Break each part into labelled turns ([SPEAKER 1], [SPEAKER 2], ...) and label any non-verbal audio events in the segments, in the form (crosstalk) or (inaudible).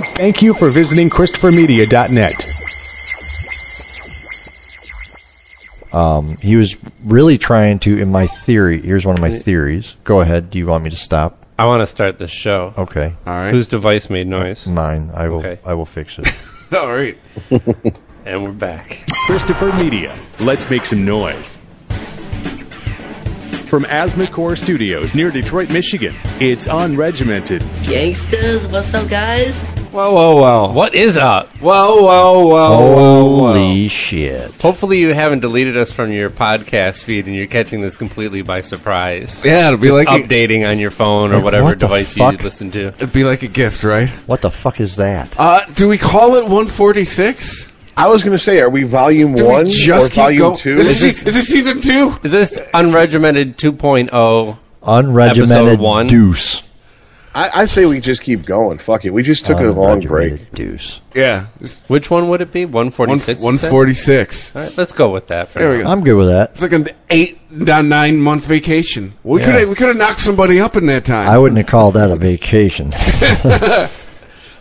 [SPEAKER 1] Thank you for visiting ChristopherMedia.net.
[SPEAKER 2] He was really trying to, in my theory, here's one of my theories. Go ahead. Do you want me to stop?
[SPEAKER 3] I want to start this show.
[SPEAKER 2] Okay.
[SPEAKER 4] All right.
[SPEAKER 3] Whose device made (laughs) noise?
[SPEAKER 2] Mine. I will,
[SPEAKER 3] Uh, Okay.
[SPEAKER 2] I will fix
[SPEAKER 3] (laughs)
[SPEAKER 2] it.
[SPEAKER 4] All right.
[SPEAKER 3] And we're back.
[SPEAKER 1] Christopher Media. Let's make some noise. From Asthmacore Studios near Detroit, Michigan, it's unregimented.
[SPEAKER 5] Gangsters, what's up, guys?
[SPEAKER 4] Whoa, whoa, whoa.
[SPEAKER 3] What is up?
[SPEAKER 4] Whoa, whoa,
[SPEAKER 3] Oh,
[SPEAKER 4] whoa, whoa, whoa.
[SPEAKER 2] Holy shit.
[SPEAKER 3] Hopefully, you haven't deleted us from your podcast feed and you're catching this completely by surprise.
[SPEAKER 4] Yeah, it'll be
[SPEAKER 3] Just
[SPEAKER 4] like a-
[SPEAKER 3] updating on your phone or
[SPEAKER 2] Like,
[SPEAKER 3] whatever
[SPEAKER 2] what the
[SPEAKER 3] device you
[SPEAKER 2] fuck?
[SPEAKER 3] listen to.
[SPEAKER 4] It'd be like a gift, right?
[SPEAKER 2] What the fuck is that?
[SPEAKER 4] Uh, do we call it 146?
[SPEAKER 6] I was going to say, are we volume
[SPEAKER 4] Do
[SPEAKER 6] one
[SPEAKER 4] we
[SPEAKER 6] or
[SPEAKER 4] just keep
[SPEAKER 6] volume
[SPEAKER 4] going?
[SPEAKER 6] two?
[SPEAKER 4] Is, this, se- is this season two?
[SPEAKER 3] Is this unregimented oh? 2.0?
[SPEAKER 2] Unregimented
[SPEAKER 3] one.
[SPEAKER 2] deuce.
[SPEAKER 6] I, I say we just keep going. Fuck it. We just
[SPEAKER 2] Oh,
[SPEAKER 6] took a long break.
[SPEAKER 2] Unregimented Deuce.
[SPEAKER 4] Yeah. It's
[SPEAKER 3] Which one would it be?
[SPEAKER 4] one-
[SPEAKER 3] 146? you said?
[SPEAKER 4] 146.
[SPEAKER 3] All right, let's go with that. For
[SPEAKER 4] There we
[SPEAKER 3] now.
[SPEAKER 4] go.
[SPEAKER 2] I'm good with that.
[SPEAKER 4] It's like an eight, uh, nine month vacation. We
[SPEAKER 2] Yeah.
[SPEAKER 4] could have we could have knocked somebody up in that time.
[SPEAKER 2] I wouldn't have called that a vacation.
[SPEAKER 3] (laughs)
[SPEAKER 2] (laughs)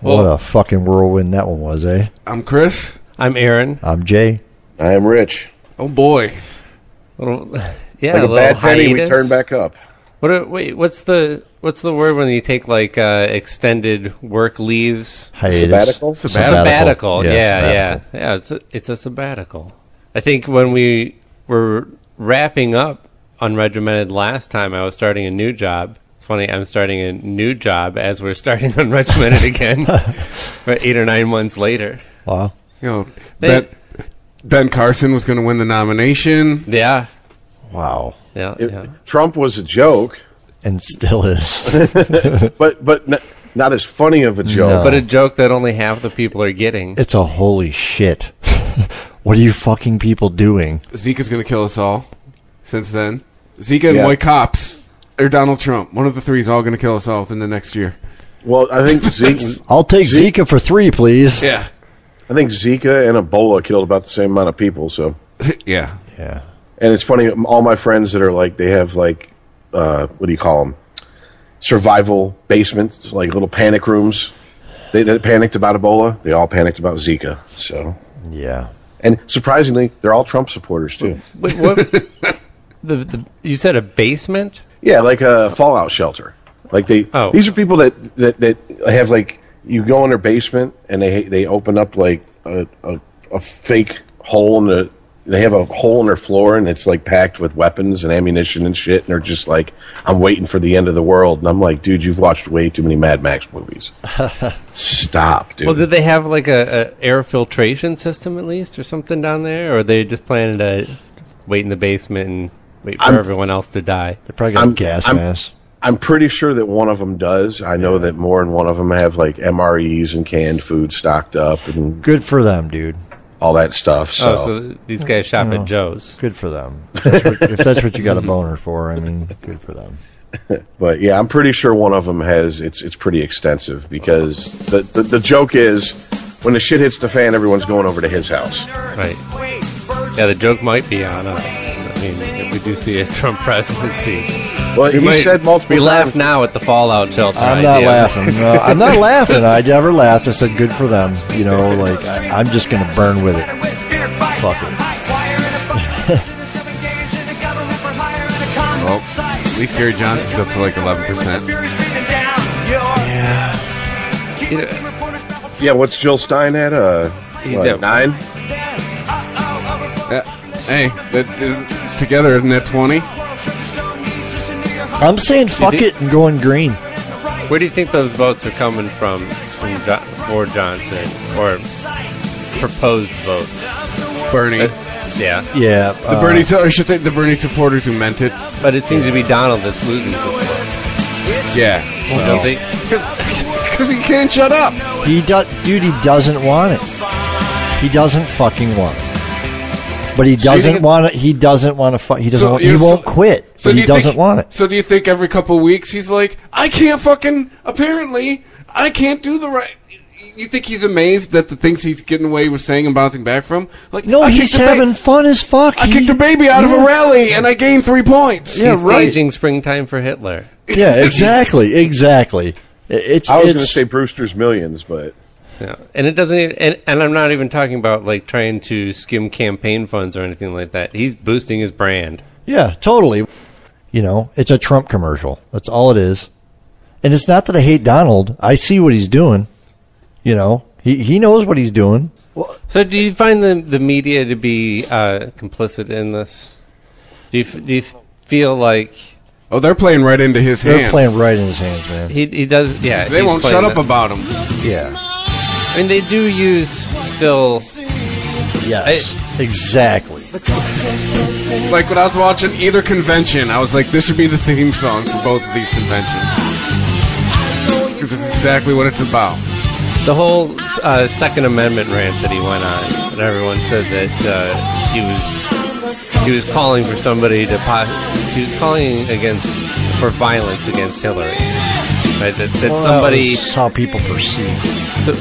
[SPEAKER 2] what a fucking whirlwind that one was, eh?
[SPEAKER 4] I'm Chris.
[SPEAKER 3] I'm Aaron.
[SPEAKER 2] I'm Jay.
[SPEAKER 6] I am rich.
[SPEAKER 4] Oh boy.
[SPEAKER 3] Little, (laughs) yeah,
[SPEAKER 6] Like
[SPEAKER 3] a
[SPEAKER 6] a
[SPEAKER 3] little
[SPEAKER 6] bad penny, we
[SPEAKER 3] hiatus.
[SPEAKER 6] turn back up.
[SPEAKER 3] What? Are, wait, what's the what's the word when you take like uh, extended work leaves?
[SPEAKER 2] Hiatus.
[SPEAKER 6] Sabbatical?
[SPEAKER 3] Sabbatical. Yeah,
[SPEAKER 2] sabbatical.
[SPEAKER 3] yeah, yeah. It's a, it's a sabbatical. I think when we were wrapping up unregimented last time, I was starting a new job. It's funny, I'm starting a new job as we're starting (laughs) unregimented again, (laughs) but eight or nine months later.
[SPEAKER 2] Wow.
[SPEAKER 4] You know,
[SPEAKER 3] They-
[SPEAKER 4] ben, ben Carson was going to win the nomination.
[SPEAKER 3] Yeah,
[SPEAKER 2] Wow.
[SPEAKER 3] yeah,
[SPEAKER 6] It-
[SPEAKER 3] yeah.
[SPEAKER 6] Trump was a joke,
[SPEAKER 2] And still is.
[SPEAKER 6] but but n- not as funny of a joke.
[SPEAKER 3] But a joke that only half the people are getting.
[SPEAKER 2] It's a holy shit. (laughs) what are you fucking people doing?
[SPEAKER 4] Zeke is going to kill us all. Since then, Zeke and
[SPEAKER 6] Yeah.
[SPEAKER 4] White Cops or Donald Trump, one of the three is all going to kill us all within the next year.
[SPEAKER 6] Well, I think Zeke,
[SPEAKER 2] I'll take
[SPEAKER 6] Zeke-
[SPEAKER 2] Zika for three, please.
[SPEAKER 4] Yeah,
[SPEAKER 6] (laughs) I think Zika and Ebola killed about the same amount of people. So,
[SPEAKER 4] yeah.
[SPEAKER 2] Yeah.
[SPEAKER 6] and it's funny. All my friends that are like they have like uh, what do you call them? Survival basements, like little panic rooms. They, they panicked about Ebola. They all panicked about Zika. So,
[SPEAKER 2] Yeah.
[SPEAKER 6] and surprisingly, they're all Trump supporters too.
[SPEAKER 3] Wait, (laughs) what? the, the, you said a basement?
[SPEAKER 6] Yeah, like a fallout shelter. Like they,
[SPEAKER 3] Oh.
[SPEAKER 6] these are people that, that that have like you go in their basement and they they open up like a, a, a fake hole in the they have a hole in their floor and it's like packed with weapons and ammunition and shit and they're just like I'm waiting for the end of the world and I'm like dude you've watched way too many Mad Max
[SPEAKER 3] (laughs)
[SPEAKER 6] movies. Stop, dude.
[SPEAKER 3] Well, did they have like a, a air filtration system at least, or something down there, or they just planning to wait in the basement and wait for
[SPEAKER 6] I'm-
[SPEAKER 3] everyone else to die?
[SPEAKER 2] They probably got
[SPEAKER 6] I'm-
[SPEAKER 2] gas
[SPEAKER 6] I'm-
[SPEAKER 2] mask.
[SPEAKER 6] I'm pretty sure that one of them does. I know that more than one of them have like MREs and canned food stocked up and
[SPEAKER 2] Good for them, dude.
[SPEAKER 6] all that stuff. So,
[SPEAKER 3] oh, so these guys shop at Joe's.
[SPEAKER 2] Good for them. If that's, what, if that's what you got a boner for, I mean, good for them.
[SPEAKER 6] But yeah, I'm pretty sure one of them has. It's it's pretty extensive because the the, the joke is when the shit hits the fan, everyone's going over to his house.
[SPEAKER 3] Right. Yeah, the joke might be on us. I mean, if we do see a Trump presidency,
[SPEAKER 6] Well, he
[SPEAKER 3] might-
[SPEAKER 6] said multiple.
[SPEAKER 3] we laugh
[SPEAKER 6] times-
[SPEAKER 3] now at the fallout shelter.
[SPEAKER 2] I'm not
[SPEAKER 3] idea.
[SPEAKER 2] laughing. No, I'm
[SPEAKER 4] (laughs)
[SPEAKER 2] not laughing. I never laughed. I said, good for them. You know, like, I, I'm just going to burn with it. Fuck
[SPEAKER 4] Well, at least Gary Johnson's up to like 11%.
[SPEAKER 6] Yeah, what's Jill Stein at? Uh,
[SPEAKER 3] He's
[SPEAKER 6] what,
[SPEAKER 3] at-
[SPEAKER 6] nine.
[SPEAKER 4] Uh, hey, that is together isn't that 20?
[SPEAKER 2] I'm saying fuck
[SPEAKER 3] Did he-
[SPEAKER 2] it and going green.
[SPEAKER 3] Where do you think those votes are coming from, from jo- for Johnson or proposed votes? Uh,
[SPEAKER 4] Bernie.
[SPEAKER 3] Yeah,
[SPEAKER 2] Yeah.
[SPEAKER 4] The Bernie, I should say the Bernie supporters who meant it.
[SPEAKER 3] but it seems to be Donald that's losing some votes.
[SPEAKER 4] Yeah,
[SPEAKER 3] Don't they?
[SPEAKER 4] because he can't shut up.
[SPEAKER 2] He do- dude, he doesn't want it. He doesn't fucking want it. But he
[SPEAKER 4] think
[SPEAKER 2] doesn't
[SPEAKER 4] it-
[SPEAKER 2] want it. He doesn't want to. Fu- he doesn't.
[SPEAKER 4] So
[SPEAKER 2] want, he
[SPEAKER 4] you're-
[SPEAKER 2] won't quit. but
[SPEAKER 4] do
[SPEAKER 2] he
[SPEAKER 4] you think-
[SPEAKER 2] doesn't want it.
[SPEAKER 4] So do you think every couple weeks he's like, I can't fucking. Apparently, I can't do the right. You think he's amazed that the things he's getting away with saying and bouncing back from? Like,
[SPEAKER 2] No,
[SPEAKER 4] I
[SPEAKER 2] he's
[SPEAKER 4] kicked a ba-
[SPEAKER 2] having fun as fuck.
[SPEAKER 4] I
[SPEAKER 2] He-
[SPEAKER 4] kicked a baby out of
[SPEAKER 2] Yeah. (laughs)
[SPEAKER 4] a rally and I gained three points.
[SPEAKER 2] Yeah,
[SPEAKER 3] He's
[SPEAKER 2] right.
[SPEAKER 3] staging springtime for Hitler.
[SPEAKER 2] Yeah, exactly, exactly. I- It's.
[SPEAKER 6] I was going to
[SPEAKER 2] it's-
[SPEAKER 6] say Brewster's Millions, but
[SPEAKER 3] Yeah. And it doesn't even, and, and I'm not even talking about like trying to skim campaign funds or anything like that. He's boosting his brand.
[SPEAKER 2] Yeah, totally. You know, it's a Trump commercial. That's all it is. And it's not that I hate Donald. I see what he's doing. You know, he, he knows what he's doing.
[SPEAKER 3] So do you find the, the media to be uh, complicit in this? Do you, f- do you f- feel like
[SPEAKER 4] Oh, they're playing right into his
[SPEAKER 2] They're
[SPEAKER 4] hands.
[SPEAKER 2] playing right in his hands, man.
[SPEAKER 3] he, he does, yeah.
[SPEAKER 4] They
[SPEAKER 3] he's
[SPEAKER 4] won't
[SPEAKER 3] playing
[SPEAKER 4] shut up
[SPEAKER 3] that.
[SPEAKER 4] about him.
[SPEAKER 2] Yeah.
[SPEAKER 3] I mean, they do use still,
[SPEAKER 2] Yes. exactly.
[SPEAKER 4] Like when I was watching either convention, I was like, this should be the theme song for both of these conventions. Because it's exactly what it's about.
[SPEAKER 3] the whole uh, Second Amendment rant that he went on, and everyone said that uh, he was he was calling for somebody to pos- he was calling against for violence against Hillary, right? That, that somebody
[SPEAKER 2] That's how people perceive.
[SPEAKER 3] so,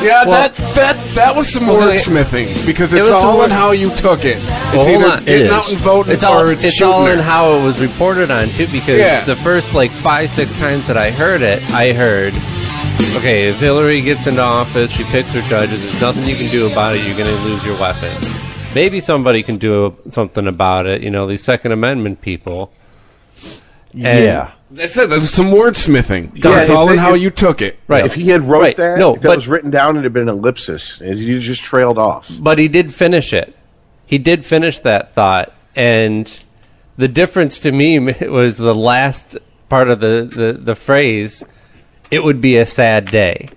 [SPEAKER 4] Yeah,
[SPEAKER 3] Well-
[SPEAKER 4] that that that was some
[SPEAKER 3] Well,
[SPEAKER 4] wordsmithing because it's
[SPEAKER 3] was some
[SPEAKER 4] all
[SPEAKER 3] word-
[SPEAKER 4] in how you took it.
[SPEAKER 3] Well,
[SPEAKER 4] it's
[SPEAKER 3] hold
[SPEAKER 4] either
[SPEAKER 3] on. It
[SPEAKER 4] getting
[SPEAKER 2] is.
[SPEAKER 4] out and voting
[SPEAKER 3] it's all
[SPEAKER 4] or it's,
[SPEAKER 3] it's
[SPEAKER 4] shooting
[SPEAKER 3] all in
[SPEAKER 4] her.
[SPEAKER 3] how it was reported on too, because
[SPEAKER 4] Yeah.
[SPEAKER 3] the first like five six times that I heard it, I heard. Okay, if Hillary gets into office, she picks her judges. There's nothing you can do about it. You're going to lose your weapons. Maybe somebody can do something about it. You know, these Second Amendment people. And-
[SPEAKER 2] yeah.
[SPEAKER 4] That's it. That's some wordsmithing.
[SPEAKER 6] Yeah,
[SPEAKER 4] it's
[SPEAKER 6] if
[SPEAKER 4] all in
[SPEAKER 6] it-
[SPEAKER 4] how
[SPEAKER 6] if-
[SPEAKER 4] you took it.
[SPEAKER 3] Right.
[SPEAKER 6] If he had wrote
[SPEAKER 3] Right.
[SPEAKER 6] that,
[SPEAKER 3] no,
[SPEAKER 6] if that
[SPEAKER 3] but
[SPEAKER 6] was written down, it'd have been an ellipsis. And you just trailed off.
[SPEAKER 3] but he did finish it. He did finish that thought, and the difference to me (laughs) was the last part of the the, the phrase. It would be a sad day.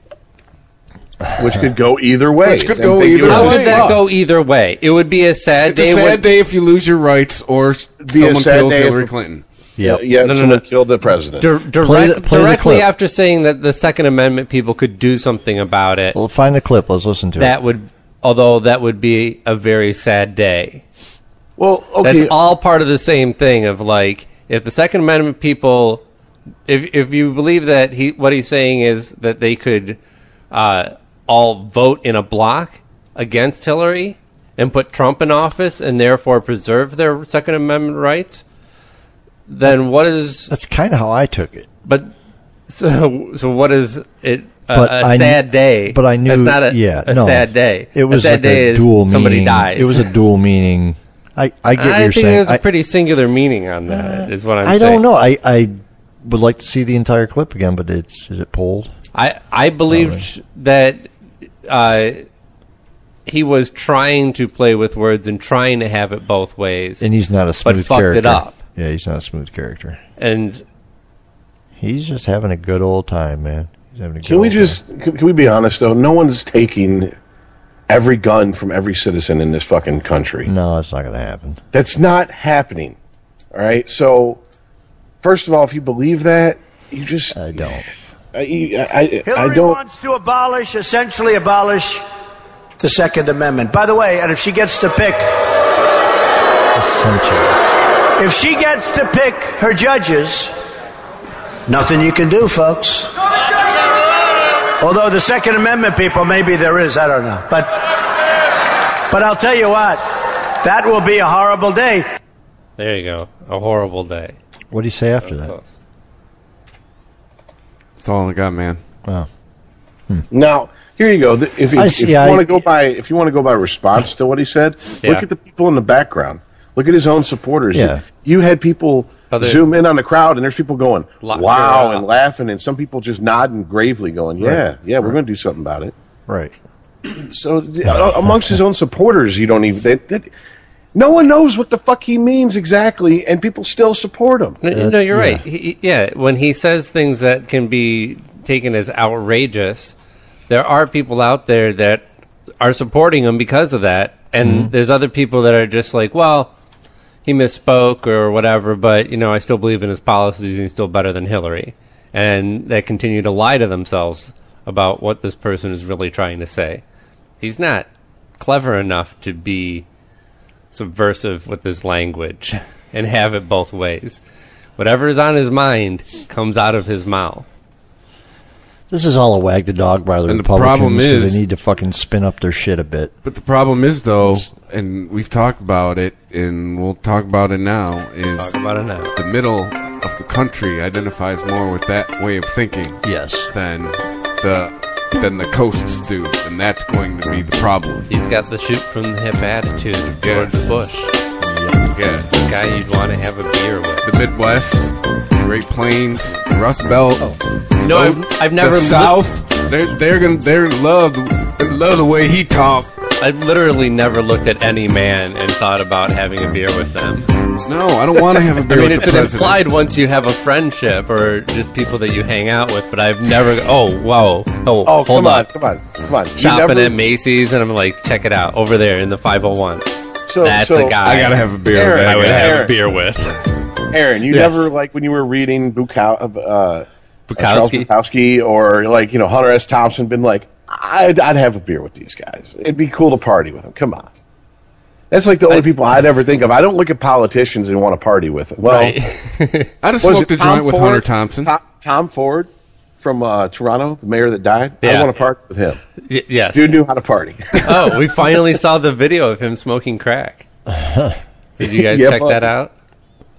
[SPEAKER 6] which could go either way.
[SPEAKER 4] Which could
[SPEAKER 6] It's
[SPEAKER 4] go
[SPEAKER 6] ambiguous
[SPEAKER 4] either
[SPEAKER 6] as
[SPEAKER 3] How
[SPEAKER 4] way.
[SPEAKER 3] would
[SPEAKER 6] fuck.
[SPEAKER 3] that go either way? It would be a sad
[SPEAKER 4] It's
[SPEAKER 3] day.
[SPEAKER 4] a sad
[SPEAKER 3] when-
[SPEAKER 4] day if you lose your rights or s-
[SPEAKER 6] be a
[SPEAKER 4] someone
[SPEAKER 6] sad
[SPEAKER 4] kills
[SPEAKER 6] day if-
[SPEAKER 4] Hillary Clinton.
[SPEAKER 2] Yep.
[SPEAKER 6] Yeah,
[SPEAKER 3] no,
[SPEAKER 6] someone
[SPEAKER 3] no.
[SPEAKER 6] killed the president.
[SPEAKER 3] Dir- direct-
[SPEAKER 2] Play the- play the
[SPEAKER 3] directly
[SPEAKER 2] clip.
[SPEAKER 3] after saying that the Second Amendment people could do something about it,
[SPEAKER 2] Well, find the clip. Let's listen to
[SPEAKER 3] that would, although that would be a very sad day.
[SPEAKER 6] well,
[SPEAKER 3] That's
[SPEAKER 6] okay.
[SPEAKER 3] all part of the same thing of like, if the Second Amendment people, if if you believe that he, what he's saying is that they could uh, all vote in a block against Hillary and put Trump in office and therefore preserve their Second Amendment rights, then what is
[SPEAKER 2] it. That's kind of how I took it.
[SPEAKER 3] but so so what is it? A,
[SPEAKER 2] But
[SPEAKER 3] a
[SPEAKER 2] I kn-
[SPEAKER 3] sad day.
[SPEAKER 2] But I knew.
[SPEAKER 3] that's not a,
[SPEAKER 2] yeah,
[SPEAKER 3] a
[SPEAKER 2] no.
[SPEAKER 3] sad day.
[SPEAKER 2] It was
[SPEAKER 3] a sad
[SPEAKER 2] like
[SPEAKER 3] day
[SPEAKER 2] a
[SPEAKER 3] is
[SPEAKER 2] dual
[SPEAKER 3] somebody
[SPEAKER 2] meaning.
[SPEAKER 3] dies.
[SPEAKER 2] It was a dual meaning. I, I get what
[SPEAKER 3] I
[SPEAKER 2] you're
[SPEAKER 3] think
[SPEAKER 2] saying.
[SPEAKER 3] there's
[SPEAKER 2] I-
[SPEAKER 3] a pretty singular meaning on that. Is what I'm
[SPEAKER 2] Uh, I
[SPEAKER 3] saying.
[SPEAKER 2] don't know. I, I would like to see the entire clip again, but it's is it pulled?
[SPEAKER 3] I I believed that uh, he was trying to play with words and trying to have it both ways,
[SPEAKER 2] And
[SPEAKER 3] and,
[SPEAKER 2] he's not a smooth
[SPEAKER 3] fucked
[SPEAKER 2] character.
[SPEAKER 3] it up.
[SPEAKER 2] Yeah, he's not a smooth character. He's just having a good old time, man. He's having a good
[SPEAKER 6] Can we
[SPEAKER 2] old
[SPEAKER 6] just can, can we be honest though? No one's taking every gun from every citizen in this fucking country.
[SPEAKER 2] time. No, that's not going to happen.
[SPEAKER 6] That's not happening. All right. So, first of all, if you believe that, you just
[SPEAKER 2] I don't.
[SPEAKER 6] I, you- I, I, I
[SPEAKER 7] Hillary
[SPEAKER 6] don't.
[SPEAKER 7] wants to abolish, essentially abolish the Second Amendment. By the way, and if she gets to pick,
[SPEAKER 2] Essentially,
[SPEAKER 7] if she gets to pick her judges, nothing you can do, folks. Although the Second Amendment people, maybe there is, I don't know. But, but I'll tell you what, that will be a horrible day.
[SPEAKER 3] there you go, a horrible day.
[SPEAKER 2] what do you say after that?
[SPEAKER 4] That's all I got, man.
[SPEAKER 2] Wow.
[SPEAKER 6] Now, here you go. The- If, if,
[SPEAKER 2] I see,
[SPEAKER 6] if you
[SPEAKER 2] I-
[SPEAKER 6] want to go by, if you want to go by response to what he said,
[SPEAKER 3] Yeah.
[SPEAKER 6] look at the people in the background. Look at his own supporters.
[SPEAKER 2] Yeah.
[SPEAKER 6] You, you had people
[SPEAKER 3] Other-
[SPEAKER 6] zoom in on the crowd, and there's people going,
[SPEAKER 3] Oh, Lo- uh,
[SPEAKER 6] "Wow!"
[SPEAKER 3] yeah.
[SPEAKER 6] and laughing, and some people just nodding gravely, going, "Yeah,
[SPEAKER 2] Right.
[SPEAKER 6] yeah, we're going to do something about it."
[SPEAKER 2] Right.
[SPEAKER 6] So, th-
[SPEAKER 2] (laughs)
[SPEAKER 6] a- amongst his own supporters, you don't even. That, that, no one knows what the fuck he means exactly, and people still support him.
[SPEAKER 3] No, no, you're
[SPEAKER 2] yeah.
[SPEAKER 3] right. He, he- yeah, when he says things that can be taken as outrageous, there are people out there that are supporting him because of that, and there's other people that are just like, well, he misspoke or whatever, but you know, I still believe in his policies, and he's still better than Hillary, and they continue to lie to themselves about what this person is really trying to say. He's not clever enough to be subversive with his language (laughs) and have it both ways. Whatever is on his mind comes out of his mouth.
[SPEAKER 2] This is all a wag the dog by the
[SPEAKER 4] And the
[SPEAKER 2] Republicans
[SPEAKER 4] problem
[SPEAKER 2] 'cause
[SPEAKER 4] is-
[SPEAKER 2] they need to fucking spin up their shit a bit.
[SPEAKER 4] But the problem is, though, and we've talked about it, and we'll talk about it now, is
[SPEAKER 3] Talk about it now.
[SPEAKER 4] the middle of the country identifies more with that way of thinking
[SPEAKER 2] Yes.
[SPEAKER 4] than the than the coasts do, and that's going to be the problem.
[SPEAKER 3] He's got the shoot from the hip attitude towards
[SPEAKER 4] Yes.
[SPEAKER 3] Bush.
[SPEAKER 4] Yeah,
[SPEAKER 3] The guy you'd want to have a beer with.
[SPEAKER 4] the Midwest, the Great Plains, the Rust Belt.
[SPEAKER 3] No,
[SPEAKER 4] Oh,
[SPEAKER 3] I've, I've never.
[SPEAKER 4] the
[SPEAKER 3] li-
[SPEAKER 4] South. They're they're gonna they're love they love the way he talk.
[SPEAKER 3] I've literally never looked at any man and thought about having a beer with them.
[SPEAKER 4] No, I don't want
[SPEAKER 3] (laughs)
[SPEAKER 4] to have a
[SPEAKER 3] I
[SPEAKER 4] beer
[SPEAKER 3] mean,
[SPEAKER 4] with
[SPEAKER 3] it's
[SPEAKER 4] the
[SPEAKER 3] an
[SPEAKER 4] president.
[SPEAKER 3] implied once you have a friendship or just people that you hang out with, but I've never. Oh, wow. Oh,
[SPEAKER 6] Oh,
[SPEAKER 3] hold
[SPEAKER 6] come on,
[SPEAKER 3] on.
[SPEAKER 6] come on, come on. You
[SPEAKER 3] Shopping
[SPEAKER 6] never-
[SPEAKER 3] at Macy's, and I'm like, check it out over there in the 501.
[SPEAKER 6] so-
[SPEAKER 3] That's
[SPEAKER 6] so-
[SPEAKER 3] the guy
[SPEAKER 4] I gotta have a beer.
[SPEAKER 6] Aaron,
[SPEAKER 4] with that
[SPEAKER 3] I would
[SPEAKER 4] guy.
[SPEAKER 3] have a
[SPEAKER 6] Aaron.
[SPEAKER 3] beer with.
[SPEAKER 6] Aaron, you
[SPEAKER 3] Yes.
[SPEAKER 6] never like when you were reading Bukow, uh, Charles
[SPEAKER 3] Bukowski.
[SPEAKER 6] Bukowski or like you know Hunter S. Thompson, been like, I'd, I'd have a beer with these guys. It'd be cool to party with them. Come on, that's like the only people I'd ever think of. I don't look at politicians and want to party with them. Well,
[SPEAKER 3] Right.
[SPEAKER 4] I just
[SPEAKER 6] was
[SPEAKER 4] smoked a
[SPEAKER 6] it Tom
[SPEAKER 4] joint with
[SPEAKER 6] Ford?
[SPEAKER 4] Hunter Thompson.
[SPEAKER 6] Tom, Tom Ford from uh, Toronto, the mayor that died.
[SPEAKER 3] Yeah.
[SPEAKER 6] I want to party with him.
[SPEAKER 3] Y- yes.
[SPEAKER 6] Dude knew how
[SPEAKER 3] (laughs)
[SPEAKER 6] to party.
[SPEAKER 3] oh, we finally saw the video of him smoking crack. Did you
[SPEAKER 6] (laughs)
[SPEAKER 3] guys
[SPEAKER 6] Yeah,
[SPEAKER 3] check
[SPEAKER 6] but-
[SPEAKER 3] that out?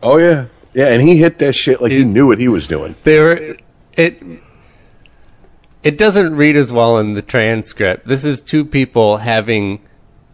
[SPEAKER 6] oh yeah, yeah, and he hit that shit like he
[SPEAKER 3] He's-
[SPEAKER 6] knew what he was doing.
[SPEAKER 3] They were it. It doesn't read as well in the transcript. This is two people having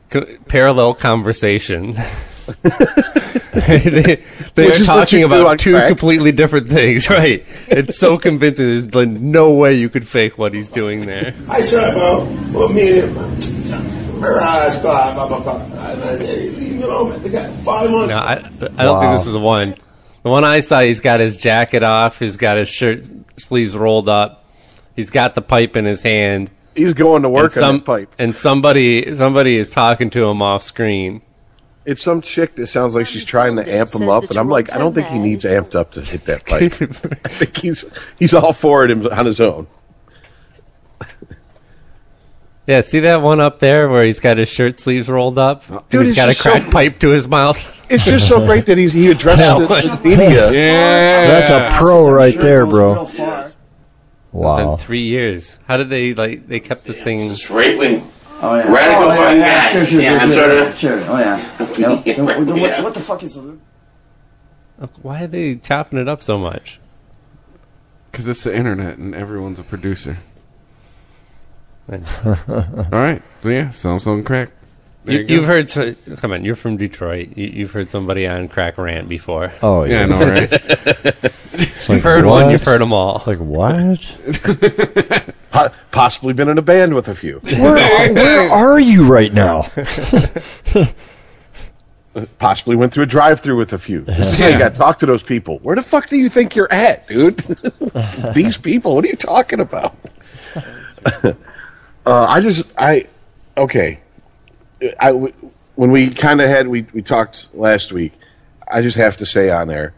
[SPEAKER 3] co- parallel conversation. (laughs) they they
[SPEAKER 6] Which
[SPEAKER 3] are
[SPEAKER 6] is what
[SPEAKER 3] talking
[SPEAKER 6] you do
[SPEAKER 3] about
[SPEAKER 6] on
[SPEAKER 3] two
[SPEAKER 6] crack.
[SPEAKER 3] completely different things, (laughs) right? It's so convincing. There's like, no way you could fake what he's doing there.
[SPEAKER 8] I said, well, well, me and him, her eyes, blah, blah, blah, blah. I, I, hey, leave me alone, man. They got five months.
[SPEAKER 3] No, I, I don't think this is the one. The one I saw, he's got his jacket off. He's got his shirt sleeves rolled up. He's got the pipe in his hand.
[SPEAKER 6] He's going to work
[SPEAKER 3] and
[SPEAKER 6] on that pipe.
[SPEAKER 3] and somebody somebody is talking to him off
[SPEAKER 6] (laughs)
[SPEAKER 3] screen.
[SPEAKER 6] It's some chick that sounds like she's trying to amp him up, and I'm like, I don't think he needs amped up to hit that pipe. (laughs) I think he's he's all for it him- on his own.
[SPEAKER 3] Yeah, see that one up there where he's got his shirt sleeves rolled up. And
[SPEAKER 6] Dude,
[SPEAKER 3] he's
[SPEAKER 6] it's
[SPEAKER 3] got a
[SPEAKER 6] just so-
[SPEAKER 3] crack pipe to his
[SPEAKER 6] (laughs)
[SPEAKER 3] mouth.
[SPEAKER 6] It's just so great that he's, he addressed
[SPEAKER 2] Now-
[SPEAKER 6] it to the
[SPEAKER 3] (laughs)
[SPEAKER 6] media.
[SPEAKER 4] Yeah,
[SPEAKER 2] That's a pro right there, bro.
[SPEAKER 8] far.
[SPEAKER 2] Wow.
[SPEAKER 3] In three years, how did they like? They kept this thing.
[SPEAKER 8] Right wing.
[SPEAKER 9] Oh, yeah.
[SPEAKER 8] Radical
[SPEAKER 9] oh, yeah,
[SPEAKER 8] fucking
[SPEAKER 9] yeah,
[SPEAKER 8] guy. Yeah,
[SPEAKER 9] Sure, sure, sure,
[SPEAKER 8] I'm
[SPEAKER 9] sure,
[SPEAKER 8] sorta-
[SPEAKER 9] sure.
[SPEAKER 8] (laughs)
[SPEAKER 9] Oh, yeah. No,
[SPEAKER 8] Yeah,
[SPEAKER 9] no, what- what-
[SPEAKER 8] yeah.
[SPEAKER 9] What the fuck is the...
[SPEAKER 3] Why are they chopping it up so much?
[SPEAKER 4] because it's the internet and everyone's a producer. All right, so yeah, sounds on crack. There
[SPEAKER 3] You,
[SPEAKER 4] go.
[SPEAKER 3] you've heard. so- Come on, you're from Detroit. You, you've heard somebody on crack rant before.
[SPEAKER 2] Oh yeah.
[SPEAKER 4] Yeah,
[SPEAKER 3] (laughs)
[SPEAKER 4] I know, right?
[SPEAKER 2] It's like,
[SPEAKER 3] You've heard one.
[SPEAKER 2] what?
[SPEAKER 3] You've heard them all.
[SPEAKER 2] Like
[SPEAKER 3] (laughs)
[SPEAKER 2] what?
[SPEAKER 6] Po- possibly been in a band with a (laughs) few.
[SPEAKER 2] Where, where are you right now?
[SPEAKER 6] Possibly went through a drive-through with a few. This is how
[SPEAKER 4] Yeah.
[SPEAKER 6] you got to talk to those people. Where the fuck do you think you're at, dude? (laughs) These people. What are you talking about? (laughs) uh, I just I okay. I w- when we kind of had we we talked last week. I just have to say on there,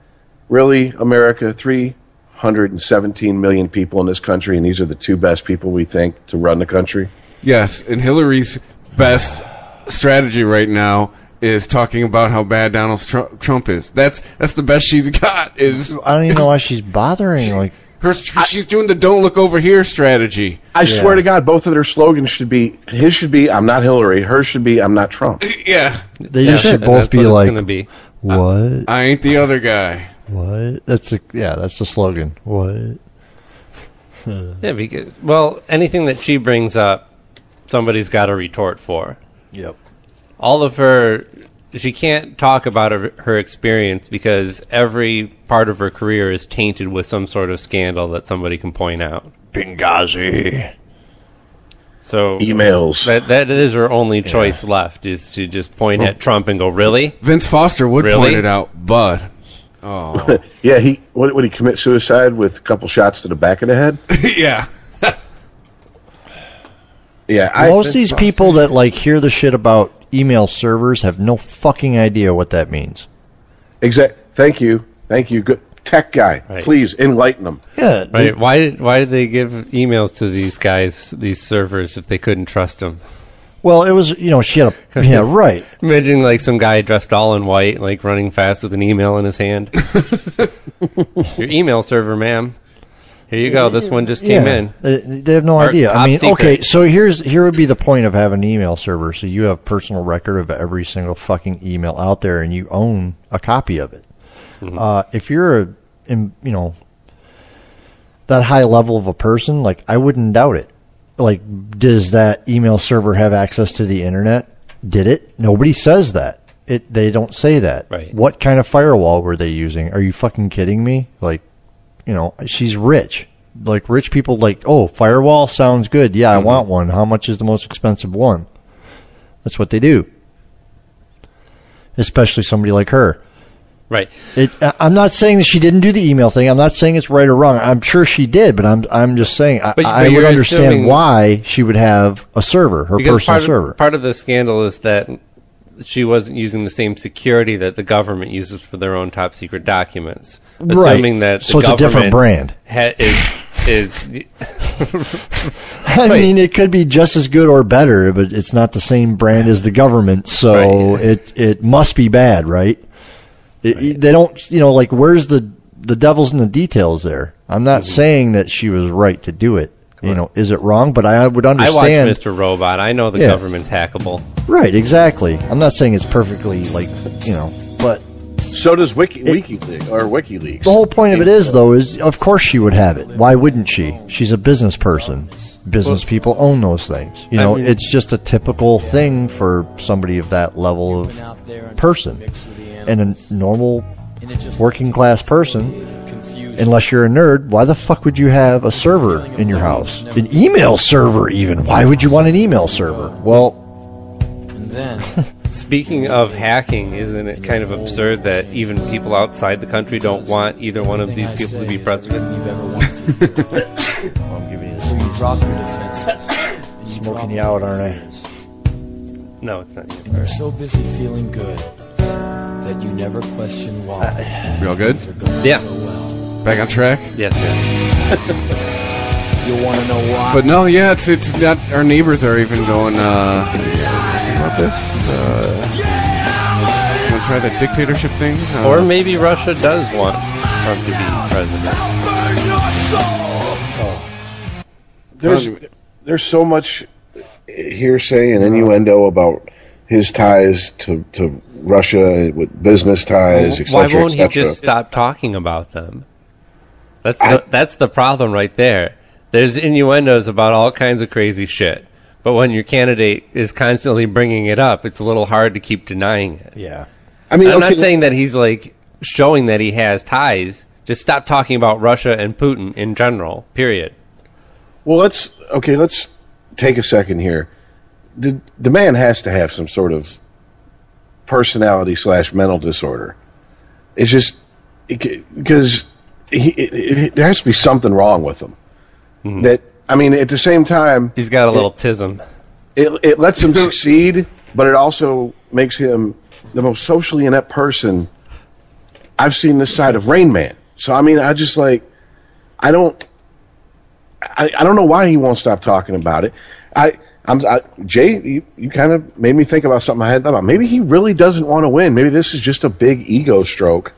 [SPEAKER 6] really, America, three hundred and seventeen million people in this country, and these are the two best people we think to run the country.
[SPEAKER 4] Yes, and Hillary's best strategy right now is talking about how bad Donald Trump, Trump is. That's that's the best she's got. Is
[SPEAKER 2] (laughs) I don't even know why she's bothering. Like
[SPEAKER 4] her? She's doing the "Don't look over here" strategy. (laughs)
[SPEAKER 6] I swear to God, both of their slogans should be his should be I'm not Hillary, hers should be I'm not Trump.
[SPEAKER 4] Yeah,
[SPEAKER 2] they just should
[SPEAKER 3] That's
[SPEAKER 2] both
[SPEAKER 3] what
[SPEAKER 2] be
[SPEAKER 3] it's
[SPEAKER 2] like,
[SPEAKER 3] gonna be.
[SPEAKER 2] what?
[SPEAKER 4] I ain't the other guy.
[SPEAKER 2] What? That's a yeah. That's the slogan. What?
[SPEAKER 3] Yeah, because well, anything that she brings up, somebody's got a retort for.
[SPEAKER 2] Yep.
[SPEAKER 3] all of her she can't talk about her, her experience because every part of her career is tainted with some sort of scandal that somebody can point out
[SPEAKER 2] Benghazi.
[SPEAKER 3] so
[SPEAKER 6] Emails.
[SPEAKER 3] that that is her only choice left is to just point at Trump and go really
[SPEAKER 4] Vince Foster would
[SPEAKER 3] Really?
[SPEAKER 4] point it out, but (laughs) oh
[SPEAKER 6] (laughs) Yeah, he what would he commit suicide with a couple shots to the back of
[SPEAKER 3] (laughs)
[SPEAKER 6] the head?
[SPEAKER 4] yeah,
[SPEAKER 6] Yeah, I
[SPEAKER 2] Most of these people that like hear the shit about email servers have no fucking idea what that means.
[SPEAKER 6] exact. Thank you, thank you. Good tech guy,
[SPEAKER 3] Right.
[SPEAKER 6] please enlighten them.
[SPEAKER 2] Yeah. they-
[SPEAKER 3] right why did why did they give emails to these guys these servers if they couldn't trust them
[SPEAKER 2] Well, it was you know she had
[SPEAKER 3] (laughs)
[SPEAKER 2] a yeah right.
[SPEAKER 3] imagine like some guy dressed all in white like running fast with an email in his hand (laughs) your email server ma'am here you go this one just came
[SPEAKER 2] yeah.
[SPEAKER 3] in
[SPEAKER 2] They, they have no
[SPEAKER 3] Or
[SPEAKER 2] idea. I
[SPEAKER 3] top
[SPEAKER 2] mean,
[SPEAKER 3] secret.
[SPEAKER 2] okay, so here's here would be the point of having an email server, so you have personal record of every single fucking email out there, and you own a copy of it.
[SPEAKER 3] Mm-hmm.
[SPEAKER 2] Uh, if you're a, in, you know, that high level of a person, like I wouldn't doubt it. like, does that email server have access to the internet? Did it? Nobody says that. It they don't say that.
[SPEAKER 3] Right.
[SPEAKER 2] What kind of firewall were they using? Are you fucking kidding me? Like, you know, she's rich. Like rich people, like, oh, firewall sounds good. Yeah,
[SPEAKER 3] Mm-hmm.
[SPEAKER 2] I want one. How much is the most expensive one? That's what they do. Especially somebody like her.
[SPEAKER 3] Right.
[SPEAKER 2] It, I- I'm not saying that she didn't do the email thing. I'm not saying it's right or wrong. I'm sure she did, but I'm I'm just saying I,
[SPEAKER 3] But- but
[SPEAKER 2] I would
[SPEAKER 3] you're
[SPEAKER 2] understand
[SPEAKER 3] assuming-
[SPEAKER 2] why she would have a server, her
[SPEAKER 3] Because
[SPEAKER 2] personal
[SPEAKER 3] part of,
[SPEAKER 2] server.
[SPEAKER 3] part of the scandal is that she wasn't using the same security that the government uses for their own top secret documents.
[SPEAKER 2] Right.
[SPEAKER 3] Assuming that the
[SPEAKER 2] So it's a different brand.
[SPEAKER 3] government ha- is is
[SPEAKER 2] (laughs) I
[SPEAKER 3] Right.
[SPEAKER 2] mean, it could be just as good or better, but it's not the same brand as the government, so
[SPEAKER 3] Right.
[SPEAKER 2] it it must be bad, right? It, it- They don't, you know, like where's the the devil's in the details there. I'm not saying that she was right to do it. You know, is it wrong? But I would
[SPEAKER 3] I
[SPEAKER 2] understand.
[SPEAKER 3] watch Mr. Robot. I know the
[SPEAKER 2] Yeah.
[SPEAKER 3] government's hackable.
[SPEAKER 2] Right, exactly. I'm not saying it's perfectly like you know, but
[SPEAKER 6] So does Wiki WikiLeaks or WikiLeaks.
[SPEAKER 2] the whole point of it is though is of course she would have it. Why wouldn't she? She's a business person. Business people own those things. You
[SPEAKER 3] I
[SPEAKER 2] know,
[SPEAKER 3] mean-
[SPEAKER 2] it's just a typical thing for somebody of that level of person. And a normal working class person, unless you're a nerd, why the fuck would you have a server in your house? An email server even. Why would you want an email server? Well,
[SPEAKER 3] Speaking of hacking, isn't it kind of absurd that even people outside the country don't want either one of these people to be president?
[SPEAKER 2] (laughs) I'm giving you this. (coughs) Smoking you out, aren't I?
[SPEAKER 3] No, it's not.
[SPEAKER 10] You're so busy feeling good that you never question why.
[SPEAKER 4] We all Uh, good?
[SPEAKER 3] Yeah.
[SPEAKER 4] Back on track?
[SPEAKER 3] Yes, yes.
[SPEAKER 10] You want to know why?
[SPEAKER 4] But no, yeah, it's it's not. Our neighbors are even going. uh About this. Uh, Want to try that dictatorship thing? Uh,
[SPEAKER 3] Or maybe Russia does want Trump to be president.
[SPEAKER 6] there's there's so much hearsay and innuendo about his ties to, to Russia with business ties, etc.
[SPEAKER 3] Why won't he
[SPEAKER 6] etc.
[SPEAKER 3] just stop talking about them? That's the, that's the problem right there. There's innuendos about all kinds of crazy shit, but when your candidate is constantly bringing it up, it's a little hard to keep denying it.
[SPEAKER 2] Yeah.
[SPEAKER 6] I mean,
[SPEAKER 3] I'm
[SPEAKER 6] okay,
[SPEAKER 3] not saying that he's like showing that he has ties. Just stop talking about Russia and Putin in general. Period.
[SPEAKER 6] Well, let's okay. Let's take a second here. The the man has to have some sort of personality slash mental disorder. It's just because he, it, it, there has to be something wrong with him. That I mean, at the same time,
[SPEAKER 3] He's got a little tism.
[SPEAKER 6] it, it lets him succeed, but it also makes him the most socially inept person I've seen this side of Rain Man. So I mean, I just like I don't I, I don't know why he won't stop talking about it. I I'm I, Jay, you, you kind of made me think about something I hadn't thought about. Maybe he really doesn't want to win. Maybe this is just a big ego stroke.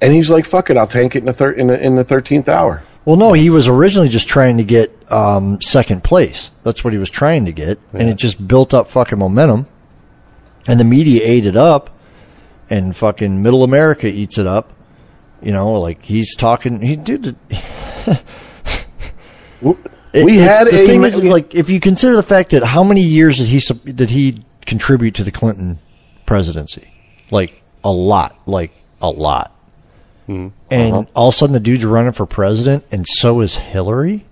[SPEAKER 6] And he's like, "Fuck it, I'll tank it in the thir- in the in the thirteenth hour."
[SPEAKER 2] Well, no, he was originally just trying to get um, second place. That's what he was trying to get, and it just built up fucking momentum, and the media ate it up, and fucking middle America eats it up. You know, like he's talking. He dude. it-
[SPEAKER 6] (laughs) W-
[SPEAKER 2] (laughs) it-
[SPEAKER 6] we
[SPEAKER 2] it's-
[SPEAKER 6] had
[SPEAKER 2] the
[SPEAKER 6] a
[SPEAKER 2] thing
[SPEAKER 6] ma-
[SPEAKER 2] is, is, like if you consider the fact that how many years did he sup- did he contribute to the Clinton presidency? Like a lot. Like a lot. And all of a sudden, the dude's running for president, and so is Hillary.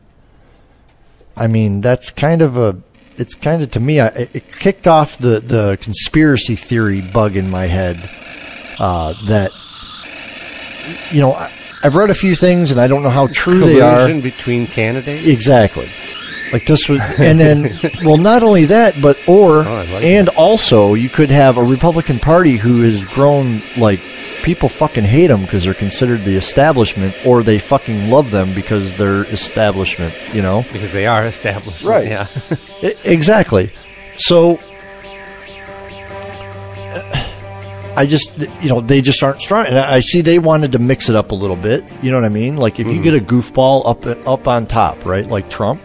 [SPEAKER 2] I mean, that's kind of a. It's kind of to me. I, it it kicked off the the conspiracy theory bug in my head uh, that you know I, I've read a few things, and I don't know how true they are.
[SPEAKER 3] Collusion between candidates.
[SPEAKER 2] Exactly. Like this was, and then,
[SPEAKER 3] (laughs)
[SPEAKER 2] well, not only that, but or,
[SPEAKER 3] Oh, I like
[SPEAKER 2] and also, you could have a Republican Party who has grown like people fucking hate them because they're considered the establishment, or they fucking love them because they're establishment. You know,
[SPEAKER 3] because they are established.
[SPEAKER 2] Right.
[SPEAKER 3] Yeah.
[SPEAKER 2] I- E, exactly. So, I just, you know, they just aren't strong. And I I see they wanted to mix it up a little bit. You know what I mean? Like if you get a goofball up up on top, right? Like Trump.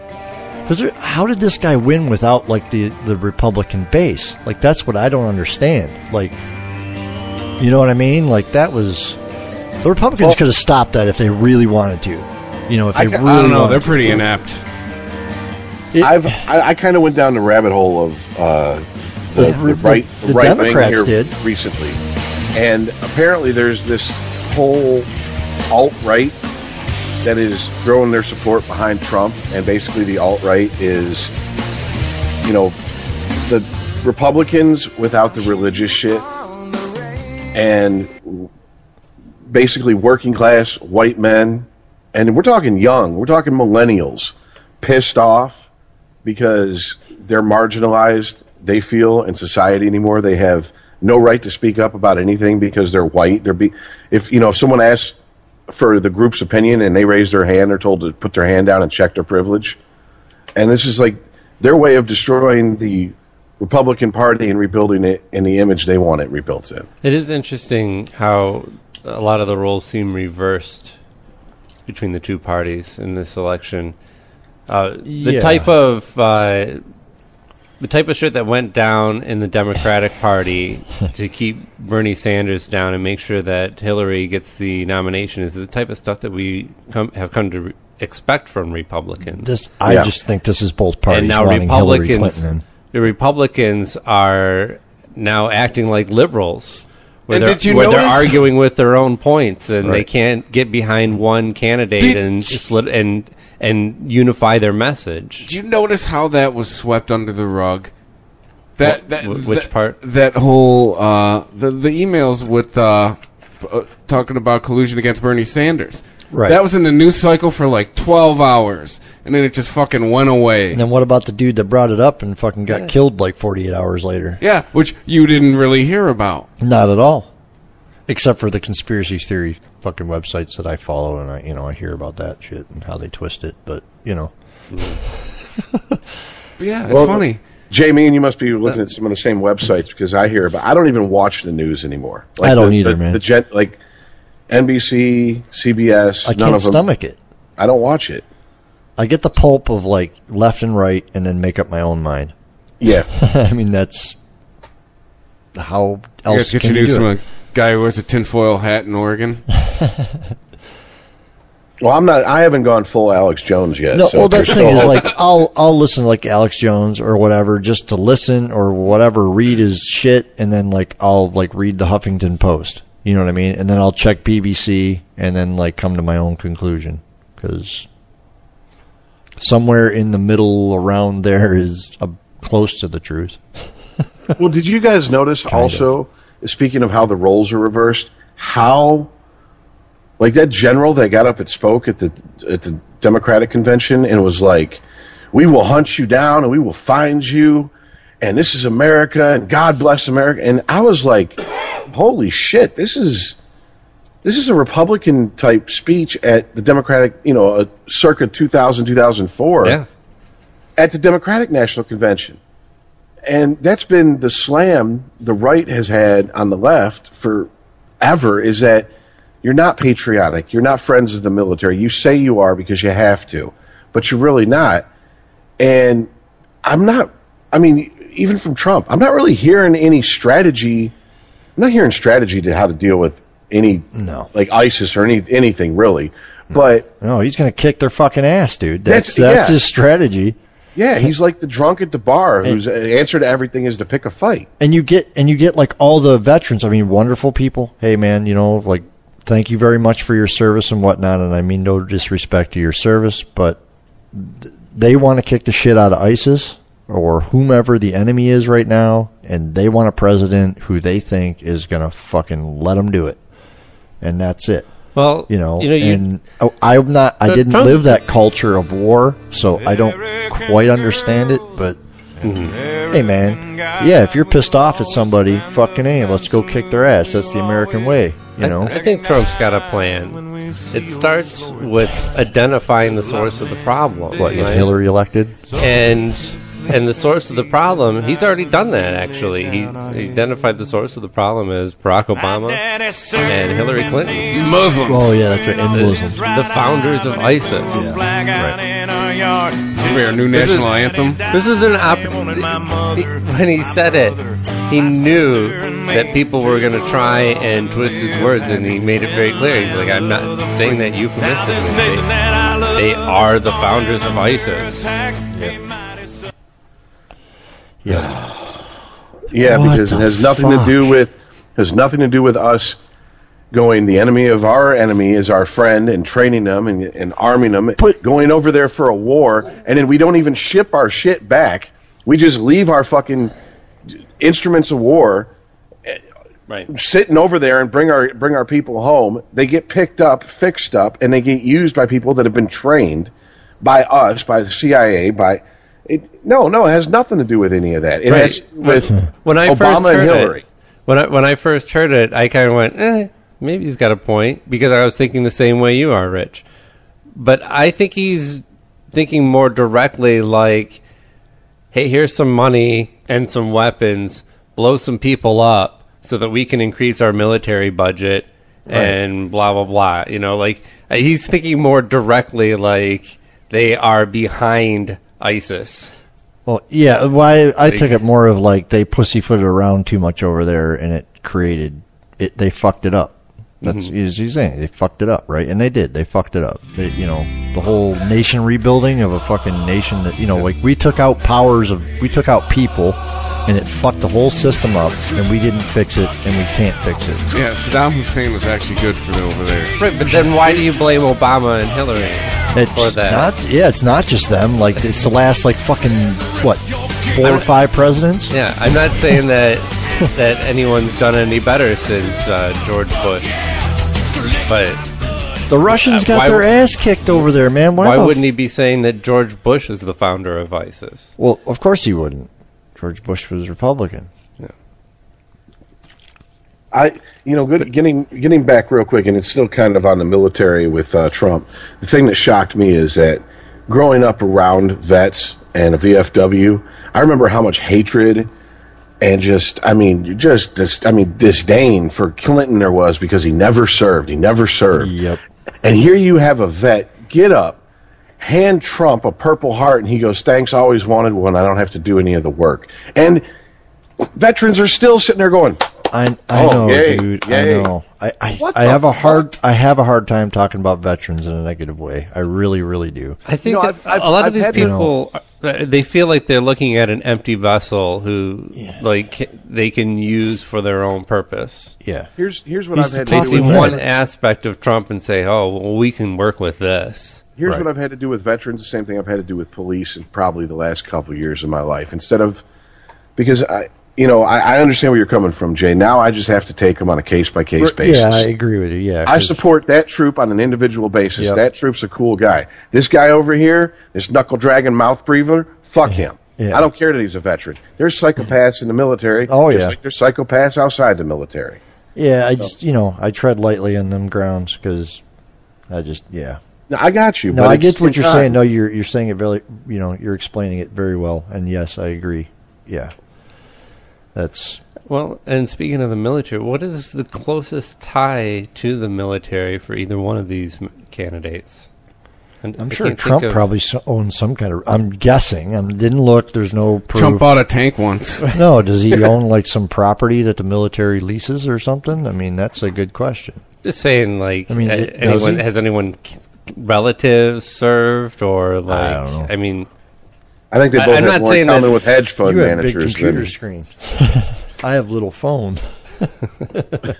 [SPEAKER 2] Because how did this guy win without like the the Republican base? Like that's what I don't understand. Like, you know what I mean? Like that was the Republicans could have stopped that if they really wanted to. You know, if they
[SPEAKER 6] ca- I
[SPEAKER 2] really
[SPEAKER 4] I don't know.
[SPEAKER 2] wanted
[SPEAKER 4] They're
[SPEAKER 2] to.
[SPEAKER 4] pretty inept.
[SPEAKER 6] I've I, I kind of went down the rabbit hole of uh,
[SPEAKER 2] The-
[SPEAKER 6] the, the
[SPEAKER 2] the-
[SPEAKER 6] right
[SPEAKER 2] the
[SPEAKER 6] right wing
[SPEAKER 2] Democrats
[SPEAKER 6] here
[SPEAKER 2] did.
[SPEAKER 6] recently, and apparently there's this whole alt right that is throwing their support behind Trump, and basically the alt right is, you know, the Republicans without the religious shit, and basically working class white men, and we're talking young, we're talking millennials, pissed off because they're marginalized, they feel in society anymore. They have no right to speak up about anything because they're white. They're be if you know if someone asks for the group's opinion and they raise their hand, they're told to put their hand down and check their privilege. And this is like their way of destroying the Republican Party and rebuilding it in the image they want it rebuilt in.
[SPEAKER 3] It is interesting how a lot of the roles seem reversed between the two parties in this election. Uh, the
[SPEAKER 11] Yeah.
[SPEAKER 3] type of uh, the type of shit that went down in the Democratic Party to keep Bernie Sanders down and make sure that Hillary gets the nomination is the type of stuff that we come, have come to re- expect from Republicans.
[SPEAKER 2] This, I just think this is both parties
[SPEAKER 3] and now
[SPEAKER 2] wanting Hillary
[SPEAKER 3] Republicans,
[SPEAKER 2] Clinton. in.
[SPEAKER 3] the Republicans are now acting like liberals, where,
[SPEAKER 4] And
[SPEAKER 3] they're,
[SPEAKER 4] did you
[SPEAKER 3] where they're
[SPEAKER 4] notice-
[SPEAKER 3] arguing with their own points, and they
[SPEAKER 4] Right.
[SPEAKER 3] can't get behind one candidate
[SPEAKER 4] Did-
[SPEAKER 3] and split and and unify their message.
[SPEAKER 4] Do you notice how that was swept under the rug?
[SPEAKER 3] Wh-
[SPEAKER 4] That, that
[SPEAKER 3] wh- which
[SPEAKER 4] that-
[SPEAKER 3] part?
[SPEAKER 4] That whole uh, the the emails with uh, f- uh, talking about collusion against Bernie Sanders.
[SPEAKER 2] Right.
[SPEAKER 4] That was in the news cycle for like twelve hours, and then it just fucking went away.
[SPEAKER 2] And then what about the dude that brought it up and fucking got killed like 48 hours later?
[SPEAKER 4] Yeah, which you didn't really hear about.
[SPEAKER 2] Not at all. Except for the conspiracy theory fucking websites that I follow and I, you know, I hear about that shit and how they twist it, but, you know.
[SPEAKER 4] But yeah, it's
[SPEAKER 6] Well,
[SPEAKER 4] funny.
[SPEAKER 6] Jamie, and you must be looking at some of the same websites because I hear, but I don't even watch the news anymore.
[SPEAKER 2] I don't
[SPEAKER 6] the,
[SPEAKER 2] either,
[SPEAKER 6] the,
[SPEAKER 2] man.
[SPEAKER 6] The gen, like NBC, CBS,
[SPEAKER 2] I
[SPEAKER 6] none
[SPEAKER 2] can't
[SPEAKER 6] of them.
[SPEAKER 2] stomach it.
[SPEAKER 6] I don't watch it.
[SPEAKER 2] I get the pulp of like left and right and then make up my own mind. (laughs)
[SPEAKER 6] Yeah.
[SPEAKER 2] I mean, that's how
[SPEAKER 4] You
[SPEAKER 2] else
[SPEAKER 4] guys get
[SPEAKER 2] can
[SPEAKER 4] your
[SPEAKER 2] you
[SPEAKER 4] news
[SPEAKER 2] do
[SPEAKER 4] from
[SPEAKER 2] it?
[SPEAKER 4] a guy who wears a tinfoil hat in Oregon.
[SPEAKER 6] Well, I'm not. I haven't gone full Alex Jones yet.
[SPEAKER 2] No,
[SPEAKER 6] so
[SPEAKER 2] well, that's
[SPEAKER 6] there's
[SPEAKER 2] the thing is
[SPEAKER 6] still-
[SPEAKER 2] like I'll I'll listen to like Alex Jones or whatever just to listen or whatever read his shit and then like I'll like read the Huffington Post. You know what I mean? And then I'll check BBC and then like come to my own conclusion because somewhere in the middle around there is a, close to the truth.
[SPEAKER 6] (laughs) well, did you guys notice also, speaking of how the roles are reversed, how like that general that got up and spoke at the at the Democratic convention and was like, "We will hunt you down and we will find you, and this is America and God bless America." And I was like, "Holy shit, this is." This is a Republican type speech at the Democratic, you know, uh, circa 2000, 2004
[SPEAKER 3] Yeah.
[SPEAKER 6] at the Democratic National Convention. And that's been the slam the right has had on the left forever is that you're not patriotic. You're not friends of the military. You say you are because you have to, but you're really not. And I'm not, I mean, even from Trump, I'm not really hearing any strategy. I'm not hearing strategy to how to deal with any,
[SPEAKER 2] No.
[SPEAKER 6] like ISIS or any, anything really. But
[SPEAKER 2] No, he's gonna kick their fucking ass, dude. That's
[SPEAKER 6] That's-
[SPEAKER 2] that's
[SPEAKER 6] yeah.
[SPEAKER 2] his strategy.
[SPEAKER 6] yeah, he's like the drunk at the bar whose answer to everything is to pick a fight.
[SPEAKER 2] and you get and you get like all the veterans. I mean, wonderful people. Hey, man, you know, like thank you very much for your service and whatnot. And I mean no disrespect to your service, but th- they want to kick the shit out of ISIS or whomever the enemy is right now, and they want a president who they think is gonna fucking let them do it, and that's it.
[SPEAKER 3] Well,
[SPEAKER 2] You know,
[SPEAKER 3] you know, you-
[SPEAKER 2] and oh, I'm not. I
[SPEAKER 3] But
[SPEAKER 2] didn't
[SPEAKER 3] Trump-
[SPEAKER 2] live that culture of war, so I don't quite understand it. But hey, man, yeah, if you're pissed off at somebody, fucking a, let's go kick their ass. That's the American way, you know.
[SPEAKER 3] I think Trump's got a plan. It starts with identifying the source of the problem.
[SPEAKER 2] What get
[SPEAKER 3] right?
[SPEAKER 2] Hillary elected?
[SPEAKER 3] and and the source of the problem he's already done that actually he he identified the source of the problem as barack obama and hillary clinton
[SPEAKER 4] Muslims.
[SPEAKER 2] Oh yeah, that's right. And Muslims.
[SPEAKER 3] the founders of isis
[SPEAKER 4] This will be our new national anthem.
[SPEAKER 3] this is an opportunity when he said it he knew that people were going to try and twist his words and he made it very clear he's like i'm not saying that euphemistically they, they are the founders of isis
[SPEAKER 2] Yeah.
[SPEAKER 6] Yeah,
[SPEAKER 2] What
[SPEAKER 6] because it
[SPEAKER 2] the
[SPEAKER 6] has nothing
[SPEAKER 2] fuck?
[SPEAKER 6] to do with has nothing to do with us going. The enemy of our enemy is our friend, and training them and, and arming them, going over there for a war, and then we don't even ship our shit back. We just leave our fucking instruments of war
[SPEAKER 3] Right.
[SPEAKER 6] sitting over there and bring our bring our people home. They get picked up, fixed up, and they get used by people that have been trained by us, by the CIA, by it, no, no, it has nothing to do with any of that. It
[SPEAKER 3] Right.
[SPEAKER 6] has with
[SPEAKER 3] when I
[SPEAKER 6] Obama
[SPEAKER 3] first heard
[SPEAKER 6] and Hillary.
[SPEAKER 3] It, when I when I first heard it, I kind of went, eh, maybe he's got a point because I was thinking the same way you are, Rich. But I think he's thinking more directly, like, hey, here's some money and some weapons, blow some people up so that we can increase our military budget and blah blah blah. You know, like uh, he's thinking more directly, like they are behind ISIS.
[SPEAKER 2] Well, yeah. Why I
[SPEAKER 3] They-
[SPEAKER 2] took it more of like they pussyfooted around too much over there, and it created it. They fucked it up. That's
[SPEAKER 3] Mhm.
[SPEAKER 2] as he's saying. They fucked it up, right? And they did. They fucked it up. They, you know, the whole nation rebuilding of a fucking nation that you know, like we took out powers of we took out people, and it fucked the whole system up, and we didn't fix it, and we can't fix it.
[SPEAKER 4] Yeah, Saddam Hussein was actually good for the over there.
[SPEAKER 3] Right, but then why do you blame Obama and Hillary for
[SPEAKER 2] It's
[SPEAKER 3] that?
[SPEAKER 2] not. Yeah, it's not just them. Like it's the last like fucking what four or five presidents.
[SPEAKER 3] yeah, I'm not saying that that anyone's done any better since uh, George Bush, but
[SPEAKER 2] The Russians
[SPEAKER 3] Uh,
[SPEAKER 2] got
[SPEAKER 3] why
[SPEAKER 2] their
[SPEAKER 3] w-
[SPEAKER 2] ass kicked over there, man. Why,
[SPEAKER 3] why
[SPEAKER 2] the f-
[SPEAKER 3] wouldn't he be saying that George Bush is the founder of ISIS?
[SPEAKER 2] Well, of course he wouldn't. George Bush was Republican.
[SPEAKER 6] I, you know, good, getting getting back real quick, and it's still kind of on the military with uh, Trump. The thing that shocked me is that growing up around vets and a VFW, I remember how much hatred and just, I mean, just, dis I mean, disdain for Clinton there was because he never served. He never served.
[SPEAKER 2] Yep.
[SPEAKER 6] And here you have a vet get up, hand Trump a Purple Heart, and he goes, "Thanks, I always wanted one. I don't have to do any of the work." And veterans are still sitting there going.
[SPEAKER 2] I, I
[SPEAKER 6] Oh,
[SPEAKER 2] know,
[SPEAKER 6] yay,
[SPEAKER 2] dude. I
[SPEAKER 6] yay.
[SPEAKER 2] know. I, I,
[SPEAKER 6] What
[SPEAKER 2] I
[SPEAKER 6] the
[SPEAKER 2] have a hard I have a hard time talking about veterans in a negative way. I really, really do.
[SPEAKER 3] I think
[SPEAKER 6] You know,
[SPEAKER 3] that
[SPEAKER 6] I've- I've-
[SPEAKER 3] a lot
[SPEAKER 6] I've
[SPEAKER 3] of these
[SPEAKER 6] had- You
[SPEAKER 3] people uh, they feel like they're looking at an empty vessel who like they can use for their own purpose.
[SPEAKER 2] Yeah.
[SPEAKER 6] Here's here's what
[SPEAKER 2] He's
[SPEAKER 6] I've had
[SPEAKER 2] the
[SPEAKER 6] to
[SPEAKER 3] They
[SPEAKER 2] Talk
[SPEAKER 6] do
[SPEAKER 3] see
[SPEAKER 2] with
[SPEAKER 6] with
[SPEAKER 2] top
[SPEAKER 3] one
[SPEAKER 2] veterans.
[SPEAKER 3] aspect of Trump and say, "Oh, well, we can work with this."
[SPEAKER 6] Here's
[SPEAKER 2] Right.
[SPEAKER 6] what I've had to do with veterans. The same thing I've had to do with police in probably the last couple of years of my life. Instead of because I, you know, I, I understand where you're coming from, Jay. Now I just have to take them on a case by case basis.
[SPEAKER 2] Yeah, I agree with you. Yeah.
[SPEAKER 6] I
[SPEAKER 2] 'cause-
[SPEAKER 6] support that troop on an individual basis.
[SPEAKER 2] Yep.
[SPEAKER 6] That troop's a cool guy. This guy over here, this knuckle dragging mouth breather, fuck him.
[SPEAKER 2] Yeah.
[SPEAKER 6] I don't care that he's a veteran. There's psychopaths in the military.
[SPEAKER 2] Oh,
[SPEAKER 6] just
[SPEAKER 2] yeah.
[SPEAKER 6] like there's psychopaths outside the military.
[SPEAKER 2] Yeah, I just you know I tread lightly on them grounds because I just yeah.
[SPEAKER 6] Now, I got you.
[SPEAKER 2] No,
[SPEAKER 6] but
[SPEAKER 2] I
[SPEAKER 6] it's-
[SPEAKER 2] get what
[SPEAKER 6] it's
[SPEAKER 2] you're
[SPEAKER 6] not-
[SPEAKER 2] saying. No, you're you're saying it very you know you're explaining it very well. And yes, I agree. Yeah. That's
[SPEAKER 3] Well, and speaking of the military, what is the closest tie to the military for either one of these m- candidates? And
[SPEAKER 2] I'm
[SPEAKER 3] I
[SPEAKER 2] sure
[SPEAKER 3] can't think
[SPEAKER 2] Trump
[SPEAKER 3] of-
[SPEAKER 2] probably so- owns some kind of. I'm guessing. I didn't look. There's no proof.
[SPEAKER 4] Trump bought a tank once.
[SPEAKER 2] no, does (laughs) he own like some property that the military leases or something? I mean, that's a good question.
[SPEAKER 3] Just saying, like,
[SPEAKER 2] I mean,
[SPEAKER 3] a-
[SPEAKER 2] it- does
[SPEAKER 3] anyone
[SPEAKER 2] he?
[SPEAKER 3] has anyone c- relatives served or like? I,
[SPEAKER 2] don't know.
[SPEAKER 3] mean,
[SPEAKER 6] I think they
[SPEAKER 3] I-
[SPEAKER 6] both
[SPEAKER 3] I'm
[SPEAKER 6] have
[SPEAKER 3] not
[SPEAKER 6] more
[SPEAKER 3] saying
[SPEAKER 6] in common
[SPEAKER 3] that-
[SPEAKER 6] with hedge fund
[SPEAKER 2] you have big
[SPEAKER 6] managers.
[SPEAKER 2] computer
[SPEAKER 6] than-
[SPEAKER 2] screen. (laughs) I have little phone.
[SPEAKER 3] the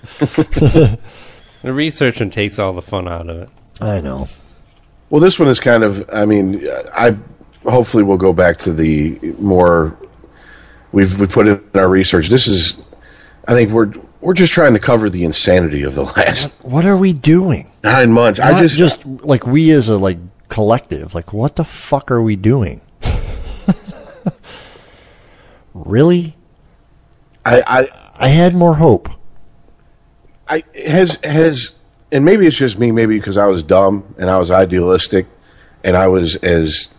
[SPEAKER 3] researching takes all the fun out of it.
[SPEAKER 2] I know.
[SPEAKER 6] Well, this one is kind of. I mean, I hopefully we'll go back to the more we've we put in our research. This is, I think we're we're just trying to cover the insanity of the last (laughs)
[SPEAKER 2] What are we doing?
[SPEAKER 6] nine months. I
[SPEAKER 2] Not
[SPEAKER 6] just,
[SPEAKER 2] just like we as a like collective. Like, what the fuck are we doing? (laughs) really?
[SPEAKER 6] I,
[SPEAKER 2] I had more hope.
[SPEAKER 6] I, I has has, and maybe it's just me. Maybe because I was dumb and I was idealistic, and I was as.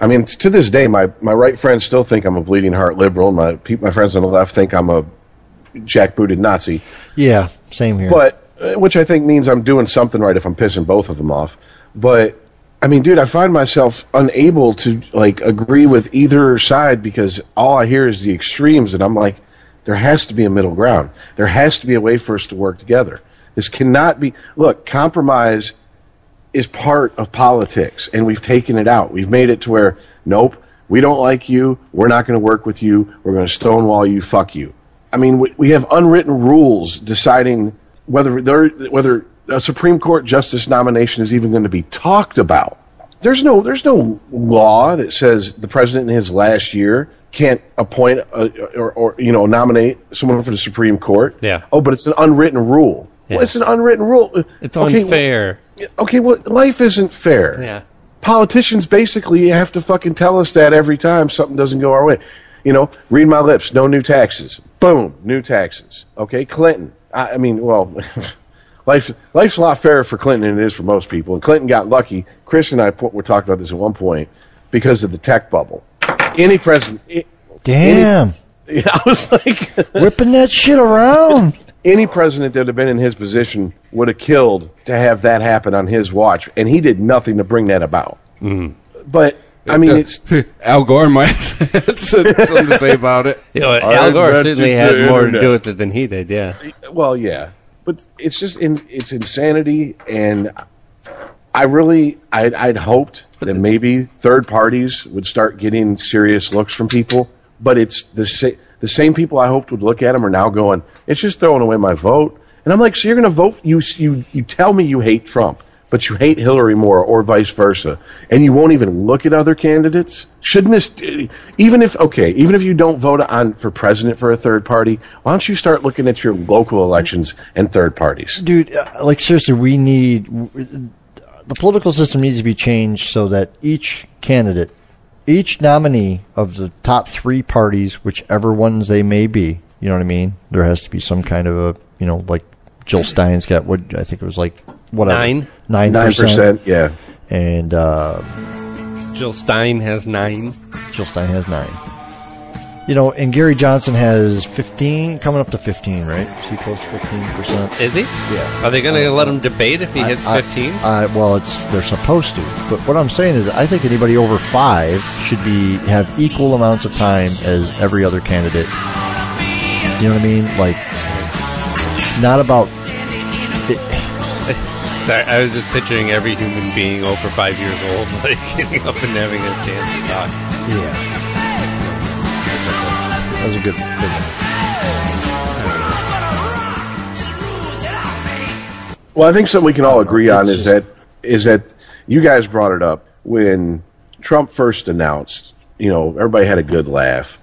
[SPEAKER 6] I mean, to this day, my, my right friends still think I'm a bleeding heart liberal. My pe- my friends on the left think I'm a jackbooted Nazi.
[SPEAKER 2] Yeah, same here.
[SPEAKER 6] But uh, which I think means I'm doing something right if I'm pissing both of them off. But I mean, dude, I find myself unable to like agree with either side because all I hear is the extremes, and I'm like, there has to be a middle ground. There has to be a way for us to work together. This cannot be. Look, compromise is part of politics, and we've taken it out. We've made it to where, nope, We don't like you. We're not going to work with you. We're going to stonewall you. Fuck you. I mean, we, we have unwritten rules deciding whether there, whether a Supreme Court justice nomination is even going to be talked about. There's no there's no law that says the president in his last year can't appoint a, or, or you know nominate someone for the Supreme Court.
[SPEAKER 3] Yeah.
[SPEAKER 6] Oh, but it's an unwritten rule.
[SPEAKER 3] Yeah.
[SPEAKER 6] Well, it's an unwritten rule.
[SPEAKER 3] It's
[SPEAKER 6] Okay, well-
[SPEAKER 3] unfair.
[SPEAKER 6] okay, well, life isn't fair.
[SPEAKER 3] Yeah.
[SPEAKER 6] Politicians basically have to fucking tell us that every time something doesn't go our way. You know, read my lips, no new taxes. Boom, new taxes. Okay, Clinton. I, I mean, well, (laughs) life, life's a lot fairer for Clinton than it is for most people. And Clinton got lucky. Chris and I po- were talking about this at one point because of the tech bubble. Any president. (laughs) i-
[SPEAKER 2] Damn.
[SPEAKER 6] yeah, I was like.
[SPEAKER 2] Whipping that shit around.
[SPEAKER 6] any president that had been in his position would have killed to have that happen on his watch, and he did nothing to bring that about. But I mean, it's
[SPEAKER 4] (laughs) Al Gore might have (laughs) something to say about it.
[SPEAKER 3] You know,
[SPEAKER 6] I
[SPEAKER 3] Al Gore
[SPEAKER 6] invented
[SPEAKER 3] certainly
[SPEAKER 6] the
[SPEAKER 3] had more to
[SPEAKER 6] internet.
[SPEAKER 3] do with it than he did. Yeah.
[SPEAKER 6] well, yeah, but it's just in, it's insanity, and I really I'd, I'd hoped that maybe third parties would start getting serious looks from people, but it's the sa- the same people I hoped would look at them are now going, it's just throwing away my vote, and I'm like, so you're going to vote you you you tell me you hate Trump. But you hate Hillary more, or vice versa, and you won't even look at other candidates. Shouldn't this, even if okay, even if you don't vote on for president for a third party, why don't you start looking at your local elections and third parties?
[SPEAKER 2] dude uh, like seriously we need w- the political system needs to be changed so that each candidate each nominee of the top three parties whichever ones they may be you know what i mean there has to be some kind of a you know like jill stein's got what i think it was like whatever
[SPEAKER 3] Nine?
[SPEAKER 2] nine
[SPEAKER 6] Nine percent, yeah.
[SPEAKER 2] and uh
[SPEAKER 3] Jill Stein has nine.
[SPEAKER 2] Jill Stein has nine. You know, and Gary Johnson has 15, coming up to 15, right? He close 15%.
[SPEAKER 3] Is he? Yeah. Are they going to let him debate if he hits
[SPEAKER 2] I-
[SPEAKER 3] 15?
[SPEAKER 2] I, well, it's they're supposed to. But what I'm saying is, I think anybody over five should be have equal amounts of time as every other candidate. You know what I mean? Like, not about.
[SPEAKER 3] Sorry, I was just picturing every human being over five years old, (laughs) like getting up and having a chance to talk.
[SPEAKER 2] Yeah. That was a good. good one.
[SPEAKER 6] Well, I think something we can all agree on is that is that you guys brought it up when Trump first announced. You know, everybody had a good laugh,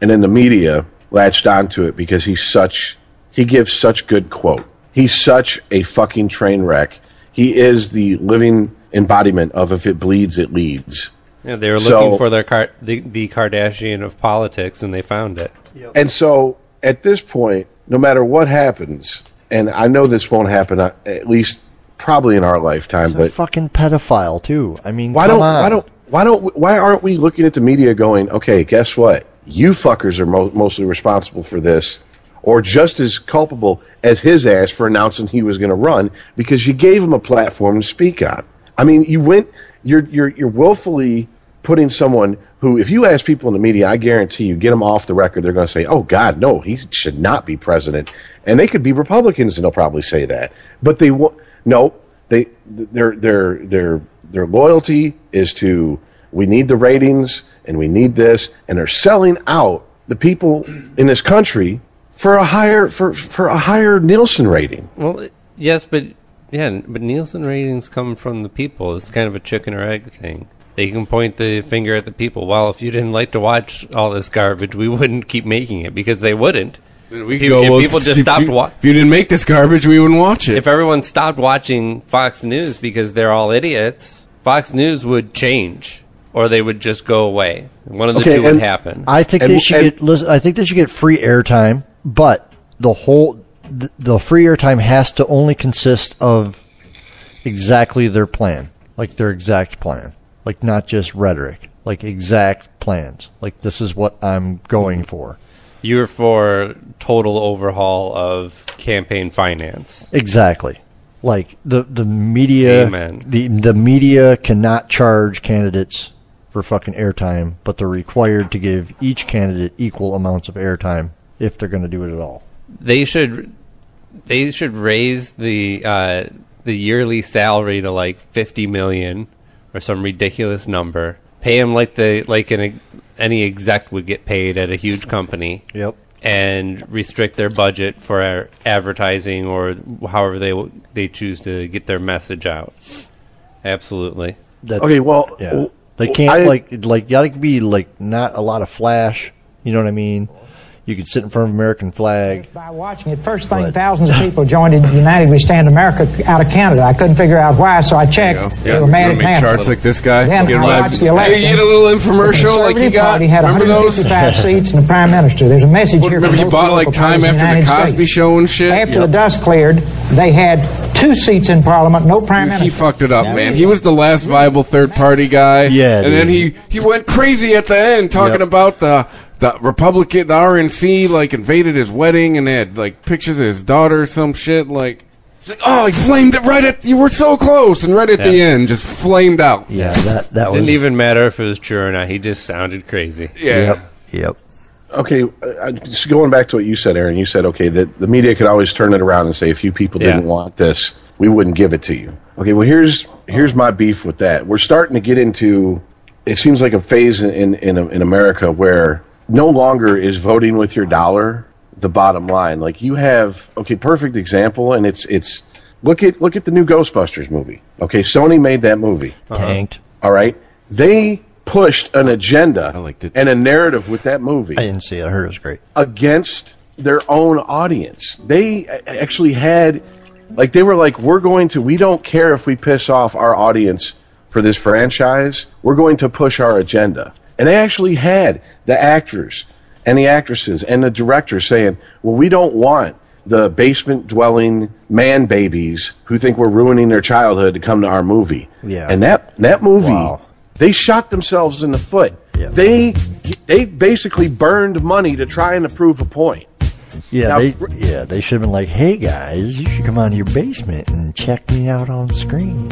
[SPEAKER 6] and then the media latched onto it because he's such he gives such good quote. He's such a fucking train wreck. He is the living embodiment of if it bleeds, it leads.
[SPEAKER 3] Yeah, they were
[SPEAKER 6] So-
[SPEAKER 3] looking for their car- the, the Kardashian of politics, and they found it.
[SPEAKER 6] And so at this point, no matter what happens, and I know this won't happen uh, at least probably in our lifetime,
[SPEAKER 2] A
[SPEAKER 6] but
[SPEAKER 2] fucking pedophile too. I mean,
[SPEAKER 6] why
[SPEAKER 2] come
[SPEAKER 6] don't
[SPEAKER 2] on.
[SPEAKER 6] why don't why don't why aren't we looking at the media going, okay, guess what? You fuckers are mo- mostly responsible for this, or just as culpable as his ass for announcing he was going to run because you gave him a platform to speak on. I mean, you went, you're you're you're willfully putting someone who, if you ask people in the media, I guarantee you, get them off the record, they're going to say, oh God, no, he should not be president, and they could be Republicans and they'll probably say that, but they won't. No, they th- their their their their loyalty is to we need the ratings and we need this and they're selling out the people in this country for a higher for for a higher Nielsen rating.
[SPEAKER 3] Well, it- yes, but yeah, but Nielsen ratings come from the people. It's kind of a chicken or egg thing. They can point the finger at the people. Well, if you didn't like to watch all this garbage, we wouldn't keep making it because they wouldn't. Pe-
[SPEAKER 4] We could go,
[SPEAKER 3] if
[SPEAKER 4] well,
[SPEAKER 3] people just
[SPEAKER 4] (laughs) if
[SPEAKER 3] stopped
[SPEAKER 4] you,
[SPEAKER 3] wa-
[SPEAKER 4] If you didn't make this garbage, we wouldn't watch it.
[SPEAKER 3] If everyone stopped watching Fox News because they're all idiots, Fox News would change, or they would just go away. One of the
[SPEAKER 6] Okay,
[SPEAKER 3] two would
[SPEAKER 6] and
[SPEAKER 3] happen.
[SPEAKER 2] I think
[SPEAKER 6] And-
[SPEAKER 2] they should
[SPEAKER 6] and-
[SPEAKER 2] get. Listen, I think they should get free airtime, but the whole the, the free airtime has to only consist of exactly their plan, like their exact plan, like not just rhetoric, like exact plans. Like this is what I'm going for.
[SPEAKER 3] You're for total overhaul of campaign finance.
[SPEAKER 2] Exactly. Like the the media,
[SPEAKER 3] Amen.
[SPEAKER 2] the the media cannot charge candidates for fucking airtime, but they're required to give each candidate equal amounts of airtime if they're going to do it at all.
[SPEAKER 3] They should they should raise the uh, the yearly salary to like 50 million or some ridiculous number Pay him like the like an any exec would get paid at a huge company.
[SPEAKER 2] Yep.
[SPEAKER 3] And restrict their budget for advertising or however they w- they choose to get their message out. Absolutely.
[SPEAKER 2] That's,
[SPEAKER 6] Okay, well,
[SPEAKER 2] yeah.
[SPEAKER 6] w-
[SPEAKER 2] they can't
[SPEAKER 6] I-
[SPEAKER 2] like like you got to be like not a lot of flash. You know what I mean? You could sit in front of American flag.
[SPEAKER 11] By watching it, first thing, thousands of people joined in United We Stand America out of Canada. I couldn't figure out why, so I checked. They were
[SPEAKER 4] you wanna
[SPEAKER 11] mad at
[SPEAKER 4] make
[SPEAKER 11] Panther.
[SPEAKER 4] charts like this guy.
[SPEAKER 11] Then
[SPEAKER 4] Get
[SPEAKER 11] I
[SPEAKER 4] him on-
[SPEAKER 11] watched the
[SPEAKER 4] Hey,
[SPEAKER 11] election.
[SPEAKER 4] he had a little
[SPEAKER 11] The
[SPEAKER 4] infomercial like he
[SPEAKER 11] Conservative
[SPEAKER 4] got.
[SPEAKER 11] Party had
[SPEAKER 4] Remember those?
[SPEAKER 11] 155 seats and the prime minister. There's a message here.
[SPEAKER 4] Remember
[SPEAKER 11] from
[SPEAKER 4] he
[SPEAKER 11] most
[SPEAKER 4] bought like
[SPEAKER 11] political
[SPEAKER 4] time
[SPEAKER 11] parties in
[SPEAKER 4] after the
[SPEAKER 11] United
[SPEAKER 4] Cosby
[SPEAKER 11] States.
[SPEAKER 4] Show and shit.
[SPEAKER 11] After the dust cleared, they had two seats in parliament, no prime
[SPEAKER 4] Dude,
[SPEAKER 11] minister.
[SPEAKER 4] he fucked it up, man. He was the last viable third party guy.
[SPEAKER 2] Yeah,
[SPEAKER 4] and then he
[SPEAKER 2] dude.
[SPEAKER 4] he went crazy at the end talking
[SPEAKER 2] Yep.
[SPEAKER 4] about the the Republican, the RNC, like invaded his wedding and they had like pictures of his daughter, or some shit. Like, he's like, oh, he flamed it right at you were so close, and right at the
[SPEAKER 3] Yeah.
[SPEAKER 4] end, just flamed out.
[SPEAKER 2] Yeah, that that was
[SPEAKER 3] Didn't even matter if it was true or not. He just sounded crazy.
[SPEAKER 4] Yeah.
[SPEAKER 2] Yep. Yep.
[SPEAKER 6] Okay, uh, uh, just going back to what you said, Aaron. You said okay that the media could always turn it around and say if you people
[SPEAKER 3] Yeah.
[SPEAKER 6] didn't want this, we wouldn't give it to you. Okay, well here's here's my beef with that. We're starting to get into it seems like a phase in in, in, in America where no longer is voting with your dollar the bottom line. Like you have okay, perfect example, and it's it's look at look at the new Ghostbusters movie. Okay, Sony made that movie.
[SPEAKER 3] Uh-huh.
[SPEAKER 2] tanked.
[SPEAKER 6] All right, they pushed an agenda
[SPEAKER 4] liked it.
[SPEAKER 6] and a narrative with that movie
[SPEAKER 2] I didn't see it. I heard it was great.
[SPEAKER 6] against their own audience. They a- actually had, like, they were like, we're going to, we don't care if we piss off our audience for this franchise, we're going to push our agenda. And they actually had the actors and the actresses and the director saying, well, we don't want the basement dwelling man babies who think we're ruining their childhood to come to our movie.
[SPEAKER 2] Yeah.
[SPEAKER 6] And that, that movie,
[SPEAKER 2] Wow.
[SPEAKER 6] they shot themselves in the foot.
[SPEAKER 2] Yeah.
[SPEAKER 6] They they basically burned money to try and prove a point.
[SPEAKER 2] Yeah,
[SPEAKER 6] Now-
[SPEAKER 2] they yeah they should have been like, hey guys, you should come out of your basement and check me out on screen.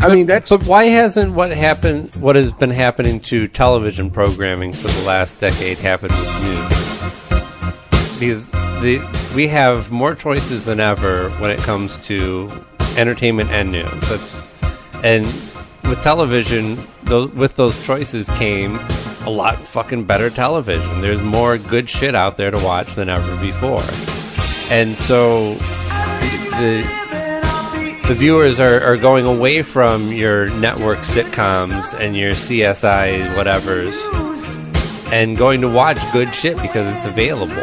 [SPEAKER 6] I mean, that's-
[SPEAKER 3] But why hasn't what happened, what has been happening to television programming for the last decade, happened with news? Because the we have more choices than ever when it comes to entertainment and news. That's and with television, those, with those choices came a lot fucking better television. There's more good shit out there to watch than ever before, and so the the viewers are, are going away from your network sitcoms and your CSI whatevers and going to watch good shit because it's available.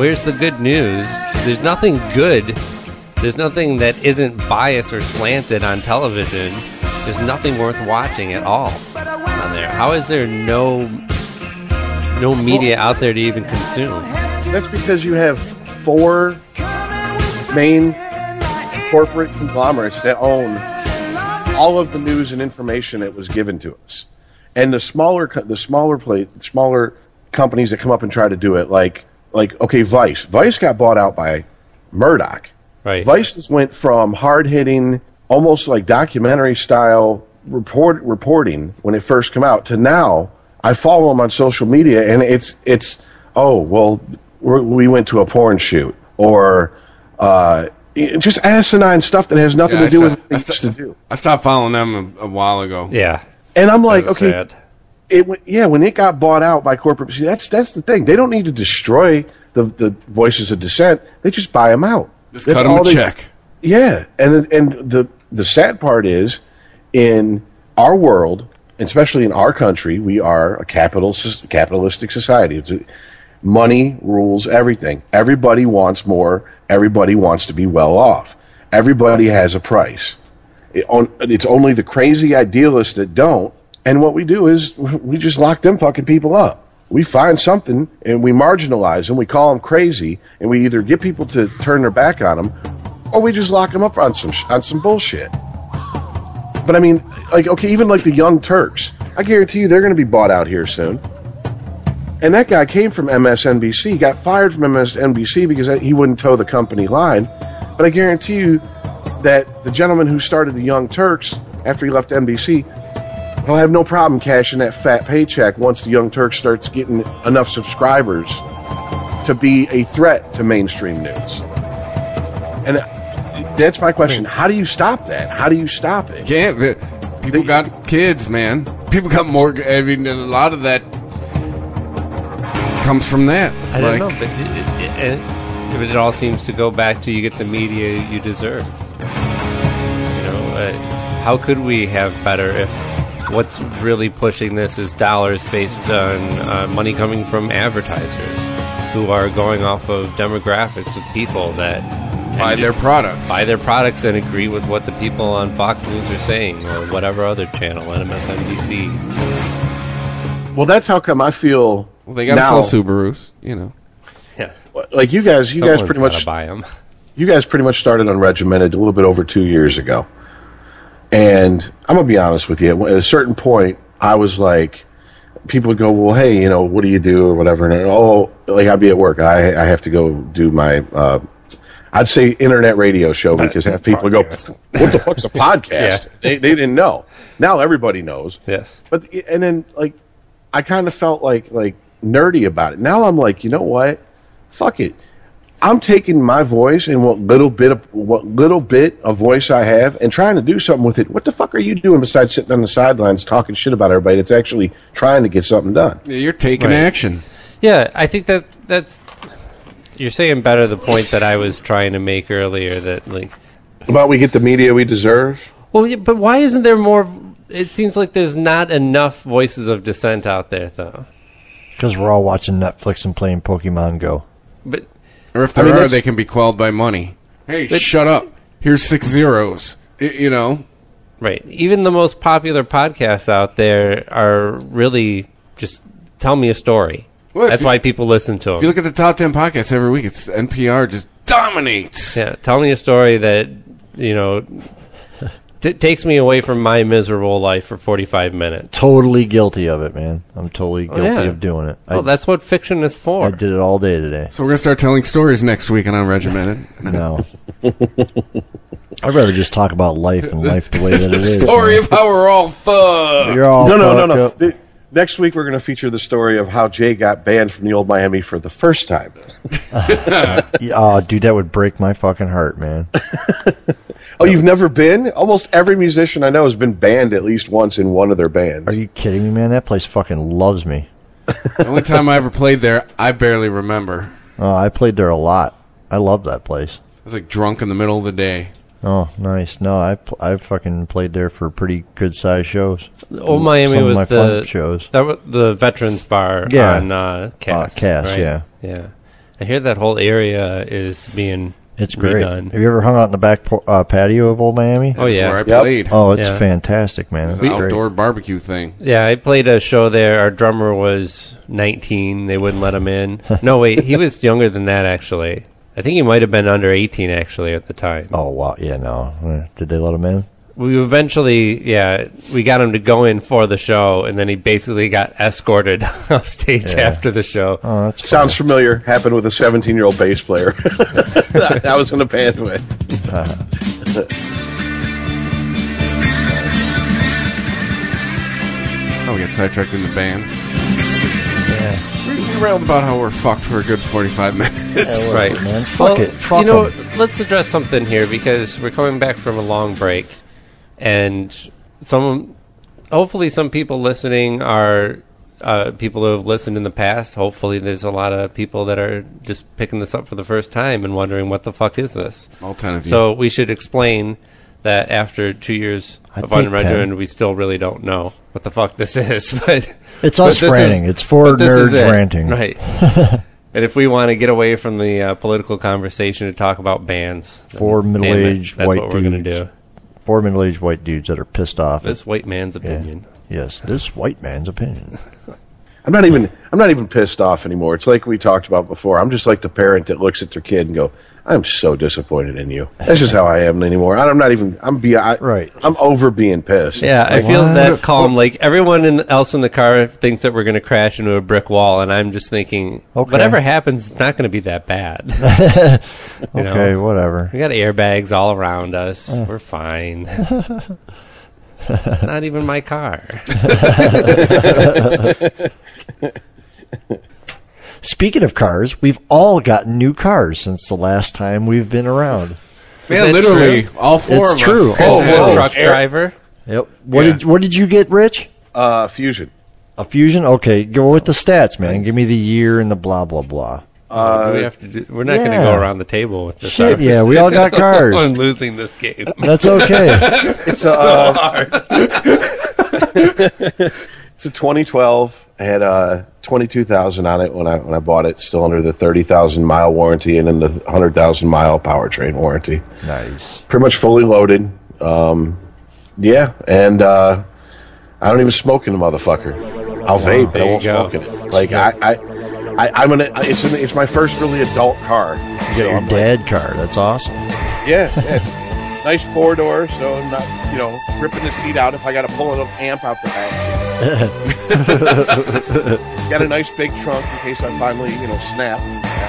[SPEAKER 3] Where's the good news? There's nothing good. There's nothing that isn't biased or slanted on television. There's nothing worth watching at all on there. How is there no no media out there to even consume?
[SPEAKER 6] That's because you have four main corporate conglomerates that own all of the news and information that was given to us, and the smaller co- the smaller play, smaller companies that come up and try to do it, like like okay, Vice. Vice got bought out by Murdoch.
[SPEAKER 3] Right.
[SPEAKER 6] Vice just went from hard hitting, almost like documentary style report reporting when it first came out to now. I follow them on social media, and it's it's oh well, we're, we went to a porn shoot or uh, it- just asinine stuff that has nothing
[SPEAKER 4] Yeah, I
[SPEAKER 6] to do
[SPEAKER 4] stopped-
[SPEAKER 6] with what
[SPEAKER 4] I
[SPEAKER 6] it used to
[SPEAKER 4] stopped-
[SPEAKER 6] do.
[SPEAKER 4] I stopped following them a, a while ago.
[SPEAKER 3] Yeah.
[SPEAKER 6] And I'm like,
[SPEAKER 3] That's
[SPEAKER 6] okay,
[SPEAKER 3] sad.
[SPEAKER 6] it w- yeah, when it got bought out by corporate, see, that's that's the thing. They don't need to destroy the the voices of dissent. They just buy them out.
[SPEAKER 4] Just
[SPEAKER 6] That's
[SPEAKER 4] cut him
[SPEAKER 6] all
[SPEAKER 4] a
[SPEAKER 6] they-
[SPEAKER 4] check.
[SPEAKER 6] yeah, and and the the sad part is, in our world, especially in our country, we are a capital soc- capitalistic society. It's a- money rules everything. Everybody wants more. Everybody wants to be well off. Everybody has a price. It on, it's only the crazy idealists that don't. And what we do is we just lock them fucking people up. We find something and we marginalize them. We call them crazy, and we either get people to turn their back on them, or we just lock them up on some sh- on some bullshit. But I mean, like okay, even like the Young Turks, I guarantee you they're going to be bought out here soon. And that guy came from MSNBC, got fired from MSNBC because he wouldn't toe the company line. But I guarantee you that the gentleman who started the Young Turks after he left NBC, he'll have no problem cashing that fat paycheck once the Young Turks starts getting enough subscribers to be a threat to mainstream news. And uh, that's my question. How do you stop that? How do you stop it?
[SPEAKER 4] can't. The, People got kids, man. People got more. I mean, a lot of that comes from that.
[SPEAKER 3] I don't know, but it, it, it, but it all seems to go back to you get the media you deserve. You know, uh, how could we have better if what's really pushing this is dollars based on uh, money coming from advertisers who are going off of demographics of people that
[SPEAKER 4] Buy their products,
[SPEAKER 3] buy their products, and agree with what the people on Fox News are saying or whatever other channel, MSNBC.
[SPEAKER 6] Well, that's how come I feel
[SPEAKER 4] They got to
[SPEAKER 6] now,
[SPEAKER 4] sell Subarus, you know.
[SPEAKER 3] Yeah.
[SPEAKER 6] Like you guys, you
[SPEAKER 3] Someone's
[SPEAKER 6] guys pretty
[SPEAKER 3] gotta
[SPEAKER 6] much
[SPEAKER 3] buy them.
[SPEAKER 6] you guys pretty much started on regimented a little bit over two years ago and i'm gonna be honest with you at a certain point i was like people would go well hey you know what do you do or whatever and oh like i'd be at work i, I have to go do my uh, i'd say internet radio show because half people would go what the
[SPEAKER 3] (laughs)
[SPEAKER 6] fuck's a podcast they, they didn't know now everybody knows
[SPEAKER 3] (laughs) yes
[SPEAKER 6] but and then like i kind of felt like like nerdy about it now i'm like you know what fuck it I'm taking my voice and what little bit of what little bit of voice I have and trying to do something with it. What the fuck are you doing besides sitting on the sidelines talking shit about everybody that's actually trying to get something done?
[SPEAKER 4] You're taking
[SPEAKER 3] Right.
[SPEAKER 4] action.
[SPEAKER 3] Yeah, I think that that's you're saying better the point that I was trying to make earlier that like
[SPEAKER 6] About we get the media we deserve.
[SPEAKER 3] well yeah, but why isn't there more it seems like there's not enough voices of dissent out there though.
[SPEAKER 2] Because we're all watching Netflix and playing Pokemon Go.
[SPEAKER 3] But
[SPEAKER 4] Or if
[SPEAKER 2] I
[SPEAKER 4] there
[SPEAKER 2] mean,
[SPEAKER 4] are,
[SPEAKER 2] that's-
[SPEAKER 4] they can be quelled by money. Hey, shut up. Here's six zeros. Y- you know,
[SPEAKER 3] right. Even the most popular podcasts out there are really just tell me a story.
[SPEAKER 4] Well, if
[SPEAKER 3] that's
[SPEAKER 4] you-
[SPEAKER 3] why people listen to them.
[SPEAKER 4] if you look at the top ten podcasts every week, it's NPR just dominates.
[SPEAKER 3] Yeah, tell me a story that you know (laughs) t- takes me away from my miserable life for forty-five minutes.
[SPEAKER 2] Totally guilty of it, man. I'm totally guilty
[SPEAKER 3] Oh, yeah.
[SPEAKER 2] of doing it.
[SPEAKER 3] Well, that's what fiction is for.
[SPEAKER 2] I did it all day today.
[SPEAKER 4] So we're gonna start telling stories next week
[SPEAKER 2] (laughs)
[SPEAKER 4] on Unregimented.
[SPEAKER 2] No. I'd rather just talk about life and life the way
[SPEAKER 4] (laughs)
[SPEAKER 2] that it
[SPEAKER 4] the
[SPEAKER 2] is.
[SPEAKER 4] story
[SPEAKER 2] man.
[SPEAKER 4] of how we're all fucked.
[SPEAKER 2] You're all
[SPEAKER 6] no, no, no,
[SPEAKER 2] fucked
[SPEAKER 6] no.
[SPEAKER 2] up.
[SPEAKER 6] The- next week we're going to feature the story of how Jay got banned from the old Miami for the first time.
[SPEAKER 2] Yeah, Oh, dude, that would break my fucking heart, man.
[SPEAKER 6] Oh, you've never been? Almost every musician I know has been banned at least once in one of their bands.
[SPEAKER 2] Are you kidding me, man? That place fucking loves me.
[SPEAKER 4] The only time I ever played there, I barely remember.
[SPEAKER 2] Oh, I played there a lot. I love that place.
[SPEAKER 4] I was like drunk in the middle of the day.
[SPEAKER 2] Oh, nice. No, I pl- I fucking played there for pretty good sized shows.
[SPEAKER 3] Old Miami
[SPEAKER 2] Some
[SPEAKER 3] was
[SPEAKER 2] of my
[SPEAKER 3] the
[SPEAKER 2] fun shows.
[SPEAKER 3] that was the veterans bar
[SPEAKER 2] Yeah.
[SPEAKER 3] on uh, Cass.
[SPEAKER 2] Cass, yeah.
[SPEAKER 3] yeah. I hear that whole area is being
[SPEAKER 2] It's great.
[SPEAKER 3] redone.
[SPEAKER 2] Have you ever hung out in the back po- uh, patio of Old Miami?
[SPEAKER 3] Oh yeah,
[SPEAKER 4] Where I
[SPEAKER 6] Yep.
[SPEAKER 4] played.
[SPEAKER 2] Oh, it's
[SPEAKER 3] Yeah.
[SPEAKER 2] fantastic, man. It's
[SPEAKER 4] An
[SPEAKER 2] great.
[SPEAKER 4] outdoor barbecue thing.
[SPEAKER 3] yeah. I played a show there. Our drummer was 19. They wouldn't let
[SPEAKER 2] (laughs)
[SPEAKER 3] him in. No, wait, he was younger than that actually. I think he might have been under 18 actually at the time.
[SPEAKER 2] Oh wow, yeah, no. Eh, Did they let him in?
[SPEAKER 3] we eventually, yeah, we got him to go in for the show, and then he basically got escorted (laughs) off stage
[SPEAKER 2] Yeah.
[SPEAKER 3] after the show.
[SPEAKER 2] Oh, that's fun.
[SPEAKER 6] Sounds familiar. Happened with a 17 year old bass player. (laughs) that I was in a band with.
[SPEAKER 4] Oh, we got sidetracked in the band. We, we railed about how we're fucked for a good 45 minutes.
[SPEAKER 3] right,
[SPEAKER 2] man. Fuck it. Fuck
[SPEAKER 3] you know,
[SPEAKER 2] 'em.
[SPEAKER 3] let's address something here because we're coming back from a long break, and some, hopefully, some people listening are uh, people who have listened in the past. Hopefully, there's a lot of people that are just picking this up for the first time and wondering what the fuck is this.
[SPEAKER 4] All 10 of you.
[SPEAKER 3] So we should explain that after two years
[SPEAKER 2] I
[SPEAKER 3] of
[SPEAKER 2] think
[SPEAKER 3] unregimented,
[SPEAKER 2] that-
[SPEAKER 3] we still really don't know what the fuck this is. (laughs) But
[SPEAKER 2] It's
[SPEAKER 3] but
[SPEAKER 2] us
[SPEAKER 3] this
[SPEAKER 2] ranting. It's for
[SPEAKER 3] but this is
[SPEAKER 2] nerds
[SPEAKER 3] it.
[SPEAKER 2] ranting.
[SPEAKER 3] right? and if we want to get away from the uh, political conversation to talk about bands, then
[SPEAKER 2] Four
[SPEAKER 3] damn it,
[SPEAKER 2] middle-aged
[SPEAKER 3] that's
[SPEAKER 2] white
[SPEAKER 3] what we're gonna
[SPEAKER 2] dudes.
[SPEAKER 3] do.
[SPEAKER 2] Four middle aged white dudes that are pissed off.
[SPEAKER 3] This white man's
[SPEAKER 2] Yeah.
[SPEAKER 3] opinion.
[SPEAKER 2] Yes, this white man's opinion.
[SPEAKER 6] I'm not even I'm not even pissed off anymore. It's like we talked about before. I'm just like the parent that looks at their kid and go, "I'm so disappointed in you." That's just how I am anymore. I'm not even I'm be I,
[SPEAKER 2] Right.
[SPEAKER 6] I'm over being pissed.
[SPEAKER 3] Yeah, I feel
[SPEAKER 2] What?
[SPEAKER 3] that calm. Like everyone in, else in the car thinks that we're going to crash into a brick wall, and I'm just thinking,
[SPEAKER 2] Okay.
[SPEAKER 3] whatever happens, it's not going to be that bad.
[SPEAKER 2] (laughs)
[SPEAKER 3] You know?
[SPEAKER 2] Okay, Uh. whatever.
[SPEAKER 3] We got airbags all around us.
[SPEAKER 2] (laughs)
[SPEAKER 3] We're fine. it's not even my car.
[SPEAKER 2] Speaking of cars, we've all gotten new cars since the last time we've been around.
[SPEAKER 4] yeah,
[SPEAKER 3] that
[SPEAKER 4] literally, all four
[SPEAKER 2] It's
[SPEAKER 4] of
[SPEAKER 2] true.
[SPEAKER 4] us.
[SPEAKER 2] Oh,
[SPEAKER 3] Oh,
[SPEAKER 2] whoa.
[SPEAKER 3] truck driver.
[SPEAKER 2] Yep. What
[SPEAKER 6] Yeah.
[SPEAKER 2] did What did you get, Rich?
[SPEAKER 6] Uh, Fusion.
[SPEAKER 2] A fusion? Okay, go with the stats, man. Give me the year and the blah blah blah.
[SPEAKER 3] Uh, we have to do, we're not going to
[SPEAKER 2] yeah.
[SPEAKER 3] go around the table with this.
[SPEAKER 2] Shit,
[SPEAKER 3] are
[SPEAKER 2] yeah, we all
[SPEAKER 3] (laughs)
[SPEAKER 2] got cars.
[SPEAKER 3] I'm losing this game.
[SPEAKER 2] That's okay.
[SPEAKER 6] It's a, uh, it's a 2012. I had uh, 22,000 on it when I when I bought it. Still under the 30,000 mile warranty and then the 100,000 mile powertrain warranty.
[SPEAKER 2] Nice.
[SPEAKER 6] Pretty much fully loaded. Um, yeah, and uh, I don't even smoke in the motherfucker. I'll vape, but
[SPEAKER 3] There
[SPEAKER 6] I
[SPEAKER 3] you
[SPEAKER 6] won't
[SPEAKER 3] go.
[SPEAKER 6] smoke in it. Like I, I, I I'm gonna. It's an, it's my first really adult car.
[SPEAKER 2] You got your dad car. That's awesome.
[SPEAKER 6] Yeah, yeah, it's a nice four door, so I'm not, you know, ripping the seat out if I got to pull an amp out the back. got a nice big trunk in case I finally, you know, snap.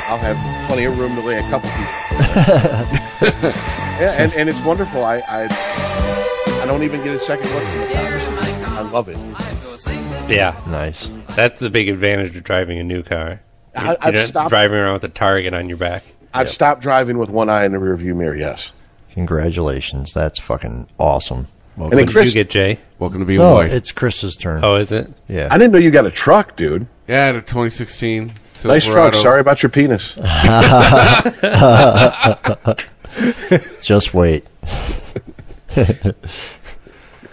[SPEAKER 6] I'll have plenty of room to lay a couple people. yeah, and, and it's wonderful. I, I I don't even get a second look from the cops. I love it.
[SPEAKER 3] Yeah,
[SPEAKER 2] nice.
[SPEAKER 3] That's the big advantage of driving a new car.
[SPEAKER 6] I-
[SPEAKER 3] You're,
[SPEAKER 6] I've
[SPEAKER 3] you're not
[SPEAKER 6] stopped-
[SPEAKER 3] driving around with a target on your back.
[SPEAKER 6] I've stopped driving with one eye in the rearview mirror. Yes.
[SPEAKER 2] Congratulations. That's fucking awesome.
[SPEAKER 6] Welcome. And then Chris-
[SPEAKER 3] get, Jay?
[SPEAKER 4] Welcome to be
[SPEAKER 2] no,
[SPEAKER 4] away.
[SPEAKER 2] it's Chris's turn.
[SPEAKER 3] Oh, is it?
[SPEAKER 2] Yeah.
[SPEAKER 6] I didn't know you got a truck, dude.
[SPEAKER 4] Yeah, I had a 2016.
[SPEAKER 6] nice truck.
[SPEAKER 4] Silverado.
[SPEAKER 6] Sorry about your penis.
[SPEAKER 2] Just wait.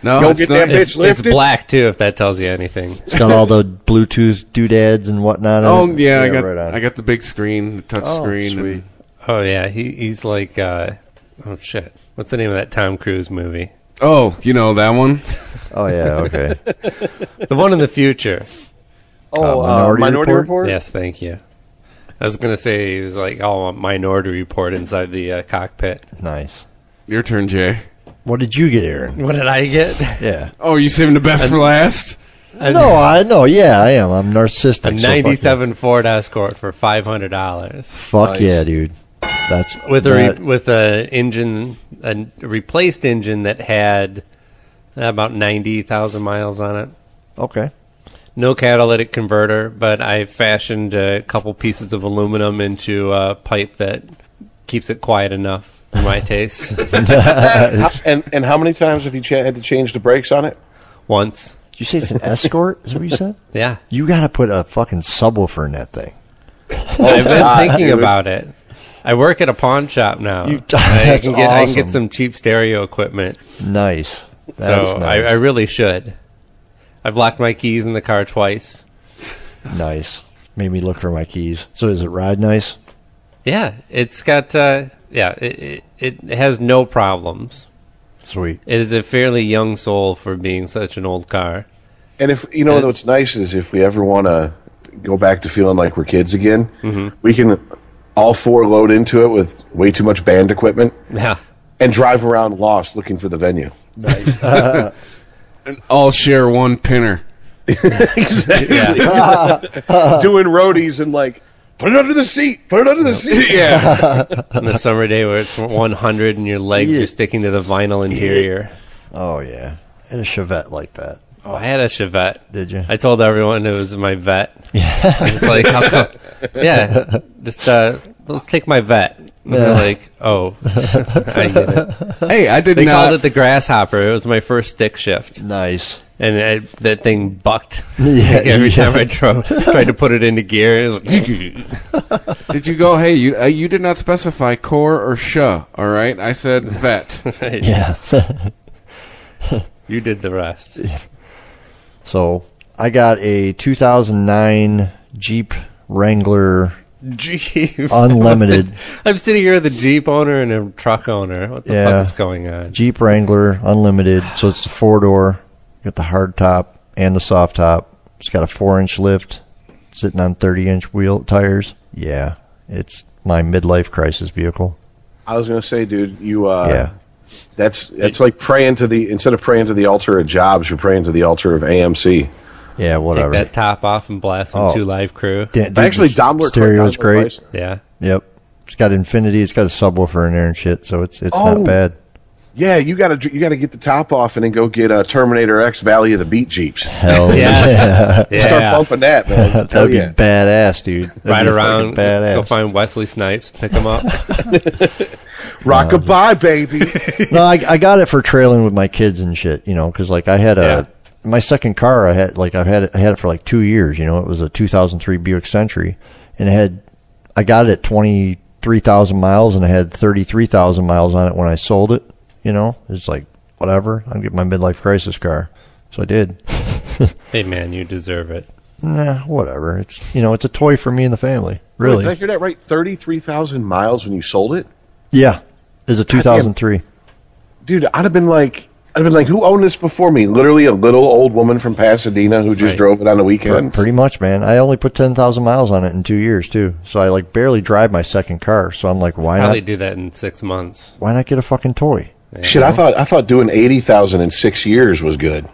[SPEAKER 4] No,
[SPEAKER 6] Go
[SPEAKER 4] it's
[SPEAKER 6] get
[SPEAKER 4] not-
[SPEAKER 6] that bitch
[SPEAKER 4] it's-
[SPEAKER 3] It's
[SPEAKER 6] lifted.
[SPEAKER 3] black too, if that tells you anything.
[SPEAKER 2] It's got all the Bluetooth doodads and whatnot. on
[SPEAKER 4] Oh
[SPEAKER 2] it.
[SPEAKER 4] yeah, I got
[SPEAKER 2] right on.
[SPEAKER 4] I got the big screen, the touch
[SPEAKER 2] Oh,
[SPEAKER 4] screen.
[SPEAKER 2] sweet.
[SPEAKER 4] and-
[SPEAKER 3] Oh yeah, he he's like, uh, oh shit, what's the name of that Tom Cruise movie?
[SPEAKER 4] oh, you know that one?
[SPEAKER 2] Oh yeah. Okay.
[SPEAKER 3] The one in the future.
[SPEAKER 6] Oh, uh,
[SPEAKER 2] Minority
[SPEAKER 6] Minority,
[SPEAKER 2] Report?
[SPEAKER 6] Report.
[SPEAKER 3] Yes, thank you. I was gonna say he was like all Minority Report inside the uh, cockpit.
[SPEAKER 2] nice.
[SPEAKER 4] Your turn, Jay.
[SPEAKER 2] What did you get, Aaron?
[SPEAKER 3] What did I get?
[SPEAKER 2] Yeah.
[SPEAKER 4] Oh, are you saving the best for last?
[SPEAKER 3] A, (laughs)
[SPEAKER 2] No, I no. Yeah, I am. I'm
[SPEAKER 3] a
[SPEAKER 2] narcissistic. so fuck yeah.
[SPEAKER 3] '97 Ford Escort for five hundred dollars
[SPEAKER 2] Fuck
[SPEAKER 6] Nice.
[SPEAKER 2] yeah, dude. That's
[SPEAKER 3] with e- a
[SPEAKER 2] that-
[SPEAKER 3] re- with a engine, a replaced engine that had uh, about ninety thousand miles on it.
[SPEAKER 2] okay.
[SPEAKER 3] No catalytic converter, but I fashioned a couple pieces of aluminum into a pipe that keeps it quiet enough
[SPEAKER 2] (laughs)
[SPEAKER 3] for my taste.
[SPEAKER 6] How- and and how many times have you cha- had to change the brakes on it?
[SPEAKER 3] Once,
[SPEAKER 2] Did you say (laughs) it's an escort? Is that what you said? (laughs)
[SPEAKER 3] yeah,
[SPEAKER 2] You got to put a fucking subwoofer in that thing.
[SPEAKER 3] I've been
[SPEAKER 2] Ah,
[SPEAKER 6] Oh, God,
[SPEAKER 3] thinking
[SPEAKER 6] dude.
[SPEAKER 3] about it. I work at a pawn shop now.
[SPEAKER 2] You- (laughs)
[SPEAKER 3] I
[SPEAKER 2] that's
[SPEAKER 3] can get I can
[SPEAKER 2] awesome.
[SPEAKER 3] get some cheap stereo equipment,
[SPEAKER 2] Nice. That's
[SPEAKER 3] so
[SPEAKER 2] nice.
[SPEAKER 3] I, I really should. I've locked my keys in the car twice.
[SPEAKER 2] nice. Made me look for my keys. So is it ride nice?
[SPEAKER 3] Yeah, it's got uh, yeah, it, it it has no problems.
[SPEAKER 2] Sweet.
[SPEAKER 3] It is a fairly young soul for being such an old car.
[SPEAKER 6] And if you know what's nice is if we ever want to go back to feeling like we're kids again, we can all four load into it with way too much band equipment
[SPEAKER 3] Yeah.
[SPEAKER 6] and drive around lost looking for the venue.
[SPEAKER 4] And all share one pinner.
[SPEAKER 6] (laughs) Doing roadies and like put it under the seat, put it under the
[SPEAKER 4] (laughs)
[SPEAKER 6] seat. Yeah,
[SPEAKER 3] on a summer day
[SPEAKER 2] (laughs)
[SPEAKER 3] where it's 100 and your legs
[SPEAKER 2] Yeah.
[SPEAKER 3] are sticking to the vinyl interior.
[SPEAKER 2] Oh yeah. And a Chevette like that.
[SPEAKER 3] Oh, I had a Chevette.
[SPEAKER 2] Did you?
[SPEAKER 3] I told everyone it was my vet. Yeah. Just like,
[SPEAKER 2] (laughs)
[SPEAKER 3] how come? Yeah. Just, uh, let's take my vet. And they're like, oh, (laughs) I get it.
[SPEAKER 4] Hey, I did
[SPEAKER 3] They
[SPEAKER 4] not.
[SPEAKER 3] called it the grasshopper. It was my first stick shift.
[SPEAKER 2] Nice.
[SPEAKER 3] And I, that thing bucked
[SPEAKER 2] (laughs) Yeah,
[SPEAKER 3] Like, (laughs) every
[SPEAKER 2] yeah.
[SPEAKER 3] time I tro- tried to put it into gear. It
[SPEAKER 2] (laughs)
[SPEAKER 3] was like, (laughs)
[SPEAKER 4] did you go? Hey, you uh, you did not specify core or sh. All right, I said (laughs) vet.
[SPEAKER 2] Yeah.
[SPEAKER 3] you did the rest.
[SPEAKER 2] (laughs) so I got a 2009 Jeep
[SPEAKER 3] (laughs)
[SPEAKER 2] Wrangler
[SPEAKER 3] Jeep. (laughs)
[SPEAKER 2] Unlimited.
[SPEAKER 3] I'm sitting here with a Jeep owner and a truck owner. What the
[SPEAKER 2] Yeah.
[SPEAKER 3] fuck is going on?
[SPEAKER 2] Jeep Wrangler Unlimited. So it's the four door. Got the hard top and the soft top. It's got a four inch lift. Sitting on 30 inch wheel tires. Yeah. It's my midlife crisis vehicle.
[SPEAKER 6] I was gonna say, dude, you. Uh,
[SPEAKER 2] yeah.
[SPEAKER 6] That's that's like praying to the instead of praying to the altar of jobs, you're praying to the altar of AMC.
[SPEAKER 2] Yeah, whatever.
[SPEAKER 3] Take that top off and blast some
[SPEAKER 2] Oh.
[SPEAKER 3] two live crew.
[SPEAKER 2] Da- dude,
[SPEAKER 6] Actually,
[SPEAKER 2] the
[SPEAKER 6] Daimler
[SPEAKER 2] stereo's
[SPEAKER 6] Daimler
[SPEAKER 2] great.
[SPEAKER 6] Chrysler.
[SPEAKER 2] (laughs)
[SPEAKER 3] Yeah.
[SPEAKER 2] Yep. It's got infinity. It's got a subwoofer in there and shit, so it's it's
[SPEAKER 6] Oh.
[SPEAKER 2] not bad.
[SPEAKER 6] Yeah, you gotta dr- you gotta get the top off and then go get a Terminator X Valley of the Beat Jeeps.
[SPEAKER 2] (laughs) Hell
[SPEAKER 3] Yes. yeah.
[SPEAKER 6] Start bumping that, man. Hell
[SPEAKER 2] (laughs) That'd be
[SPEAKER 6] yeah.
[SPEAKER 2] badass, dude. That'd
[SPEAKER 3] Ride
[SPEAKER 2] be
[SPEAKER 3] around,
[SPEAKER 2] fucking badass. (laughs)
[SPEAKER 3] go find Wesley Snipes, pick him up.
[SPEAKER 6] Rockabye, baby.
[SPEAKER 2] no, I, I got it for trailing with my kids and shit, you know, because like I had a my second car. I had like I've had it, I had it for like two years. You know, it was a 2003 Buick Century, and it had I got it at 23,000 miles, and I had 33,000 miles on it when I sold it. You know, it's like whatever. I'm getting my midlife crisis car, so I did. (laughs)
[SPEAKER 3] Hey, man, you deserve it.
[SPEAKER 2] nah, whatever. It's you know, it's a toy for me and the family. (laughs) Really,
[SPEAKER 6] Did I hear that right? Thirty-three thousand miles when you sold it,
[SPEAKER 2] yeah. It's a 2003.
[SPEAKER 6] dude. I'd have been like, I'd have been like, who owned this before me? Literally, a little old woman from Pasadena who just drove it on the
[SPEAKER 2] Pre-
[SPEAKER 6] weekends.
[SPEAKER 2] Pretty much, man. I only put ten thousand miles on it in two years too, so I like barely drive my second car. So I'm like, why
[SPEAKER 3] Probably
[SPEAKER 2] not?
[SPEAKER 3] do that in six months.
[SPEAKER 2] Why not get a fucking toy?
[SPEAKER 6] Shit, I thought I thought doing eighty thousand in six years was good.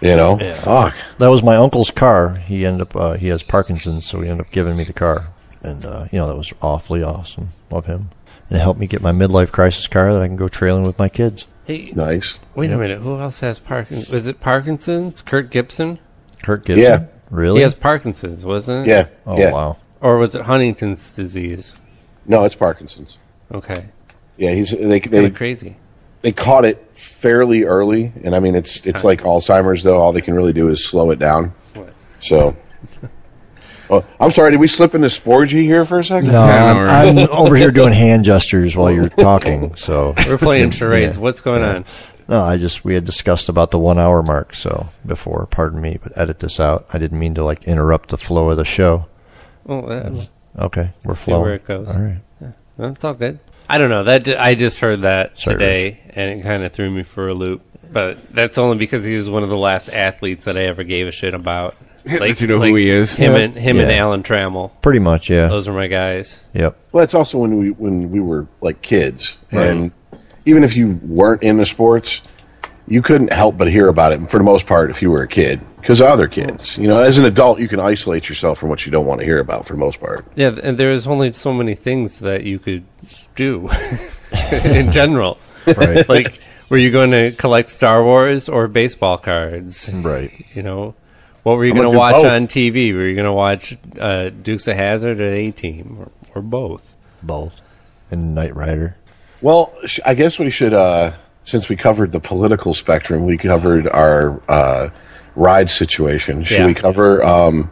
[SPEAKER 6] You know, fuck.
[SPEAKER 2] That was my uncle's car. He ended up uh, he has Parkinson's, so he ended up giving me the car, and uh, you know that was awfully awesome of him, and it helped me get my midlife crisis car that I can go trailing with my kids.
[SPEAKER 3] Hey,
[SPEAKER 6] Nice.
[SPEAKER 3] wait a minute. Who else has Parkinson's? Was it Parkinson's? Kurt Gibson?
[SPEAKER 2] Kurt Gibson,
[SPEAKER 6] Yeah.
[SPEAKER 2] really?
[SPEAKER 3] He has Parkinson's, wasn't it?
[SPEAKER 6] Yeah.
[SPEAKER 2] oh
[SPEAKER 6] yeah.
[SPEAKER 2] wow,
[SPEAKER 3] Or was it Huntington's disease?
[SPEAKER 6] No, it's Parkinson's.
[SPEAKER 3] Okay.
[SPEAKER 6] Yeah, he's they
[SPEAKER 3] Kind
[SPEAKER 6] they,
[SPEAKER 3] of crazy.
[SPEAKER 6] they caught it fairly early, and I mean it's it's like Alzheimer's though. All they can really do is slow it down. So, well, I'm sorry. Did we slip into sporgy here for a second?
[SPEAKER 2] no,
[SPEAKER 4] Yeah,
[SPEAKER 2] I'm,
[SPEAKER 4] we're-
[SPEAKER 2] I'm over here doing hand gestures while you're talking. So
[SPEAKER 3] We're playing charades.
[SPEAKER 2] Yeah.
[SPEAKER 3] What's going on?
[SPEAKER 2] No, I just we had discussed about the one hour mark so before. Pardon me, but edit this out. I didn't mean to like interrupt the flow of the show.
[SPEAKER 3] Well, uh,
[SPEAKER 2] Okay, we're
[SPEAKER 3] see
[SPEAKER 2] flowing.
[SPEAKER 3] where it goes.
[SPEAKER 2] All right.
[SPEAKER 3] well, it's all good. I don't know. That ju- I just heard that
[SPEAKER 2] Sorry,
[SPEAKER 3] today, and it kind of threw me for a loop. But that's only because he was one of the last athletes that I ever gave a shit about.
[SPEAKER 4] Did you know who he is?
[SPEAKER 3] Him and him and
[SPEAKER 2] Yeah.
[SPEAKER 3] Alan Trammell.
[SPEAKER 2] Pretty much, yeah.
[SPEAKER 3] Those are my guys.
[SPEAKER 2] Yep.
[SPEAKER 3] (laughs)
[SPEAKER 6] Well, that's also when we when we were like kids, and even if you weren't into sports, you couldn't help but hear about it. For the most part, if you were a kid, because other kids, you know, as an adult, you can isolate yourself from what you don't want to hear about. For the most part,
[SPEAKER 3] Yeah, th- and there's only so many things that you could do (laughs) in general.
[SPEAKER 2] Right.
[SPEAKER 3] like, were you going to collect Star Wars or baseball cards?
[SPEAKER 2] Right.
[SPEAKER 3] You know, what were you
[SPEAKER 6] I'm
[SPEAKER 3] going
[SPEAKER 6] gonna
[SPEAKER 3] to
[SPEAKER 6] do
[SPEAKER 3] watch
[SPEAKER 6] both.
[SPEAKER 3] on TV? Were you going to watch uh, Dukes of Hazard or A Team or, or both?
[SPEAKER 2] Both. And Knight Rider.
[SPEAKER 6] Well, sh- I guess we should, uh, since we covered the political spectrum, we covered our uh, ride situation. Should
[SPEAKER 3] Yeah.
[SPEAKER 6] we cover um,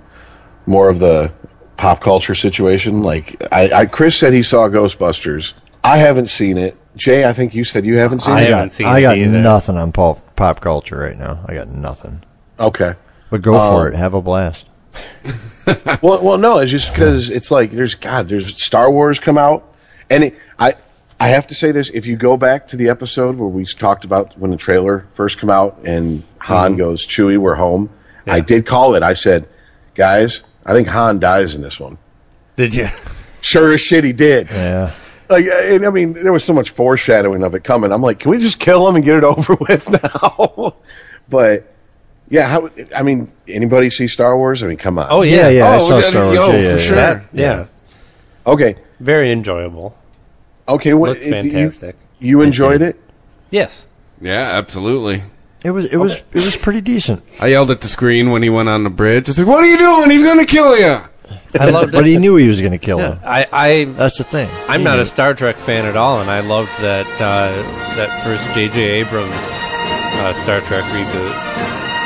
[SPEAKER 6] more of the pop culture situation? Like, I, I Chris said he saw Ghostbusters. I haven't seen it. Jay, I think you said you haven't seen
[SPEAKER 2] I,
[SPEAKER 6] it.
[SPEAKER 3] haven't
[SPEAKER 2] got
[SPEAKER 3] seen
[SPEAKER 2] I got
[SPEAKER 3] it either.
[SPEAKER 2] nothing on pop, pop culture right now. I got nothing.
[SPEAKER 6] Okay.
[SPEAKER 2] But go for it. Have a blast.
[SPEAKER 6] well, well, no, it's just because it's like there's God, there's Star Wars come out, and it, I I have to say this: if you go back to the episode where we talked about when the trailer first come out and
[SPEAKER 3] Mm-hmm.
[SPEAKER 6] Han goes, "Chewie, we're home," I did call it. I said, "Guys, I think Han dies in this one."
[SPEAKER 3] Did you?
[SPEAKER 6] Sure as shit, he did.
[SPEAKER 2] Yeah.
[SPEAKER 6] Like, and, I mean, there was so much foreshadowing of it coming. I'm like, can we just kill him and get it over (laughs) with now? but yeah, how, I mean, anybody see Star Wars? I mean, come on.
[SPEAKER 3] Oh yeah,
[SPEAKER 2] Yeah, yeah.
[SPEAKER 4] Oh,
[SPEAKER 2] I saw
[SPEAKER 4] yeah,
[SPEAKER 2] Star Wars.
[SPEAKER 4] yo,
[SPEAKER 2] yeah, yeah,
[SPEAKER 4] for
[SPEAKER 2] yeah.
[SPEAKER 4] sure.
[SPEAKER 3] That- yeah.
[SPEAKER 6] Okay,
[SPEAKER 3] Very enjoyable.
[SPEAKER 6] okay. What?
[SPEAKER 3] Looked fantastic.
[SPEAKER 6] You enjoyed it?
[SPEAKER 3] Yes.
[SPEAKER 4] Yeah, absolutely.
[SPEAKER 2] It was it was it was pretty decent.
[SPEAKER 4] I yelled at the screen when he went on the bridge. I said, "What are you doing? He's gonna kill you!"
[SPEAKER 3] (laughs) I loved
[SPEAKER 2] But
[SPEAKER 3] it.
[SPEAKER 2] he knew he was going to kill
[SPEAKER 3] Yeah.
[SPEAKER 2] him.
[SPEAKER 3] I, I
[SPEAKER 2] That's the thing.
[SPEAKER 3] I'm
[SPEAKER 2] He
[SPEAKER 3] not
[SPEAKER 2] knew.
[SPEAKER 3] a Star Trek fan at all, and I loved that uh, that first J.J. Abrams uh, Star Trek reboot.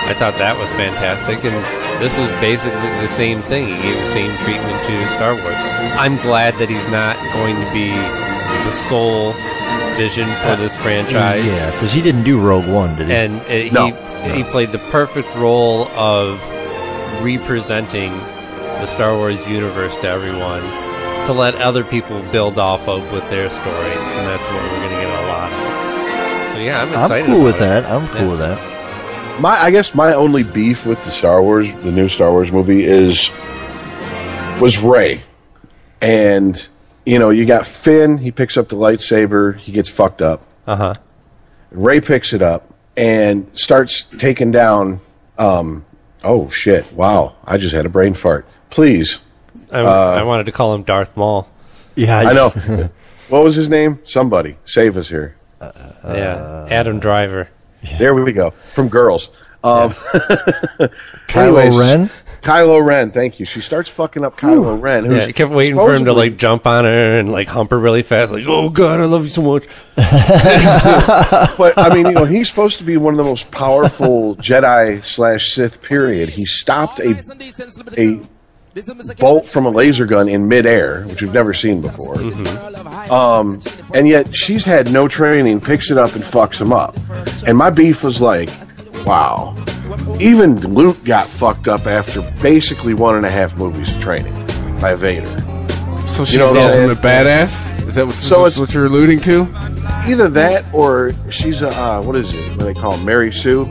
[SPEAKER 3] I thought that was fantastic, and this is basically the same thing. He gave the same treatment to Star Wars. I'm glad that he's not going to be the sole vision for this franchise,
[SPEAKER 2] Yeah, because he didn't do Rogue One, did he?
[SPEAKER 3] and uh, he
[SPEAKER 6] No.
[SPEAKER 3] he played the perfect role of representing the Star Wars universe to everyone to let other people build off of with their stories, and that's what we're going to get a lot of. So yeah, I'm
[SPEAKER 2] I'm
[SPEAKER 3] excited.
[SPEAKER 2] cool
[SPEAKER 3] about
[SPEAKER 2] with
[SPEAKER 3] it.
[SPEAKER 2] that. I'm cool
[SPEAKER 3] Yeah.
[SPEAKER 2] with that.
[SPEAKER 6] My, I guess my only beef with the Star Wars, the new Star Wars movie, is was Ray, and you know, you got Finn. He picks up the lightsaber. He gets fucked up.
[SPEAKER 3] Uh huh.
[SPEAKER 6] Ray picks it up and starts taking down. Um, oh shit! Wow, I just had a brain fart. Please,
[SPEAKER 3] I, I wanted to call him Darth Maul.
[SPEAKER 2] Yeah,
[SPEAKER 3] (laughs)
[SPEAKER 6] I know. what was his name? Somebody save us here.
[SPEAKER 3] yeah, Adam Driver.
[SPEAKER 6] There we go. From girls. Um,
[SPEAKER 2] Kylo
[SPEAKER 6] (laughs) anyways,
[SPEAKER 2] Ren?
[SPEAKER 6] Kylo Ren, thank you. She starts fucking up Kylo Ren.
[SPEAKER 3] Yeah, I kept waiting for him to like jump on her and like hump her really fast. Like, oh god, I love you so much.
[SPEAKER 6] but I mean, you know, he's supposed to be one of the most powerful Jedi slash Sith. Period. He stopped a a bolt from a laser gun in midair, which we've never seen before. Um, and yet she's had no training, picks it up and fucks him up. And my beef was like, wow. Even Luke got fucked up after basically one and a half movies of training by Vader.
[SPEAKER 4] So
[SPEAKER 6] You
[SPEAKER 4] she's
[SPEAKER 6] know what
[SPEAKER 4] the
[SPEAKER 6] I'm saying?
[SPEAKER 4] ultimate badass. Is that what,
[SPEAKER 6] So
[SPEAKER 4] what, what you're alluding to?
[SPEAKER 6] Either that, or she's a uh, what is it? What they call 'em, Mary Sue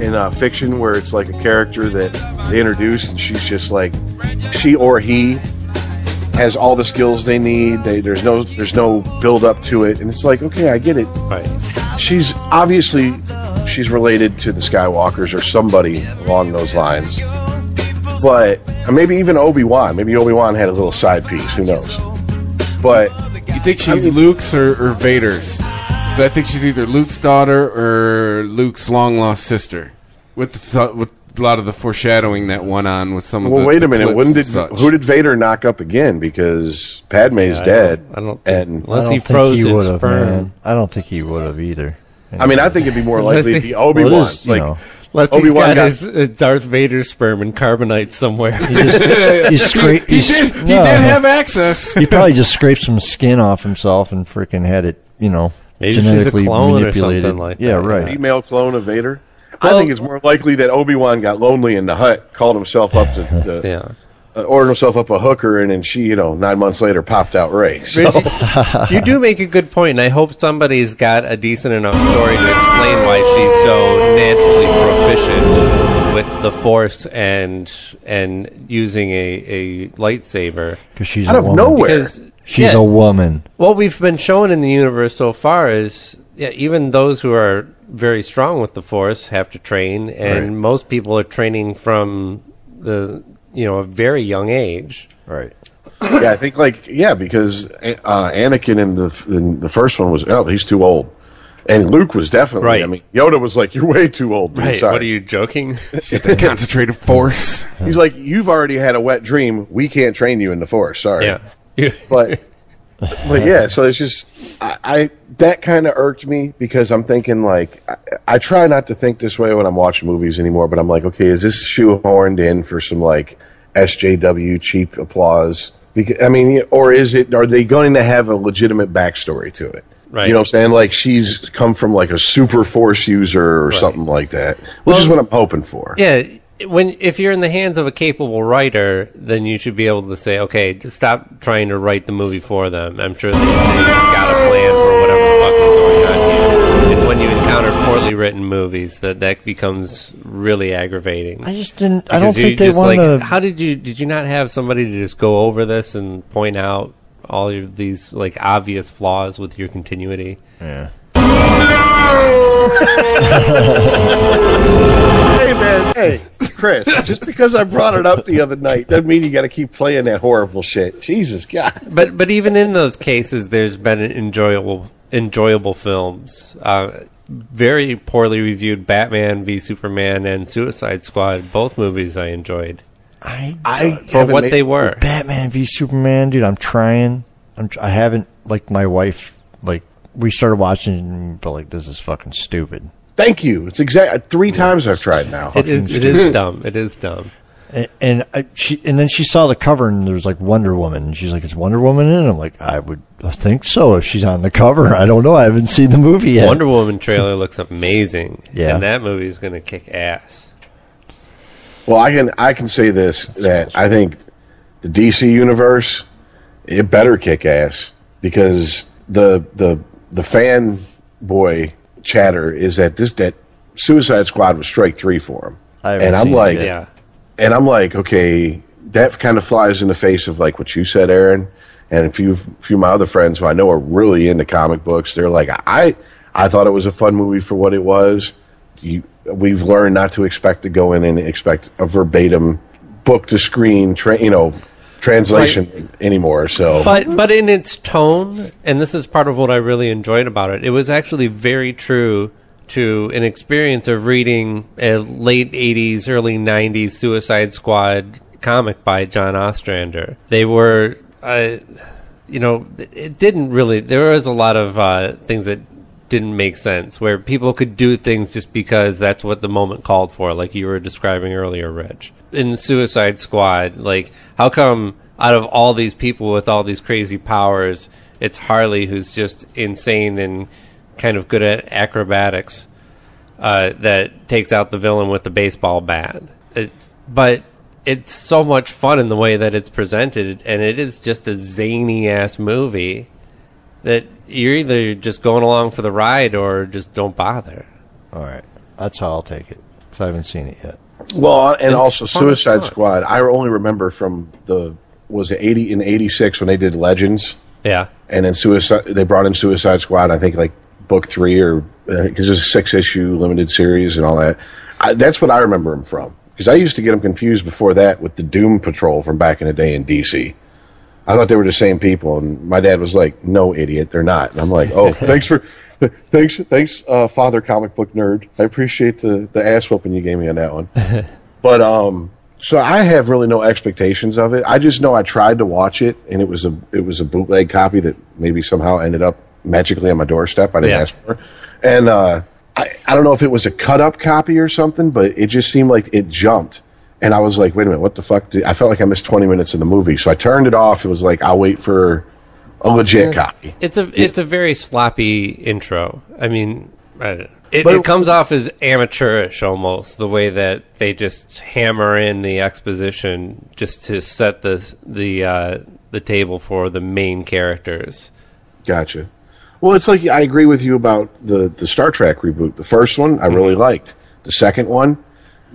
[SPEAKER 6] in uh, fiction, where it's like a character that they introduce, and she's just like she or he has all the skills they need. They, there's no there's no build up to it, and it's like okay, I get it.
[SPEAKER 3] Right.
[SPEAKER 6] She's obviously she's related to the Skywalkers or somebody along those lines, but or maybe even Obi Wan. Maybe Obi Wan had a little side piece. Who knows? But
[SPEAKER 4] you think she's Luke's or, or Vader's? So I think she's either Luke's daughter or Luke's long lost sister. With the, so- with a lot of the foreshadowing that went on with some of
[SPEAKER 6] Well,
[SPEAKER 4] the
[SPEAKER 6] wait
[SPEAKER 4] the
[SPEAKER 6] a minute.
[SPEAKER 4] clips
[SPEAKER 6] When
[SPEAKER 4] and
[SPEAKER 6] did
[SPEAKER 4] such.
[SPEAKER 6] who did Vader knock up again? Because Padme's
[SPEAKER 3] Yeah, I
[SPEAKER 6] dead.
[SPEAKER 3] don't- I don't-
[SPEAKER 6] and
[SPEAKER 2] I don't think he would've, man. I don't think he would have either.
[SPEAKER 6] I mean, I think it'd
[SPEAKER 3] (laughs)
[SPEAKER 6] be more
[SPEAKER 3] Unless
[SPEAKER 6] likely to
[SPEAKER 3] he-
[SPEAKER 6] be Obi Wan.
[SPEAKER 2] Well, it is, you
[SPEAKER 6] like
[SPEAKER 2] know.
[SPEAKER 3] Unless
[SPEAKER 6] Obi
[SPEAKER 3] he's
[SPEAKER 6] Wan
[SPEAKER 3] got,
[SPEAKER 6] got
[SPEAKER 3] his uh, Darth Vader sperm and carbonite somewhere.
[SPEAKER 6] (laughs)
[SPEAKER 2] just- he's scra-
[SPEAKER 4] He
[SPEAKER 2] he's-
[SPEAKER 4] did. (coughs) He
[SPEAKER 2] no.
[SPEAKER 4] did have access.
[SPEAKER 2] he probably just scraped some skin off himself and freaking had it, you know,
[SPEAKER 3] Maybe she's a
[SPEAKER 2] genetically
[SPEAKER 3] clone or
[SPEAKER 2] manipulated.
[SPEAKER 3] something like
[SPEAKER 2] yeah,
[SPEAKER 3] that,
[SPEAKER 2] right.
[SPEAKER 6] female clone of Vader.
[SPEAKER 3] Well-
[SPEAKER 6] I think it's more likely that Obi Wan got lonely in the hut, called himself up to, to
[SPEAKER 3] (laughs) yeah.
[SPEAKER 6] uh, ordered himself up a hooker, and then she, you know, nine months later popped out Ray. (laughs) So-
[SPEAKER 3] Richie, you do make a good point, and I hope somebody's got a decent enough story to explain why she's so naturally proficient with the Force and and using a, a lightsaber.
[SPEAKER 2] 'Cause she's
[SPEAKER 6] Out
[SPEAKER 2] a
[SPEAKER 6] of
[SPEAKER 2] woman.
[SPEAKER 6] nowhere.
[SPEAKER 3] Because
[SPEAKER 2] She's
[SPEAKER 3] yeah,
[SPEAKER 2] a woman.
[SPEAKER 3] what we've been shown in the universe so far is yeah, even those who are very strong with the Force have to train, and
[SPEAKER 2] Right.
[SPEAKER 3] most people are training from the you know a very young age.
[SPEAKER 2] Right.
[SPEAKER 6] yeah, I think like yeah, because uh, Anakin in the in the first one was oh he's too old, and Luke was definitely.
[SPEAKER 3] Right.
[SPEAKER 6] I mean, Yoda was like you're way too old. dude. Sorry."
[SPEAKER 3] What are you joking?
[SPEAKER 4] Shit, that concentrated force.
[SPEAKER 6] He's like you've already had a wet dream. We can't train you in the Force. Sorry.
[SPEAKER 3] yeah. You-
[SPEAKER 6] But but yeah, so it's just I, I that kind of irked me because I'm thinking like I, I try not to think this way when I'm watching movies anymore, but I'm like, okay, is this shoehorned in for some like SJW cheap applause? Because I mean, or is it? Are they going to have a legitimate backstory to it?
[SPEAKER 3] Right.
[SPEAKER 6] You know what I'm saying? Like she's come from like a super force user or something like that, which is what I'm hoping for.
[SPEAKER 3] Yeah, when if you're in the hands of a capable writer, then you should be able to say, okay, just stop trying to write the movie for them. I'm sure they, they've got a plan for whatever the fuck is going on here. It's when you encounter poorly written movies that that becomes really aggravating.
[SPEAKER 2] I just didn't. I don't
[SPEAKER 3] Because you
[SPEAKER 2] think they
[SPEAKER 3] just,
[SPEAKER 2] want
[SPEAKER 3] like,
[SPEAKER 2] to.
[SPEAKER 3] How did you did you not have somebody to just go over this and point out all of these like obvious flaws with your continuity?
[SPEAKER 2] yeah.
[SPEAKER 6] Hey man, hey Chris, (laughs) just because I brought it up the other night doesn't mean you got to keep playing that horrible shit. Jesus God.
[SPEAKER 3] But but even in those cases, there's been enjoyable enjoyable films. Uh, very poorly reviewed Batman v Superman and Suicide Squad, both movies I enjoyed
[SPEAKER 2] I,
[SPEAKER 6] I
[SPEAKER 3] for what they were.
[SPEAKER 2] Batman v Superman, dude. I'm trying. I'm. tr- I haven't. Like my wife. Like we started watching, but like this is fucking stupid.
[SPEAKER 6] Thank you. It's exact three times I've tried now.
[SPEAKER 3] It is it is dumb. It is dumb.
[SPEAKER 2] And, and I, she, and then she saw the cover, and there was like Wonder Woman, and she's like, "Is Wonder Woman in?" it?" I'm like, "I would think so if she's on the cover. (laughs) I don't know. I haven't seen the movie yet."
[SPEAKER 3] Wonder Woman trailer looks amazing.
[SPEAKER 2] Yeah.
[SPEAKER 3] and that movie is going to kick ass.
[SPEAKER 6] Well, I can I can say this that I think the DC universe it better kick ass because the the the fanboy chatter is that this that Suicide Squad was strike three for him,
[SPEAKER 2] I haven't
[SPEAKER 6] and I'm
[SPEAKER 2] seen it
[SPEAKER 6] like,
[SPEAKER 2] yet.
[SPEAKER 3] Yeah.
[SPEAKER 6] and I'm like, okay, that kind of flies in the face of like what you said, Aaron, and a few few of my other friends who I know are really into comic books. They're like, I I thought it was a fun movie for what it was. You, we've learned not to expect to go in and expect a verbatim book to screen, tra- you know, translation anymore. So
[SPEAKER 3] but but in its tone, and this is part of what I really enjoyed about it. It was actually very true to an experience of reading a late 80s, early 90s Suicide Squad comic by John Ostrander. They were, uh, you know, it didn't really, there was a lot of uh, things that didn't make sense where people could do things just because that's what the moment called for, like you were describing earlier, Rich. In Suicide Squad, like, how come out of all these people with all these crazy powers, it's Harley who's just insane and kind of good at acrobatics uh, that takes out the villain with the baseball bat. It's, but it's so much fun in the way that it's presented, and it is just a zany ass movie that you're either just going along for the ride or just don't bother.
[SPEAKER 2] All right, that's how I'll take it because I haven't seen it yet.
[SPEAKER 6] Well, and
[SPEAKER 2] It's
[SPEAKER 6] also
[SPEAKER 2] fun as
[SPEAKER 6] Suicide
[SPEAKER 2] fuck.
[SPEAKER 6] Squad. I only remember from the was it eighty in eighty six when they did Legends,
[SPEAKER 3] Yeah.
[SPEAKER 6] and then Suicide they brought in Suicide Squad. I think like book three or because it's a six issue limited series and all that. I, that's what I remember him from because I used to get him confused before that with the Doom Patrol from back in the day in DC. I thought they were the same people, and my dad was like, "No, idiot, they're not." And I'm like, "Oh, thanks for." Thanks, thanks, uh, father, comic book nerd. I appreciate the, the ass whooping you gave me on that one. But um, so I have really no expectations of it. I just know I tried to watch it, and it was a it was a bootleg copy that maybe somehow ended up magically on my doorstep. I didn't
[SPEAKER 12] Yeah.
[SPEAKER 6] ask for, and uh, I I don't know if it was a cut up copy or something, but it just seemed like it jumped. And I was like, wait a minute, what the fuck? Did, I felt like I missed 20 minutes of the movie. So I turned it off. It was like, I'll wait for a legit copy.
[SPEAKER 3] It's a it's a very sloppy intro. I mean, I don't know. It,
[SPEAKER 6] But-
[SPEAKER 3] it comes off as amateurish almost the way that they just hammer in the exposition just to set the the uh, the table for the main characters.
[SPEAKER 6] Gotcha. Well, it's like I agree with you about the the Star Trek reboot. The first one I really liked. The second one,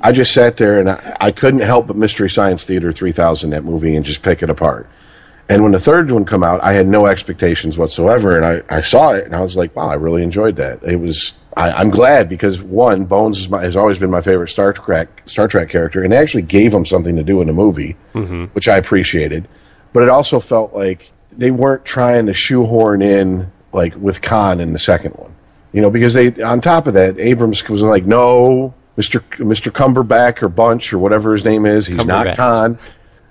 [SPEAKER 6] I just sat there and I, I couldn't help but Mystery Science Theater three thousand that movie and just pick it apart. And when the third one come out, I had no expectations whatsoever, and I, I saw it and I was like, wow, I really enjoyed that. It was I, I'm glad because one Bones is my, has always been my favorite Star Trek Star Trek character, and they actually gave him something to do in the movie
[SPEAKER 12] Mm-hmm.
[SPEAKER 6] which I appreciated. But it also felt like they weren't trying to shoehorn in like with Khan in the second one, you know, because they on top of that Abrams was like, no, Mister Mister Cumberbatch or Bunch or whatever his name is, he's
[SPEAKER 12] Cumberbatch.
[SPEAKER 6] not Khan.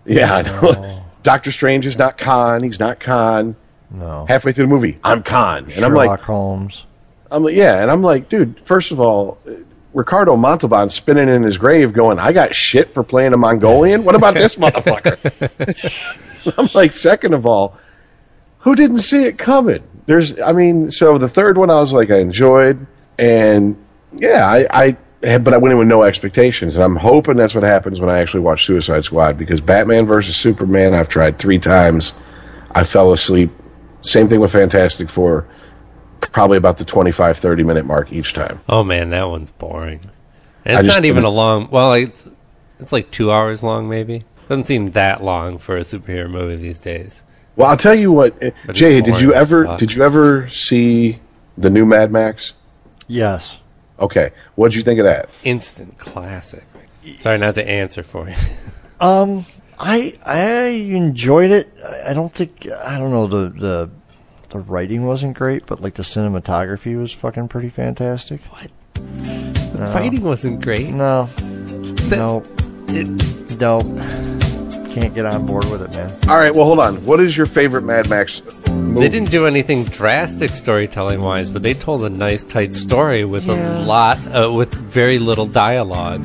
[SPEAKER 6] Yeah, I know. (laughs) Doctor Strange is not Khan. He's not Khan.
[SPEAKER 2] Oh. No.
[SPEAKER 6] Halfway through the movie, I'm Khan, and I'm like,
[SPEAKER 2] Sherlock Holmes.
[SPEAKER 6] I'm like, yeah, and I'm like, dude. First of all, uh, Ricardo Montalban spinning in his grave, going, "I got shit for playing a Mongolian. What about this motherfucker?" (laughs) I'm like, second of all, who didn't see it coming? There's, I mean, so the third one, I was like, I enjoyed, and yeah, I, I had, but I went in with no expectations, and I'm hoping that's what happens when I actually watch Suicide Squad because Batman versus Superman, I've tried three times, I fell asleep. Same thing with Fantastic Four probably about the 25 30 minute mark each time
[SPEAKER 3] Oh man, that one's boring.
[SPEAKER 6] I
[SPEAKER 3] And it's
[SPEAKER 6] just-
[SPEAKER 3] not even a long. Well, it's it's like two hours long, maybe. Doesn't seem that long for a superhero movie these days.
[SPEAKER 6] well i'll tell you what eh,
[SPEAKER 3] it's
[SPEAKER 6] jay did
[SPEAKER 3] boring
[SPEAKER 6] you
[SPEAKER 3] as
[SPEAKER 6] ever
[SPEAKER 3] fuck.
[SPEAKER 6] did you ever see the new mad max
[SPEAKER 2] yes
[SPEAKER 6] okay what'd you think of that
[SPEAKER 3] Instant classic. Sorry not to answer for you. (laughs)
[SPEAKER 2] Um, I I enjoyed it. I I don't think I don't know the the the writing wasn't great, but like the cinematography was fucking pretty fantastic. What? No.
[SPEAKER 3] Fighting wasn't great.
[SPEAKER 2] No. no. no. Can't get on board with it, man.
[SPEAKER 6] all right well hold on what is your favorite mad max movie
[SPEAKER 3] They didn't do anything drastic storytelling wise, but they told a nice, tight story with
[SPEAKER 6] Yeah.
[SPEAKER 3] a lot, uh, with very little dialogue.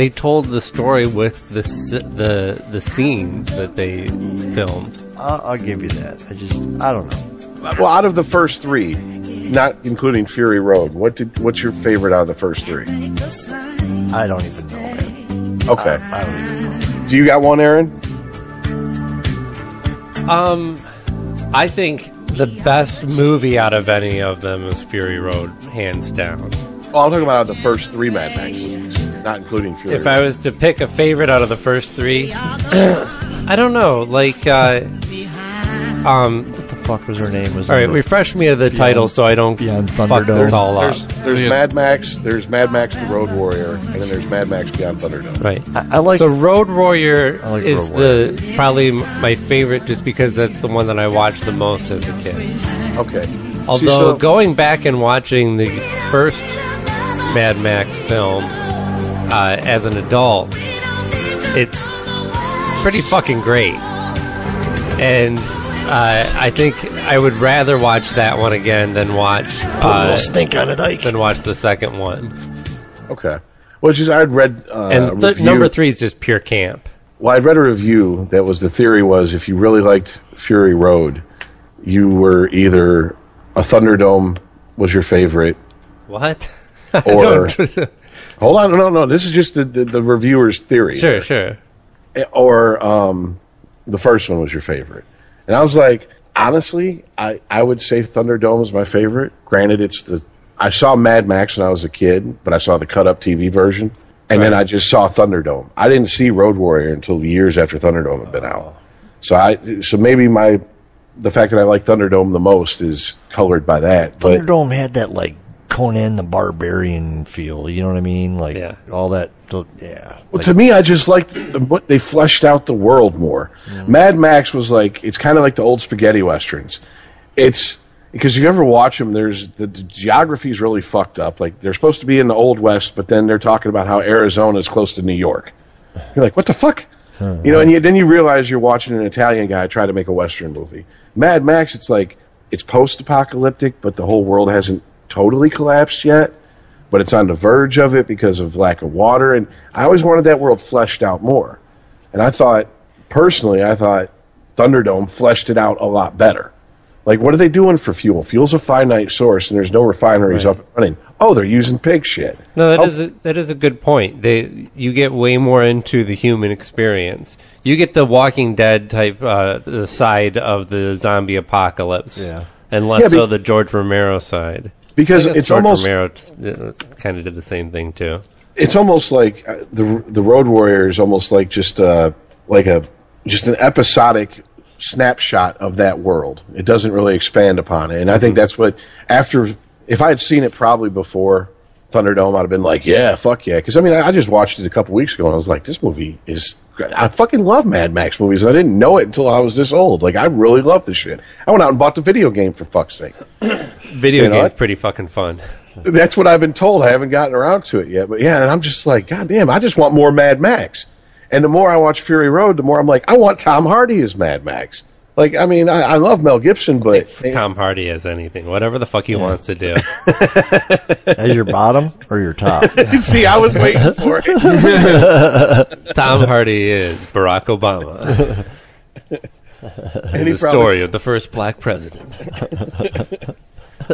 [SPEAKER 3] They told the story with the s- the the scenes that they filmed.
[SPEAKER 2] I'll, I'll give you that. I just I don't know.
[SPEAKER 6] well out of the first three not including fury road what did what's your favorite out of the first three
[SPEAKER 2] i don't even know man.
[SPEAKER 6] okay
[SPEAKER 2] I, don't
[SPEAKER 6] even know. do you got one aaron
[SPEAKER 3] Um, I think the best movie out of any of them is Fury Road, hands down.
[SPEAKER 6] well i'm talking about out of the first three mad max movies, not including fury
[SPEAKER 3] If I was to pick a favorite out of the first three, (clears throat) I don't know. Like, uh, um,
[SPEAKER 2] what the fuck was her name? Was
[SPEAKER 3] all
[SPEAKER 2] in
[SPEAKER 3] right.
[SPEAKER 2] the-
[SPEAKER 3] Refresh me of the
[SPEAKER 2] Beyond-
[SPEAKER 3] title so I don't
[SPEAKER 2] Beyond
[SPEAKER 3] fuck this
[SPEAKER 2] Thunderdome.
[SPEAKER 3] all up.
[SPEAKER 6] there's, there's mad max there's mad max the road warrior and then there's mad max beyond thunderdome
[SPEAKER 3] Right.
[SPEAKER 2] I, like
[SPEAKER 3] so Road Warrior
[SPEAKER 6] like
[SPEAKER 3] is
[SPEAKER 6] Road Warrior.
[SPEAKER 3] the probably m- my favorite just because that's the one that I watched the most as a kid.
[SPEAKER 6] okay See,
[SPEAKER 3] Although
[SPEAKER 6] so-
[SPEAKER 3] going back and watching the first Mad Max film uh, as an adult, it's pretty fucking great. And uh, I think I would rather watch that one again than watch
[SPEAKER 2] Put a
[SPEAKER 3] uh,
[SPEAKER 2] little stink on it, Ike.
[SPEAKER 3] than watch the second one.
[SPEAKER 6] Okay. Well, it's just I'd read uh,
[SPEAKER 3] and th-
[SPEAKER 6] review-
[SPEAKER 3] number three is just pure camp.
[SPEAKER 6] Well, I read a review that was the theory was if you really liked Fury Road, you were either a Thunderdome was
[SPEAKER 3] (laughs)
[SPEAKER 6] your favorite.
[SPEAKER 3] What? (laughs)
[SPEAKER 6] Or hold on, no, no, this is just the the, the reviewer's theory.
[SPEAKER 3] Sure, sure.
[SPEAKER 6] Eh, Or um, the first one was your favorite, and I was like, honestly, I I would say Thunderdome is my favorite. Granted, it's the I saw Mad Max when I was a kid, but I saw the cut up TV version, and then I just saw Thunderdome. I didn't see Road Warrior until years after Thunderdome had been out. So I so maybe my the fact that I like Thunderdome the most is colored by that. But
[SPEAKER 2] Thunderdome had that like Conan the Barbarian feel. You know what I mean? Like all that. th- Yeah.
[SPEAKER 6] Well, to me, I just liked the, what they fleshed out the world more. Mad Max was like it's kind of like the old spaghetti westerns. It's because if you ever watch them, there's the, the geography is really fucked up. Like they're supposed to be in the old west, but then they're talking about how Arizona is close to New York. You're like, what the fuck? You know, and you, then you realize you're watching an Italian guy try to make a Western movie. Mad Max, it's like it's post-apocalyptic, but the whole world hasn't totally collapsed yet. But it's on the verge of it because of lack of water, and I always wanted that world fleshed out more. And I thought, personally, I thought Thunderdome fleshed it out a lot better. Like, what are they doing for fuel? Fuel's a finite source, and there's no refineries up and running. Oh, they're using pig shit. Oh,
[SPEAKER 3] No, that is a, that is a good point. They you get way more into the human experience. You get the Walking Dead type, uh, the side of the zombie apocalypse,
[SPEAKER 6] Yeah.
[SPEAKER 3] and less
[SPEAKER 6] Yeah, be-
[SPEAKER 3] so the George Romero side.
[SPEAKER 6] Because
[SPEAKER 3] I guess
[SPEAKER 6] it's
[SPEAKER 3] George
[SPEAKER 6] almost-
[SPEAKER 3] Romero kind of did the same thing too.
[SPEAKER 6] it's almost like uh, the the Road Warrior is almost like just uh like a just an episodic snapshot of that world. It doesn't really expand upon it, and I think that's what after if I had seen it probably before Thunderdome, I'd have been like, yeah, fuck yeah, because I mean I, I just watched it a couple weeks ago and I was like, this movie is. great. I fucking love Mad Max movies. and I didn't know it until I was this old. Like I really love this shit. I went out and bought the video game for fuck's sake.
[SPEAKER 3] Video
[SPEAKER 6] You know,
[SPEAKER 3] games
[SPEAKER 6] I-
[SPEAKER 3] pretty fucking fun.
[SPEAKER 6] That's what I've been told. I haven't gotten around to it yet. But yeah, and I'm just like, God damn, I just want more Mad Max. And the more I watch Fury Road, the more I'm like, I want Tom Hardy as Mad Max. Like, I mean, I, I love Mel Gibson, but
[SPEAKER 3] Tom Hardy as anything, whatever the fuck he wants to do.
[SPEAKER 2] As
[SPEAKER 6] (laughs)
[SPEAKER 2] your bottom or your top?
[SPEAKER 6] (laughs) see, I was waiting (laughs) for it.
[SPEAKER 3] Tom Hardy is Barack Obama.
[SPEAKER 6] And
[SPEAKER 3] And
[SPEAKER 6] he
[SPEAKER 3] the
[SPEAKER 6] probably-
[SPEAKER 3] story of the first black president.
[SPEAKER 6] Dick. (laughs)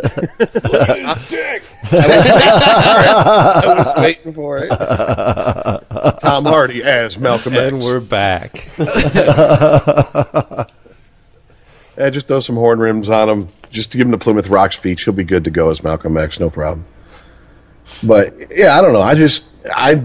[SPEAKER 6] I was waiting for it. Tom Hardy as Malcolm
[SPEAKER 3] And
[SPEAKER 6] X.
[SPEAKER 3] we're back.
[SPEAKER 6] yeah, just throw some horn rims on him. Just to give him the Plymouth Rock speech. He'll be good to go as Malcolm X, no problem. But yeah, I don't know. I just I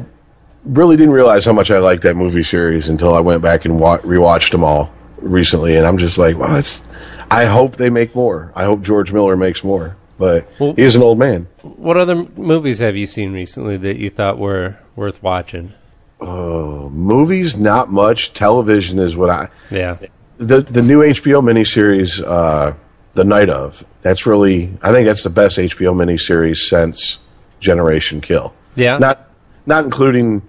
[SPEAKER 6] really didn't realize how much I liked that movie series until I went back and wa- rewatched them all recently, and I'm just like, wow, it's. I hope they make more. I hope George Miller makes more, but he is an old man.
[SPEAKER 3] What other m- movies have you seen recently that you thought were worth watching?
[SPEAKER 6] Oh, movies, not much. Television is what I.
[SPEAKER 3] Yeah.
[SPEAKER 6] The the new HBO miniseries, uh, The Night of. That's really, I think that's the best HBO miniseries since Generation Kill.
[SPEAKER 3] Yeah.
[SPEAKER 6] Not not including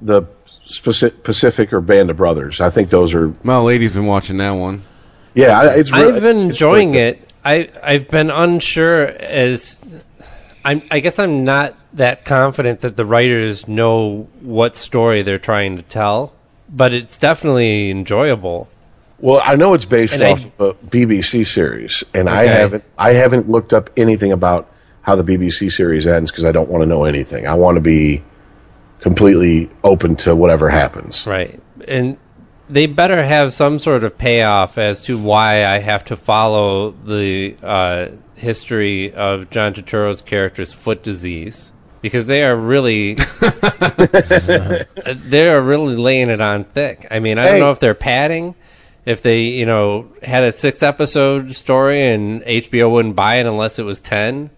[SPEAKER 6] the Paci- Pacific or Band of Brothers. I think those are.
[SPEAKER 4] My lady's been watching that one.
[SPEAKER 6] Yeah, I- it's. re-
[SPEAKER 3] I've been
[SPEAKER 6] it's really
[SPEAKER 3] enjoying
[SPEAKER 6] good.
[SPEAKER 3] it. I I've been unsure as I'm I guess I'm not that confident that the writers know what story they're trying to tell, but it's definitely enjoyable.
[SPEAKER 6] Well, I know it's based
[SPEAKER 3] And I-
[SPEAKER 6] off of a BBC series, and I
[SPEAKER 3] Okay.
[SPEAKER 6] haven't I haven't looked up anything about how the BBC series ends because I don't want to know anything. I want to be completely open to whatever happens.
[SPEAKER 3] Right. And they better have some sort of payoff as to why I have to follow the uh, history of John Turturro's character's foot disease because they are really they are really laying it on thick. I mean, I
[SPEAKER 12] Hey.
[SPEAKER 3] don't know if they're padding if they, you know, had a six episode story and HBO wouldn't buy it unless it was 10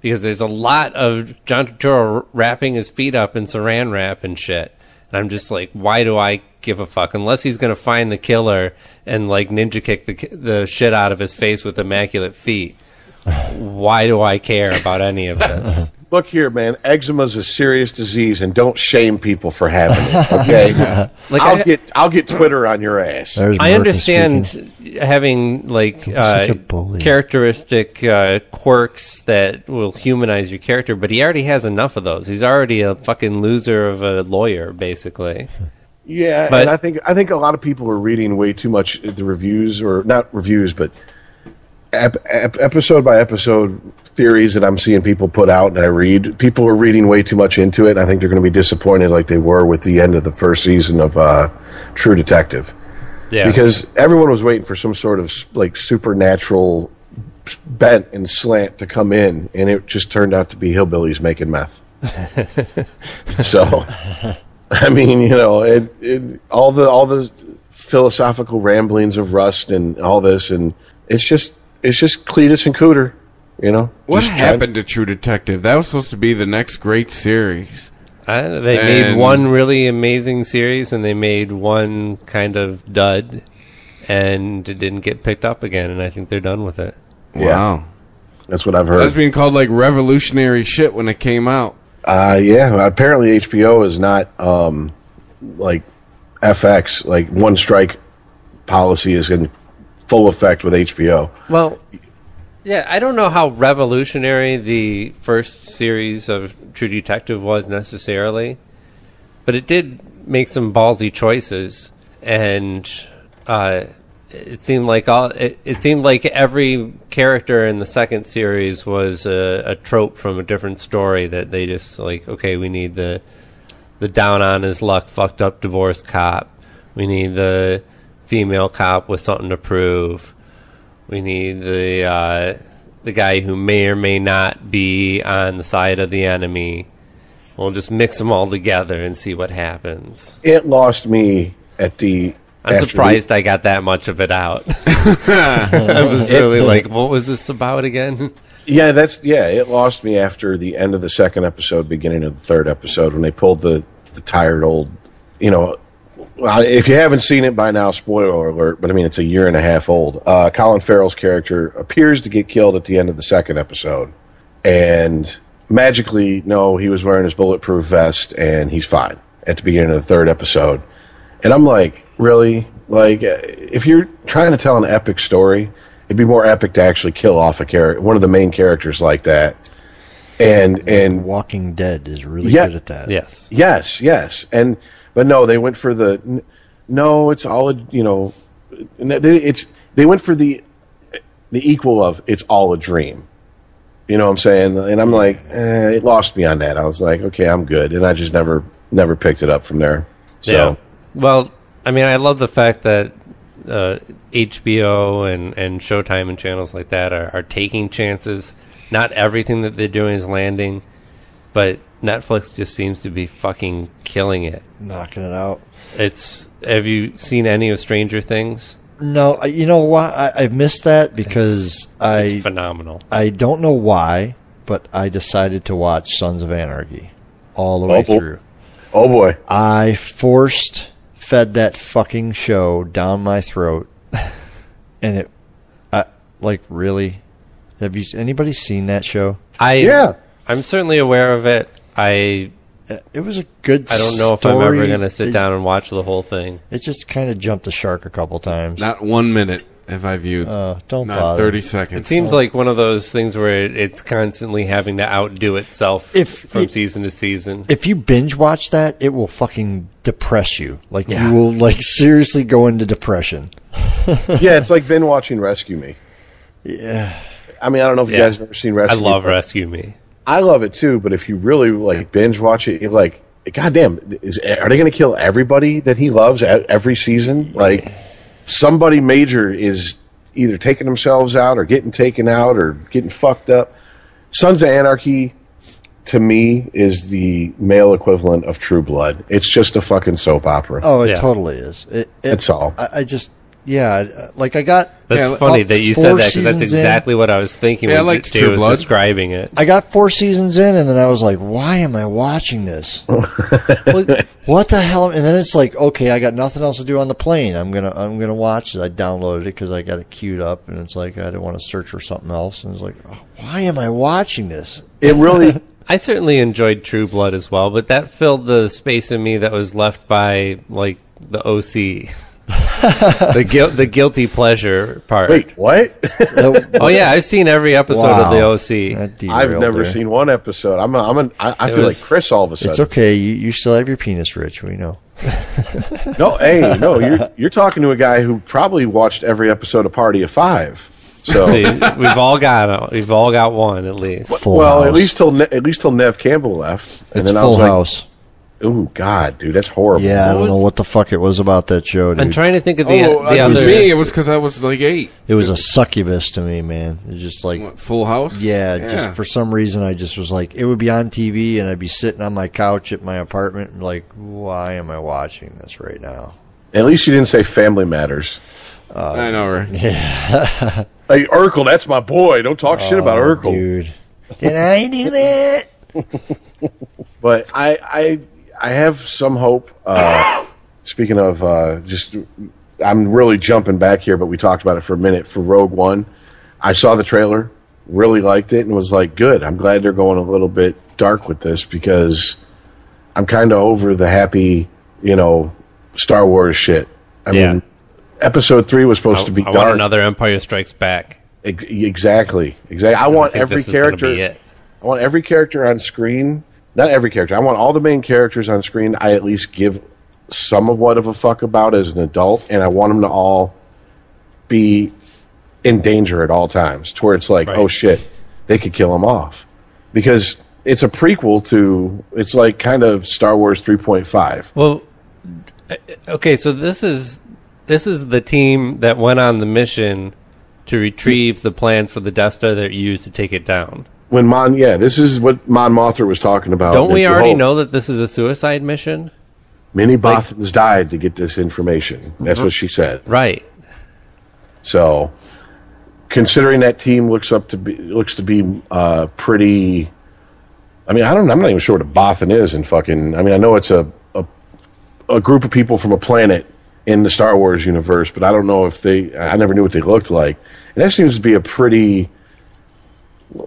[SPEAKER 3] because there's a lot of John Turturro wrapping his feet up in saran wrap and shit. And I'm just like, why do I give a fuck? Unless he's going to find the killer and like ninja kick the, ki- the shit (sighs) out of his face with immaculate feet. Why do I care about any of this?
[SPEAKER 6] Look here, man. Eczema is a serious disease, and don't shame people for having
[SPEAKER 3] (laughs)
[SPEAKER 6] it. Okay,
[SPEAKER 3] Like,
[SPEAKER 6] I'll
[SPEAKER 3] I-
[SPEAKER 6] get I'll get Twitter on your ass.
[SPEAKER 3] I understand having like
[SPEAKER 6] such
[SPEAKER 3] uh,
[SPEAKER 6] a bully.
[SPEAKER 3] characteristic uh, quirks that will humanize your character, but he already has enough of those. He's already a fucking loser of a lawyer, basically.
[SPEAKER 6] Yeah,
[SPEAKER 3] But-
[SPEAKER 6] and I think I think a lot of people were reading way too much the reviews or not reviews, but ep- ep- episode by episode theories that I'm seeing people put out and I read. People are reading way too much into it. And I think they're going to be disappointed, like they were with the end of the first season of uh, True Detective.
[SPEAKER 12] Yeah.
[SPEAKER 6] because everyone was waiting for some sort of like supernatural bent and slant to come in, and it just turned out to be hillbillies making meth. so, I mean, you know, it, it, all the all the philosophical ramblings of Rust and all this, and it's just it's just Cletus and Cooter, you know.
[SPEAKER 4] What
[SPEAKER 6] Just trying-
[SPEAKER 4] happened to True Detective? That was supposed to be the next great series.
[SPEAKER 3] I don't know, they made
[SPEAKER 4] And-
[SPEAKER 3] one really amazing series, and they made one kind of dud, and it didn't get picked up again. And I think they're done with it.
[SPEAKER 6] Yeah. That's what I've
[SPEAKER 4] That was
[SPEAKER 6] heard.
[SPEAKER 4] being called like revolutionary shit when it came out.
[SPEAKER 6] Uh, yeah, apparently HBO is not um, like FX. Like one strike policy is in full effect with HBO.
[SPEAKER 3] Well, yeah, I don't know how revolutionary the first series of True Detective was necessarily, but it did make some ballsy choices, and uh, it seemed like all it, it seemed like every character in the second series was a, a trope from a different story that they just like okay, we need the the down on his luck, fucked up divorced cop. We need the female cop with something to prove. We need the uh, the guy who may or may not be on the side of the enemy. We'll just mix them all together and see what happens.
[SPEAKER 6] It lost me at the.
[SPEAKER 3] I'm
[SPEAKER 6] after the-
[SPEAKER 3] surprised I got that much of it out. (laughs) I was really
[SPEAKER 6] It-
[SPEAKER 3] like, what was this about again?
[SPEAKER 6] Yeah, that's yeah. It lost me after the end of the second episode, beginning of the third episode, when they pulled the the tired old. You know, well, if you haven't seen it by now, spoiler alert. But I mean, it's a year and a half old. Uh, Colin Farrell's character appears to get killed at the end of the second episode, and magically, no, he was wearing his bulletproof vest and he's fine at the beginning of the third episode. And I'm like, really? Like, uh, if you're trying to tell an epic story, it'd be more epic to actually kill off a character, one of the main characters like that. And and
[SPEAKER 2] Walking Dead is really
[SPEAKER 6] Yeah.
[SPEAKER 2] good at that.
[SPEAKER 3] Yes.
[SPEAKER 6] yes, yes, and but no, they went for the n- no. It's all a you know. n- they- It's they went for the the equal of it's all a dream. You know what I'm saying? And I'm like, eh, it lost me on that. I was like, okay, I'm good, and I just never never picked it up from there. So.
[SPEAKER 3] Well, I mean, I love the fact that uh, HBO and, and Showtime and channels like that are, are taking chances. Not everything that they're doing is landing, but Netflix just seems to be fucking killing it.
[SPEAKER 2] Knocking it out.
[SPEAKER 3] It's. Have you seen any of Stranger Things?
[SPEAKER 2] No, I- you know why I, I missed that because I
[SPEAKER 3] it's phenomenal.
[SPEAKER 2] I don't know why, but I decided to watch Sons of Anarchy all the way
[SPEAKER 6] Oh, boy.
[SPEAKER 2] through.
[SPEAKER 6] Oh boy!
[SPEAKER 2] I forced fed that fucking show down my
[SPEAKER 3] (laughs)
[SPEAKER 2] throat, and it, I, like, really. Have you anybody seen that show?
[SPEAKER 3] I
[SPEAKER 2] Yeah.
[SPEAKER 3] I'm certainly aware of it. I.
[SPEAKER 2] It was a good.
[SPEAKER 3] I don't know if I'm ever
[SPEAKER 2] story.
[SPEAKER 3] going to sit
[SPEAKER 2] They-
[SPEAKER 3] down and watch the whole thing.
[SPEAKER 2] It just kind of jumped the shark a couple times.
[SPEAKER 4] Not one minute have I viewed.
[SPEAKER 2] Uh, don't
[SPEAKER 4] Not
[SPEAKER 2] bother.
[SPEAKER 4] 30 seconds.
[SPEAKER 3] It seems like one of those things where it, it's constantly having to outdo itself from season to season.
[SPEAKER 2] if you binge watch that, it will fucking depress you. Like
[SPEAKER 3] Yeah.
[SPEAKER 2] you will like seriously go into depression.
[SPEAKER 6] yeah, it's like been watching Rescue Me.
[SPEAKER 2] Yeah.
[SPEAKER 6] I mean, I don't know if you
[SPEAKER 3] Yeah.
[SPEAKER 6] guys have ever seen Rescue
[SPEAKER 3] I love
[SPEAKER 6] Me. but-
[SPEAKER 3] Rescue Me.
[SPEAKER 6] I love it too, but if you really like binge watch it, you're like, goddamn, is are they going to kill everybody that he loves e- every season? Like, somebody major is either taking themselves out or getting taken out or getting fucked up. Sons of Anarchy, to me, is the male equivalent of True Blood. It's just a fucking soap opera.
[SPEAKER 2] Oh, it totally is. It, it,
[SPEAKER 6] That's all.
[SPEAKER 2] I, I just yeah, I- like I got.
[SPEAKER 3] That's
[SPEAKER 2] about
[SPEAKER 3] funny that you said
[SPEAKER 2] four
[SPEAKER 3] that because that's
[SPEAKER 2] seasons in,
[SPEAKER 3] exactly what I was thinking
[SPEAKER 4] Yeah, I
[SPEAKER 3] when
[SPEAKER 4] liked
[SPEAKER 3] Jay
[SPEAKER 4] True
[SPEAKER 3] was
[SPEAKER 4] Blood.
[SPEAKER 3] describing it.
[SPEAKER 2] I got four seasons in, and then I was like, "Why am I watching this?
[SPEAKER 6] (laughs)
[SPEAKER 2] what the hell?" And then it's like, "Okay, I got nothing else to do on the plane. I'm gonna, I'm gonna watch it." I downloaded it because I got it queued up, and it's like I didn't want to search for something else, and it's like, oh, "Why am I watching this?"
[SPEAKER 6] It really
[SPEAKER 3] I certainly enjoyed True Blood as well, but that filled the space in me that was left by like the OC, (laughs) the guil- the guilty pleasure part.
[SPEAKER 2] (laughs)
[SPEAKER 6] Wait, what? (laughs)
[SPEAKER 3] oh yeah, I've seen every episode
[SPEAKER 6] Wow.
[SPEAKER 3] of the OC.
[SPEAKER 6] I've never
[SPEAKER 2] there.
[SPEAKER 6] seen one episode. I'm a, I'm an, I, I
[SPEAKER 2] It
[SPEAKER 6] feel
[SPEAKER 2] was-
[SPEAKER 6] like Chris all of a sudden.
[SPEAKER 2] It's okay. You, you still have your penis, Rich. We know.
[SPEAKER 6] No, hey, no, you're you're talking to a guy who probably watched every episode of Party of Five. So
[SPEAKER 3] we've all got we've all got one at least.
[SPEAKER 6] well, at least till Ne- at least till Nev Campbell left,
[SPEAKER 2] It's
[SPEAKER 6] I was
[SPEAKER 2] Full
[SPEAKER 6] like,
[SPEAKER 2] House.
[SPEAKER 6] Ooh, God, dude, that's horrible.
[SPEAKER 2] Yeah, I don't know what the fuck it was about that show, dude.
[SPEAKER 3] I'm trying to think of the e,
[SPEAKER 4] Oh,
[SPEAKER 3] the
[SPEAKER 4] uh,
[SPEAKER 3] other.
[SPEAKER 4] for me, it was because I was like eight.
[SPEAKER 2] It was a succubus to me, man. It was just like
[SPEAKER 4] Full House.
[SPEAKER 2] Yeah,
[SPEAKER 4] Yeah.
[SPEAKER 2] just for some reason, I just was like, it would be on TV, and I'd be sitting on my couch at my apartment, and like, why am I watching this right now?
[SPEAKER 6] At least you didn't say Family Matters.
[SPEAKER 4] I know, right?
[SPEAKER 2] Yeah.
[SPEAKER 6] Hey, Urkel, that's my boy. Don't talk shit about
[SPEAKER 2] Oh,
[SPEAKER 6] Urkel.
[SPEAKER 2] dude. Did I
[SPEAKER 6] (laughs)
[SPEAKER 2] do that?
[SPEAKER 6] but I, I, I have some hope. Uh, (coughs) speaking of, uh, just I'm really jumping back here, but we talked about it for a minute for Rogue One. I saw the trailer, really liked it, and was like, "Good, I'm glad they're going a little bit dark with this because I'm kind of over the happy, you know, Star Wars shit." I
[SPEAKER 3] Yeah.
[SPEAKER 6] mean, Episode three was supposed
[SPEAKER 3] I,
[SPEAKER 6] to be
[SPEAKER 3] I want
[SPEAKER 6] dark.
[SPEAKER 3] another Empire Strikes Back.
[SPEAKER 6] Ex- Exactly. Exactly. I,
[SPEAKER 3] don't
[SPEAKER 6] want
[SPEAKER 3] think
[SPEAKER 6] every
[SPEAKER 3] this is gonna
[SPEAKER 6] character.
[SPEAKER 3] be it.
[SPEAKER 6] I want every character on screen. Not every character. I want all the main characters on screen. I at least give somewhat of a fuck about as an adult, and I want them to all be in danger at all times. To where it's like, oh shit, they could kill him off because it's a prequel to. It's like kind of Star Wars three point five.
[SPEAKER 3] Well, uh, okay, so this is this is the team that went on the mission to retrieve the plans for the Death Star that you used to take it down.
[SPEAKER 6] When Mon, yeah, this is what Mon Mothra was talking about.
[SPEAKER 3] Don't we
[SPEAKER 6] It's the
[SPEAKER 3] already
[SPEAKER 6] whole-
[SPEAKER 3] know that this is a suicide mission?
[SPEAKER 6] Many Bothans died to get this information. That's what she said.
[SPEAKER 3] Right.
[SPEAKER 6] So, considering that team looks up to be looks to be uh, pretty. I mean, I don't. I'm not even sure what a Bothan is in fucking. I mean, I know it's a a, a group of people from a planet in the Star Wars universe, but I don't know if they. I never knew what they looked like, and that seems to be a pretty.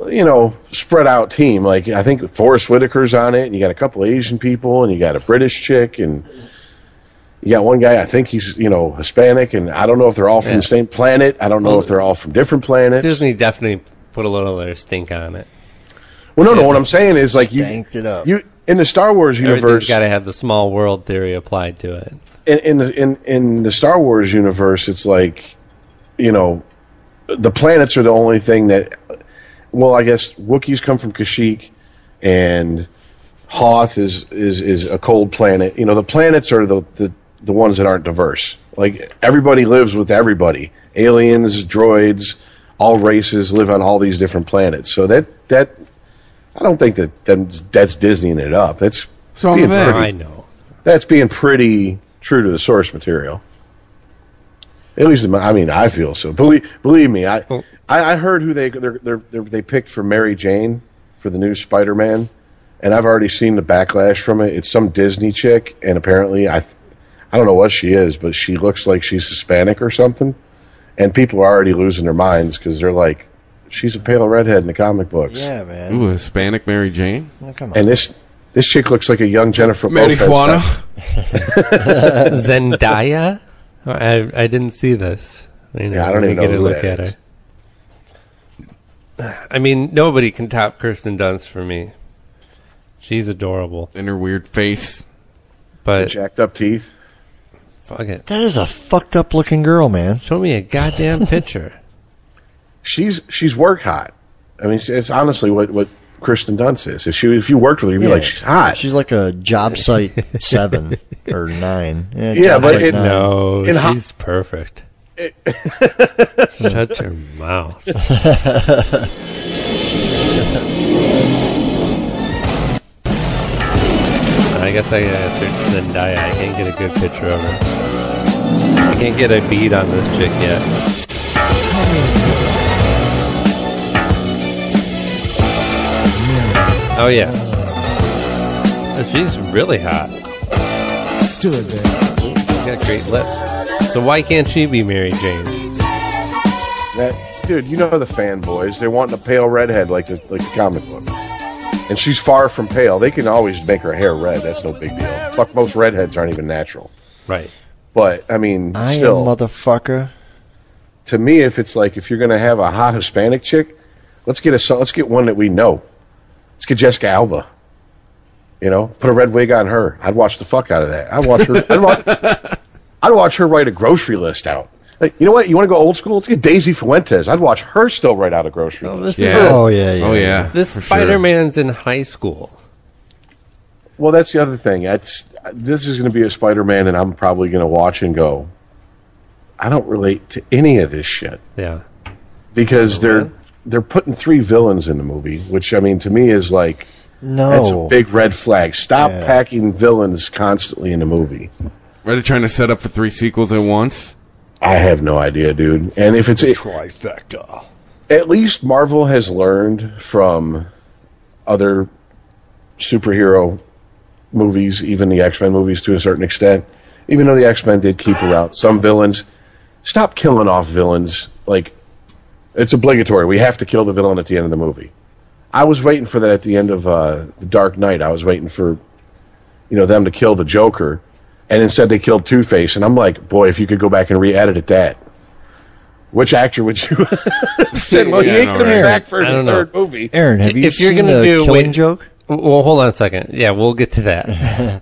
[SPEAKER 6] You know, spread out team. Like I think Forrest Whitaker's on it, and you got a couple Asian people, and you got a British chick, and you got one guy. I think he's you know Hispanic, and I don't know if they're all from
[SPEAKER 3] Yeah.
[SPEAKER 6] the same planet. I don't know
[SPEAKER 2] Oh.
[SPEAKER 6] if they're all from different planets.
[SPEAKER 3] Disney definitely put a little of their stink on it.
[SPEAKER 6] Well, no, no. What I'm saying is like you,
[SPEAKER 2] Stanked it up.
[SPEAKER 6] you in the Star Wars
[SPEAKER 3] Everything's
[SPEAKER 6] universe,
[SPEAKER 3] got to have the small world theory applied to it.
[SPEAKER 6] in, in the in, in the Star Wars universe, it's like you know the planets are the only thing that. Well, I guess Wookiees come from Kashyyyk, and Hoth is is is a cold planet. You know, the planets are the the, the ones that aren't diverse. Like everybody lives with everybody. Aliens, droids, all races live on all these different planets. So that that I don't think that, that that's Disneying it up. That's
[SPEAKER 4] So I'm
[SPEAKER 6] being
[SPEAKER 4] there.
[SPEAKER 6] pretty-
[SPEAKER 4] I
[SPEAKER 3] know.
[SPEAKER 6] That's being pretty true to the source material. At least, in my- I mean, I feel so. Believe, believe me, I, I, I heard who they they're, they're, they're, they picked for Mary Jane for the new Spider Man, and I've already seen the backlash from it. It's some Disney chick, and apparently, I, I don't know what she is, but she looks like she's Hispanic or something, and people are already losing their minds because they're like, she's a pale redhead in the comic books.
[SPEAKER 2] Yeah, man.
[SPEAKER 4] Ooh, Hispanic Mary Jane.
[SPEAKER 2] come
[SPEAKER 6] And this this chick looks like a young Jennifer Lopez.
[SPEAKER 4] Marijuana.
[SPEAKER 3] Zendaya? (laughs) I, I didn't see this. You know,
[SPEAKER 6] Yeah, I don't
[SPEAKER 3] let me
[SPEAKER 6] even know
[SPEAKER 3] get a
[SPEAKER 6] who
[SPEAKER 3] look
[SPEAKER 6] that
[SPEAKER 3] at her. I mean, nobody can top Kirsten Dunst for me. She's adorable.
[SPEAKER 4] And her weird face.
[SPEAKER 3] But
[SPEAKER 6] jacked up teeth.
[SPEAKER 3] Fuck it.
[SPEAKER 2] That is a fucked up looking girl, man.
[SPEAKER 3] Show me a goddamn (laughs) picture.
[SPEAKER 6] she's she's work hot. I mean, it's- it's honestly what what Kristen Dunst is. If she if you worked with her, you'd be
[SPEAKER 2] Yeah.
[SPEAKER 6] like, she's hot.
[SPEAKER 2] She's like a
[SPEAKER 6] (laughs)
[SPEAKER 2] job site seven or nine.
[SPEAKER 6] Yeah,
[SPEAKER 2] job
[SPEAKER 6] but
[SPEAKER 2] site
[SPEAKER 6] it-
[SPEAKER 2] nine.
[SPEAKER 3] No,
[SPEAKER 6] In ho-
[SPEAKER 3] she's (laughs) perfect. Shut your mouth. (laughs) I guess I uh, gotta search Zendaya. I can't get a good picture of her. I can't get a bead on this chick yet. Oh yeah, she's really hot.
[SPEAKER 10] Do it, baby.
[SPEAKER 3] She's got great lips. So why can't she be Mary Jane?
[SPEAKER 6] That- dude, you know the fanboys. They're wanting a pale redhead like the like the comic book. and she's far from pale. They can always make her hair red. That's no big deal. Fuck, most redheads aren't even natural.
[SPEAKER 3] Right.
[SPEAKER 6] But I mean,
[SPEAKER 2] I am
[SPEAKER 6] still,
[SPEAKER 2] motherfucker.
[SPEAKER 6] to me, if it's like if you're going to have a hot Hispanic chick, let's get a so- let's get one that we know. Let's get Jessica Alba. You know, put a red wig on her. I'd watch the fuck out of that. I'd watch her. I'd watch, I'd watch her write a grocery list out. Like, you know what? You want to go old school? Let's get Daisy Fuentes. I'd watch her still write out a grocery list.
[SPEAKER 3] this is Yeah. a- Oh,
[SPEAKER 2] yeah, yeah,
[SPEAKER 4] Oh, yeah.
[SPEAKER 3] This
[SPEAKER 4] for sure.
[SPEAKER 3] Spider Man's in high school.
[SPEAKER 6] Well, that's the other thing. That's this is going to be a Spider-Man, and I'm probably going to watch and go. I don't relate to any of this shit
[SPEAKER 3] Yeah.
[SPEAKER 6] because they're they're putting three villains in the movie, which I mean to me is like
[SPEAKER 2] No.
[SPEAKER 6] that's a big red flag. Stop
[SPEAKER 2] Yeah.
[SPEAKER 6] packing villains constantly in the movie.
[SPEAKER 4] Are they trying to set up for three sequels at once?
[SPEAKER 6] I have no idea, dude. And if it's
[SPEAKER 2] Trifecta.
[SPEAKER 6] at least Marvel has learned from other superhero movies, even the X Men movies to a certain extent. Even though the X Men did keep around some villains, stop killing off villains. Like, it's obligatory. We have to kill the villain at the end of the movie. I was waiting for that at the end of uh, The Dark Knight. I was waiting for, you know, them to kill the Joker, and instead they killed Two Face. And I'm like, boy, if you could go back and re-edit it, that. Which actor would you? (laughs) said, well,
[SPEAKER 4] Yeah,
[SPEAKER 6] he
[SPEAKER 4] I
[SPEAKER 6] ain't
[SPEAKER 4] know,
[SPEAKER 6] coming
[SPEAKER 4] right?
[SPEAKER 6] back for
[SPEAKER 3] I
[SPEAKER 6] the
[SPEAKER 3] don't know.
[SPEAKER 6] third movie.
[SPEAKER 2] Aaron, have you
[SPEAKER 3] if you're
[SPEAKER 2] seen
[SPEAKER 3] gonna
[SPEAKER 2] the
[SPEAKER 3] do
[SPEAKER 2] Killing
[SPEAKER 3] wait-
[SPEAKER 2] Joke?
[SPEAKER 3] Well, hold on a second. Yeah, we'll get
[SPEAKER 2] (laughs)
[SPEAKER 3] to that. uh,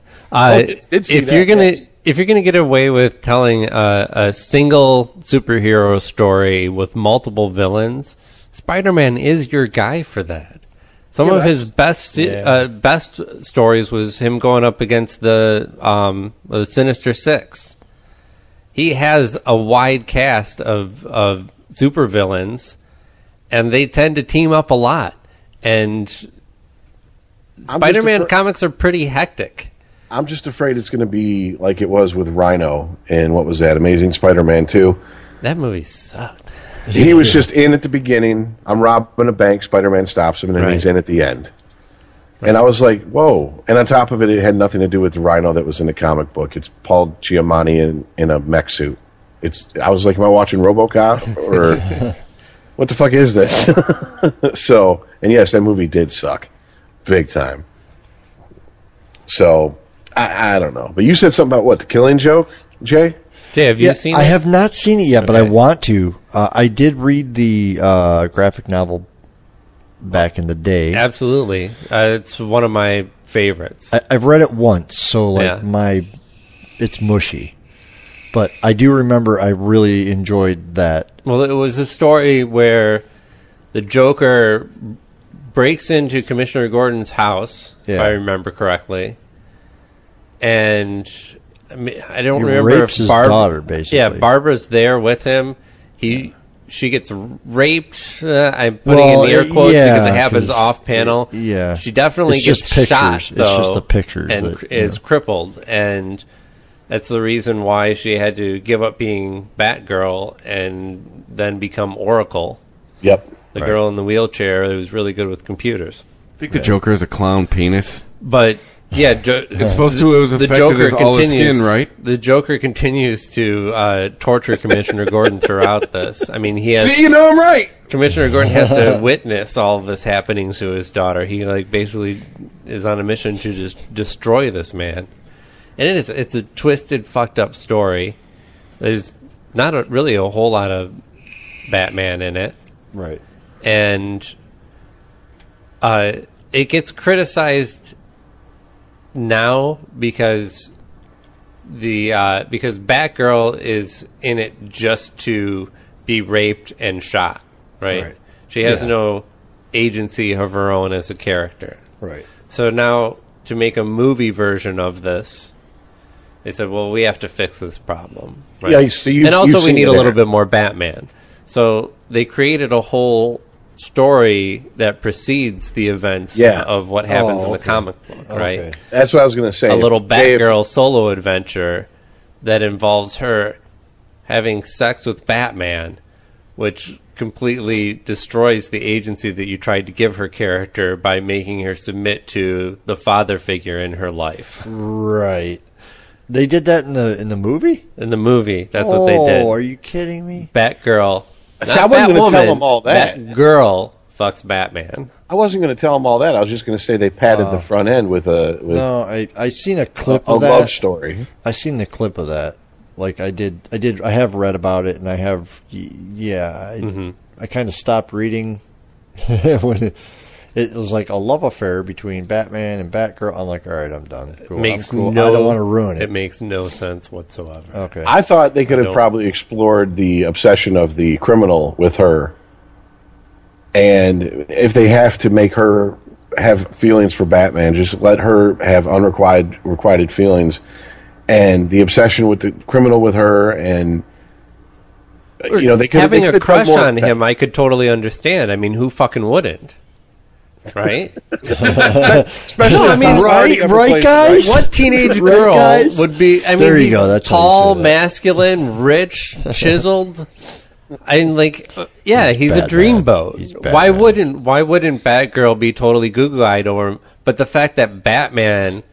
[SPEAKER 6] Oh, did- did see
[SPEAKER 3] if
[SPEAKER 6] that,
[SPEAKER 3] you're gonna
[SPEAKER 6] yes.
[SPEAKER 3] if you're gonna get away with telling uh, a single superhero story with multiple villains, Spider-Man is your guy for that. Some
[SPEAKER 6] Yeah,
[SPEAKER 3] of his best si-
[SPEAKER 2] Yeah.
[SPEAKER 3] uh, best stories was him going up against the um, the Sinister Six. He has a wide cast of of supervillains, and they tend to team up a lot. And
[SPEAKER 6] I'm just
[SPEAKER 3] Spider-Man
[SPEAKER 6] afra-
[SPEAKER 3] comics are pretty hectic.
[SPEAKER 6] I'm just afraid it's going to be like it was with Rhino and what was that Amazing Spider-Man two.
[SPEAKER 3] That movie sucked.
[SPEAKER 6] He was just in at the beginning. I'm robbing a bank. Spider-Man stops him, and then
[SPEAKER 3] Right.
[SPEAKER 6] he's in at the end. And I was like, "Whoa!" And on top of it, it had nothing to do with the Rhino that was in the comic book. It's Paul Giamatti in, in a mech suit. It's. I was like, "Am I watching RoboCop?" Or what the fuck is this? (laughs) so, and yes, that movie did suck, big time. So, I, I don't know. But you said something about what the Killing Joke, Jay?
[SPEAKER 3] Jay, have you
[SPEAKER 2] Yeah,
[SPEAKER 3] seen?
[SPEAKER 2] I
[SPEAKER 3] it?
[SPEAKER 2] have not seen it yet, but I
[SPEAKER 3] Okay.
[SPEAKER 2] want to. Uh, I did read the uh, graphic novel back in the day.
[SPEAKER 3] Absolutely, uh, it's one of my favorites.
[SPEAKER 2] I, I've read it once, so like
[SPEAKER 3] Yeah.
[SPEAKER 2] my, it's mushy, but I do remember I really enjoyed that.
[SPEAKER 3] well, it was a story where the Joker breaks into Commissioner Gordon's house, if
[SPEAKER 2] Yeah.
[SPEAKER 3] I remember correctly, and I, mean, I don't
[SPEAKER 2] He
[SPEAKER 3] remember
[SPEAKER 2] rapes
[SPEAKER 3] if
[SPEAKER 2] his
[SPEAKER 3] Barb-
[SPEAKER 2] daughter, basically.
[SPEAKER 3] Yeah, Barbara's there with him. He. She gets raped. Uh, I'm putting
[SPEAKER 2] Well,
[SPEAKER 3] in the air quotes
[SPEAKER 2] yeah,
[SPEAKER 3] because it happens
[SPEAKER 2] 'cause-
[SPEAKER 3] off panel.
[SPEAKER 2] yeah.
[SPEAKER 3] she definitely
[SPEAKER 2] It's
[SPEAKER 3] gets
[SPEAKER 2] just pictures.
[SPEAKER 3] shot.
[SPEAKER 2] It's
[SPEAKER 3] though,
[SPEAKER 2] just the pictures
[SPEAKER 3] and
[SPEAKER 2] that,
[SPEAKER 3] cr-
[SPEAKER 2] you
[SPEAKER 3] is
[SPEAKER 2] know.
[SPEAKER 3] crippled, and that's the reason why she had to give up being Batgirl and then become Oracle,
[SPEAKER 6] Yep.
[SPEAKER 3] the girl in the wheelchair who was really good with computers.
[SPEAKER 4] I think the Joker is a clown penis.
[SPEAKER 3] But
[SPEAKER 2] (laughs)
[SPEAKER 3] yeah, jo-
[SPEAKER 4] It's supposed to. It was
[SPEAKER 3] the
[SPEAKER 4] affected
[SPEAKER 3] Joker
[SPEAKER 4] as all his
[SPEAKER 3] continues.
[SPEAKER 4] skin, right?
[SPEAKER 3] The Joker continues to uh, torture Commissioner Gordon throughout this. I mean, he has
[SPEAKER 4] (laughs) See, you know I'm right.
[SPEAKER 3] Commissioner Gordon has to witness all this happening to his daughter. He like basically is on a mission to just destroy this man, and it is it's a twisted, fucked up story. There's not a, really a whole lot of Batman in it,
[SPEAKER 2] Right.
[SPEAKER 3] and uh, it gets criticized now because the uh, because Batgirl is in it just to be raped and shot, right?
[SPEAKER 2] Right.
[SPEAKER 3] She has
[SPEAKER 2] Yeah.
[SPEAKER 3] no agency of her own as a character.
[SPEAKER 2] Right.
[SPEAKER 3] So now to make a movie version of this, they said, "Well, we have to fix this problem." Right?
[SPEAKER 6] Yeah, so you've-
[SPEAKER 3] and also
[SPEAKER 6] you've
[SPEAKER 3] we
[SPEAKER 6] seen
[SPEAKER 3] need
[SPEAKER 6] it
[SPEAKER 3] a little
[SPEAKER 6] there.
[SPEAKER 3] bit more Batman. So they created a whole story that precedes the events
[SPEAKER 6] Yeah.
[SPEAKER 3] of what happens
[SPEAKER 2] Oh,
[SPEAKER 3] in the
[SPEAKER 2] okay.
[SPEAKER 3] comic book, right?
[SPEAKER 2] Okay.
[SPEAKER 6] That's what I was going to say.
[SPEAKER 3] a little
[SPEAKER 6] Jay, if-
[SPEAKER 3] Batgirl solo adventure that involves her having sex with Batman, which completely destroys the agency that you tried to give her character by making her submit to the father figure in her life.
[SPEAKER 2] Right. They did that in the in the movie.
[SPEAKER 3] In the movie, that's
[SPEAKER 2] oh,
[SPEAKER 3] what they did.
[SPEAKER 2] are you kidding me?
[SPEAKER 3] Batgirl.
[SPEAKER 6] See, I wasn't gonna tell 'em all that.
[SPEAKER 3] Batgirl fucks Batman.
[SPEAKER 6] I wasn't going to tell them all that. I was just going to say they padded the front end with a with
[SPEAKER 2] Oh. No, I I seen a clip
[SPEAKER 6] a,
[SPEAKER 2] of that.
[SPEAKER 6] love story.
[SPEAKER 2] I seen the clip of that. Like I did, I did, I have read about it, and I have, y- yeah, I,
[SPEAKER 3] Mm-hmm.
[SPEAKER 2] I kind of stopped reading (laughs) when it, it was like a love affair between Batman and Batgirl. I'm like, all right, I'm done. Cool, I'm
[SPEAKER 3] makes
[SPEAKER 2] cool.
[SPEAKER 3] no.
[SPEAKER 2] I don't want to ruin it. Oh.
[SPEAKER 3] makes no sense whatsoever.
[SPEAKER 2] Okay,
[SPEAKER 6] I thought they
[SPEAKER 3] I
[SPEAKER 6] could have
[SPEAKER 3] don't-
[SPEAKER 6] probably explored the obsession of the criminal with her, and if they have to make her have feelings for Batman, just let her have unrequited requited feelings, and the obsession with the criminal with her, and uh, you know they could
[SPEAKER 3] having
[SPEAKER 6] they
[SPEAKER 3] a
[SPEAKER 6] could've done
[SPEAKER 3] crush
[SPEAKER 6] more-
[SPEAKER 3] on him. I could totally understand. I mean, who fucking wouldn't?
[SPEAKER 2] (laughs)
[SPEAKER 3] Right?
[SPEAKER 6] especially
[SPEAKER 3] No, I
[SPEAKER 6] if
[SPEAKER 3] mean,
[SPEAKER 6] Tom Hardy
[SPEAKER 2] right,
[SPEAKER 6] ever
[SPEAKER 2] right,
[SPEAKER 6] plays-
[SPEAKER 2] guys.
[SPEAKER 3] What teenage
[SPEAKER 2] (laughs) Right,
[SPEAKER 3] girl
[SPEAKER 2] guys?
[SPEAKER 3] would be? I mean,
[SPEAKER 2] There you
[SPEAKER 3] he's
[SPEAKER 2] go, that's how you
[SPEAKER 3] tall,
[SPEAKER 2] say that. (laughs)
[SPEAKER 3] masculine, rich, chiseled. And like, uh, yeah,
[SPEAKER 2] He's
[SPEAKER 3] he's, a
[SPEAKER 2] Batman.
[SPEAKER 3] dreamboat.
[SPEAKER 2] He's
[SPEAKER 3] why
[SPEAKER 2] Batman.
[SPEAKER 3] wouldn't Why wouldn't Batgirl be totally googly eyed or him? But the fact that Batman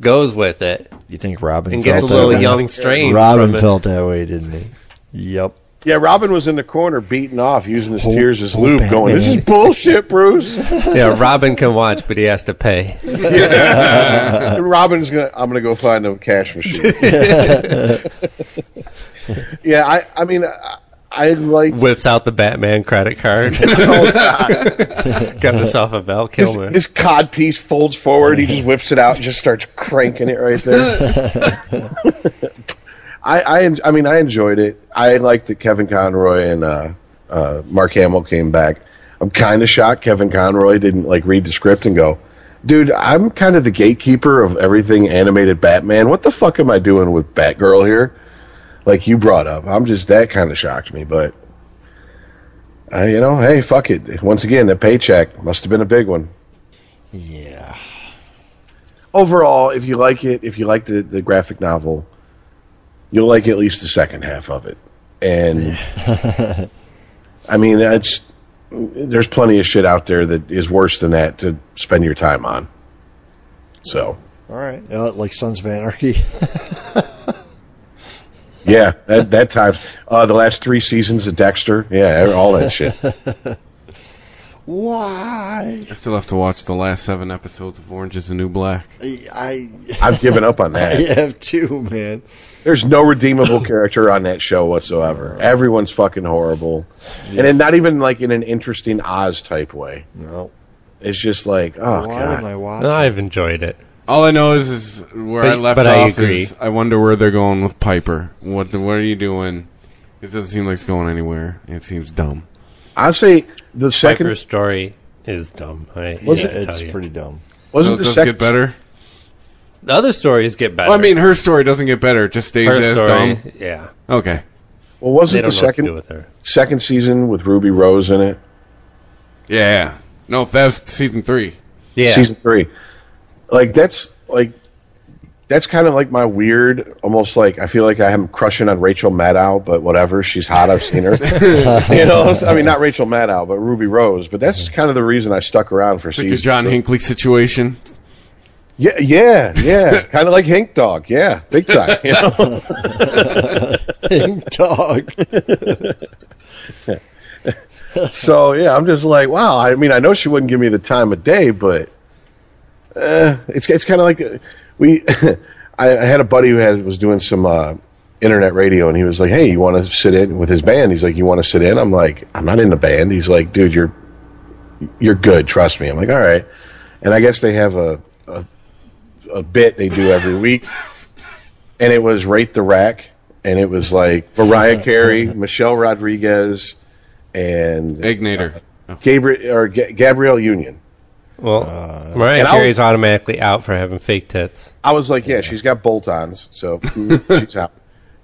[SPEAKER 3] goes
[SPEAKER 2] (laughs)
[SPEAKER 3] with it
[SPEAKER 2] you think Robin
[SPEAKER 3] and
[SPEAKER 2] felt
[SPEAKER 3] gets a
[SPEAKER 2] that
[SPEAKER 3] little
[SPEAKER 2] way?
[SPEAKER 3] young strange.
[SPEAKER 2] Robin
[SPEAKER 3] from it.
[SPEAKER 2] felt that way, didn't he? Yep.
[SPEAKER 6] Yeah, Robin was in the corner beating off, using his
[SPEAKER 2] Poor-
[SPEAKER 6] tears as
[SPEAKER 2] poor
[SPEAKER 6] lube,
[SPEAKER 2] Batman.
[SPEAKER 6] going, "This is bullshit, Bruce."
[SPEAKER 3] Yeah, Robin can watch, but he has to pay.
[SPEAKER 6] And (laughs) Robin's gonna. I'm gonna go find a cash machine. (laughs) yeah, I. I mean, I, I like (laughs)
[SPEAKER 3] Whips out the Batman credit card. (laughs) Got
[SPEAKER 2] (laughs)
[SPEAKER 3] himself a Val
[SPEAKER 6] his,
[SPEAKER 3] Kilmer.
[SPEAKER 6] his cod piece folds forward. He just whips it out and just starts cranking it right there. I, I. en- I mean, I enjoyed it. I liked that Kevin Conroy and uh, uh, Mark Hamill came back. I'm kind of shocked Kevin Conroy didn't like read the script and go. Dude, I'm kind of the gatekeeper of everything animated Batman. What the fuck am I doing with Batgirl here? like you brought up. I'm just that kind of shocked me, but uh, you know, hey, fuck it. Once again, the paycheck must have been a big one.
[SPEAKER 2] Yeah.
[SPEAKER 6] Overall, if you like it, if you like the, the graphic novel, you'll like at least the second half of it. And I mean, it's there's plenty of shit out there that is worse than that to spend your time on. So,
[SPEAKER 2] All right. Uh, like Sons of Anarchy. (laughs)
[SPEAKER 6] yeah, that that time, uh, the last three seasons of Dexter, yeah, all that shit.
[SPEAKER 2] Why?
[SPEAKER 4] I still have to watch the last seven episodes of Orange is the New Black.
[SPEAKER 2] I
[SPEAKER 6] I've given up on that.
[SPEAKER 2] (laughs) I (laughs) have two, man.
[SPEAKER 6] There's no redeemable character on that show whatsoever. Everyone's fucking horrible, and then not even like in an interesting Oz type way.
[SPEAKER 2] No.
[SPEAKER 6] It's just like, oh
[SPEAKER 2] Why
[SPEAKER 6] god,
[SPEAKER 2] am I watching?
[SPEAKER 3] No, I've enjoyed it.
[SPEAKER 4] All I know is, is where I
[SPEAKER 3] But-
[SPEAKER 4] left
[SPEAKER 3] but I
[SPEAKER 4] off.
[SPEAKER 3] agree.
[SPEAKER 4] is I wonder where they're going with Piper. What the, what are you doing? It doesn't seem like it's going anywhere. It seems dumb.
[SPEAKER 6] I'll say the second
[SPEAKER 3] Piper's story is dumb. I hate
[SPEAKER 2] Yeah,
[SPEAKER 3] to
[SPEAKER 2] it's
[SPEAKER 3] tell you.
[SPEAKER 2] pretty (laughs) dumb.
[SPEAKER 4] So
[SPEAKER 6] wasn't
[SPEAKER 4] it
[SPEAKER 6] the
[SPEAKER 4] does
[SPEAKER 6] second
[SPEAKER 4] get better.
[SPEAKER 3] The other stories get better.
[SPEAKER 4] Well, I mean, her story doesn't get better. It just stays
[SPEAKER 3] her
[SPEAKER 4] as
[SPEAKER 3] story,
[SPEAKER 4] dumb.
[SPEAKER 3] yeah.
[SPEAKER 4] Okay.
[SPEAKER 6] Well,
[SPEAKER 3] They
[SPEAKER 6] wasn't
[SPEAKER 3] don't
[SPEAKER 6] the
[SPEAKER 3] know what to do
[SPEAKER 6] second
[SPEAKER 3] with her.
[SPEAKER 6] second season with Ruby Rose in it?
[SPEAKER 4] Yeah. No, that's season three.
[SPEAKER 3] Yeah,
[SPEAKER 6] Season three, like that's like that's kind of like my weird, almost like I feel like I am crushing on Rachel Maddow, but whatever, she's hot. I've seen her. (laughs) you know, I mean, not Rachel Maddow, but Ruby Rose. But that's kind of the reason I stuck around for
[SPEAKER 4] It's like a
[SPEAKER 6] season.
[SPEAKER 4] John Hinckley situation.
[SPEAKER 6] Yeah, yeah, yeah. (laughs) kind of like Hank Dog. Yeah, big time. You know?
[SPEAKER 2] Dog.
[SPEAKER 6] so yeah, I'm just like, wow. I mean, I know she wouldn't give me the time of day, but uh, it's it's kind of like uh, we. (laughs) I, I had a buddy who had was doing some uh, internet radio, and he was like, "Hey, you want to sit in with his band?" He's like, "You want to sit in?" I'm like, "I'm not in the band." He's like, "Dude, you're you're good. Trust me." I'm like, "All right." And I guess they have a a, a bit they do every week. and it was Rate the Rack, and it was like Mariah Carey, Michelle Rodriguez, and
[SPEAKER 4] Egnator.
[SPEAKER 6] Gabriel or G- Gabrielle Union.
[SPEAKER 3] well, Mariah
[SPEAKER 6] and I'll-
[SPEAKER 3] Carey's automatically out for having fake tits.
[SPEAKER 6] I was like, yeah, she's got bolt-ons, so (laughs) mm, she's out.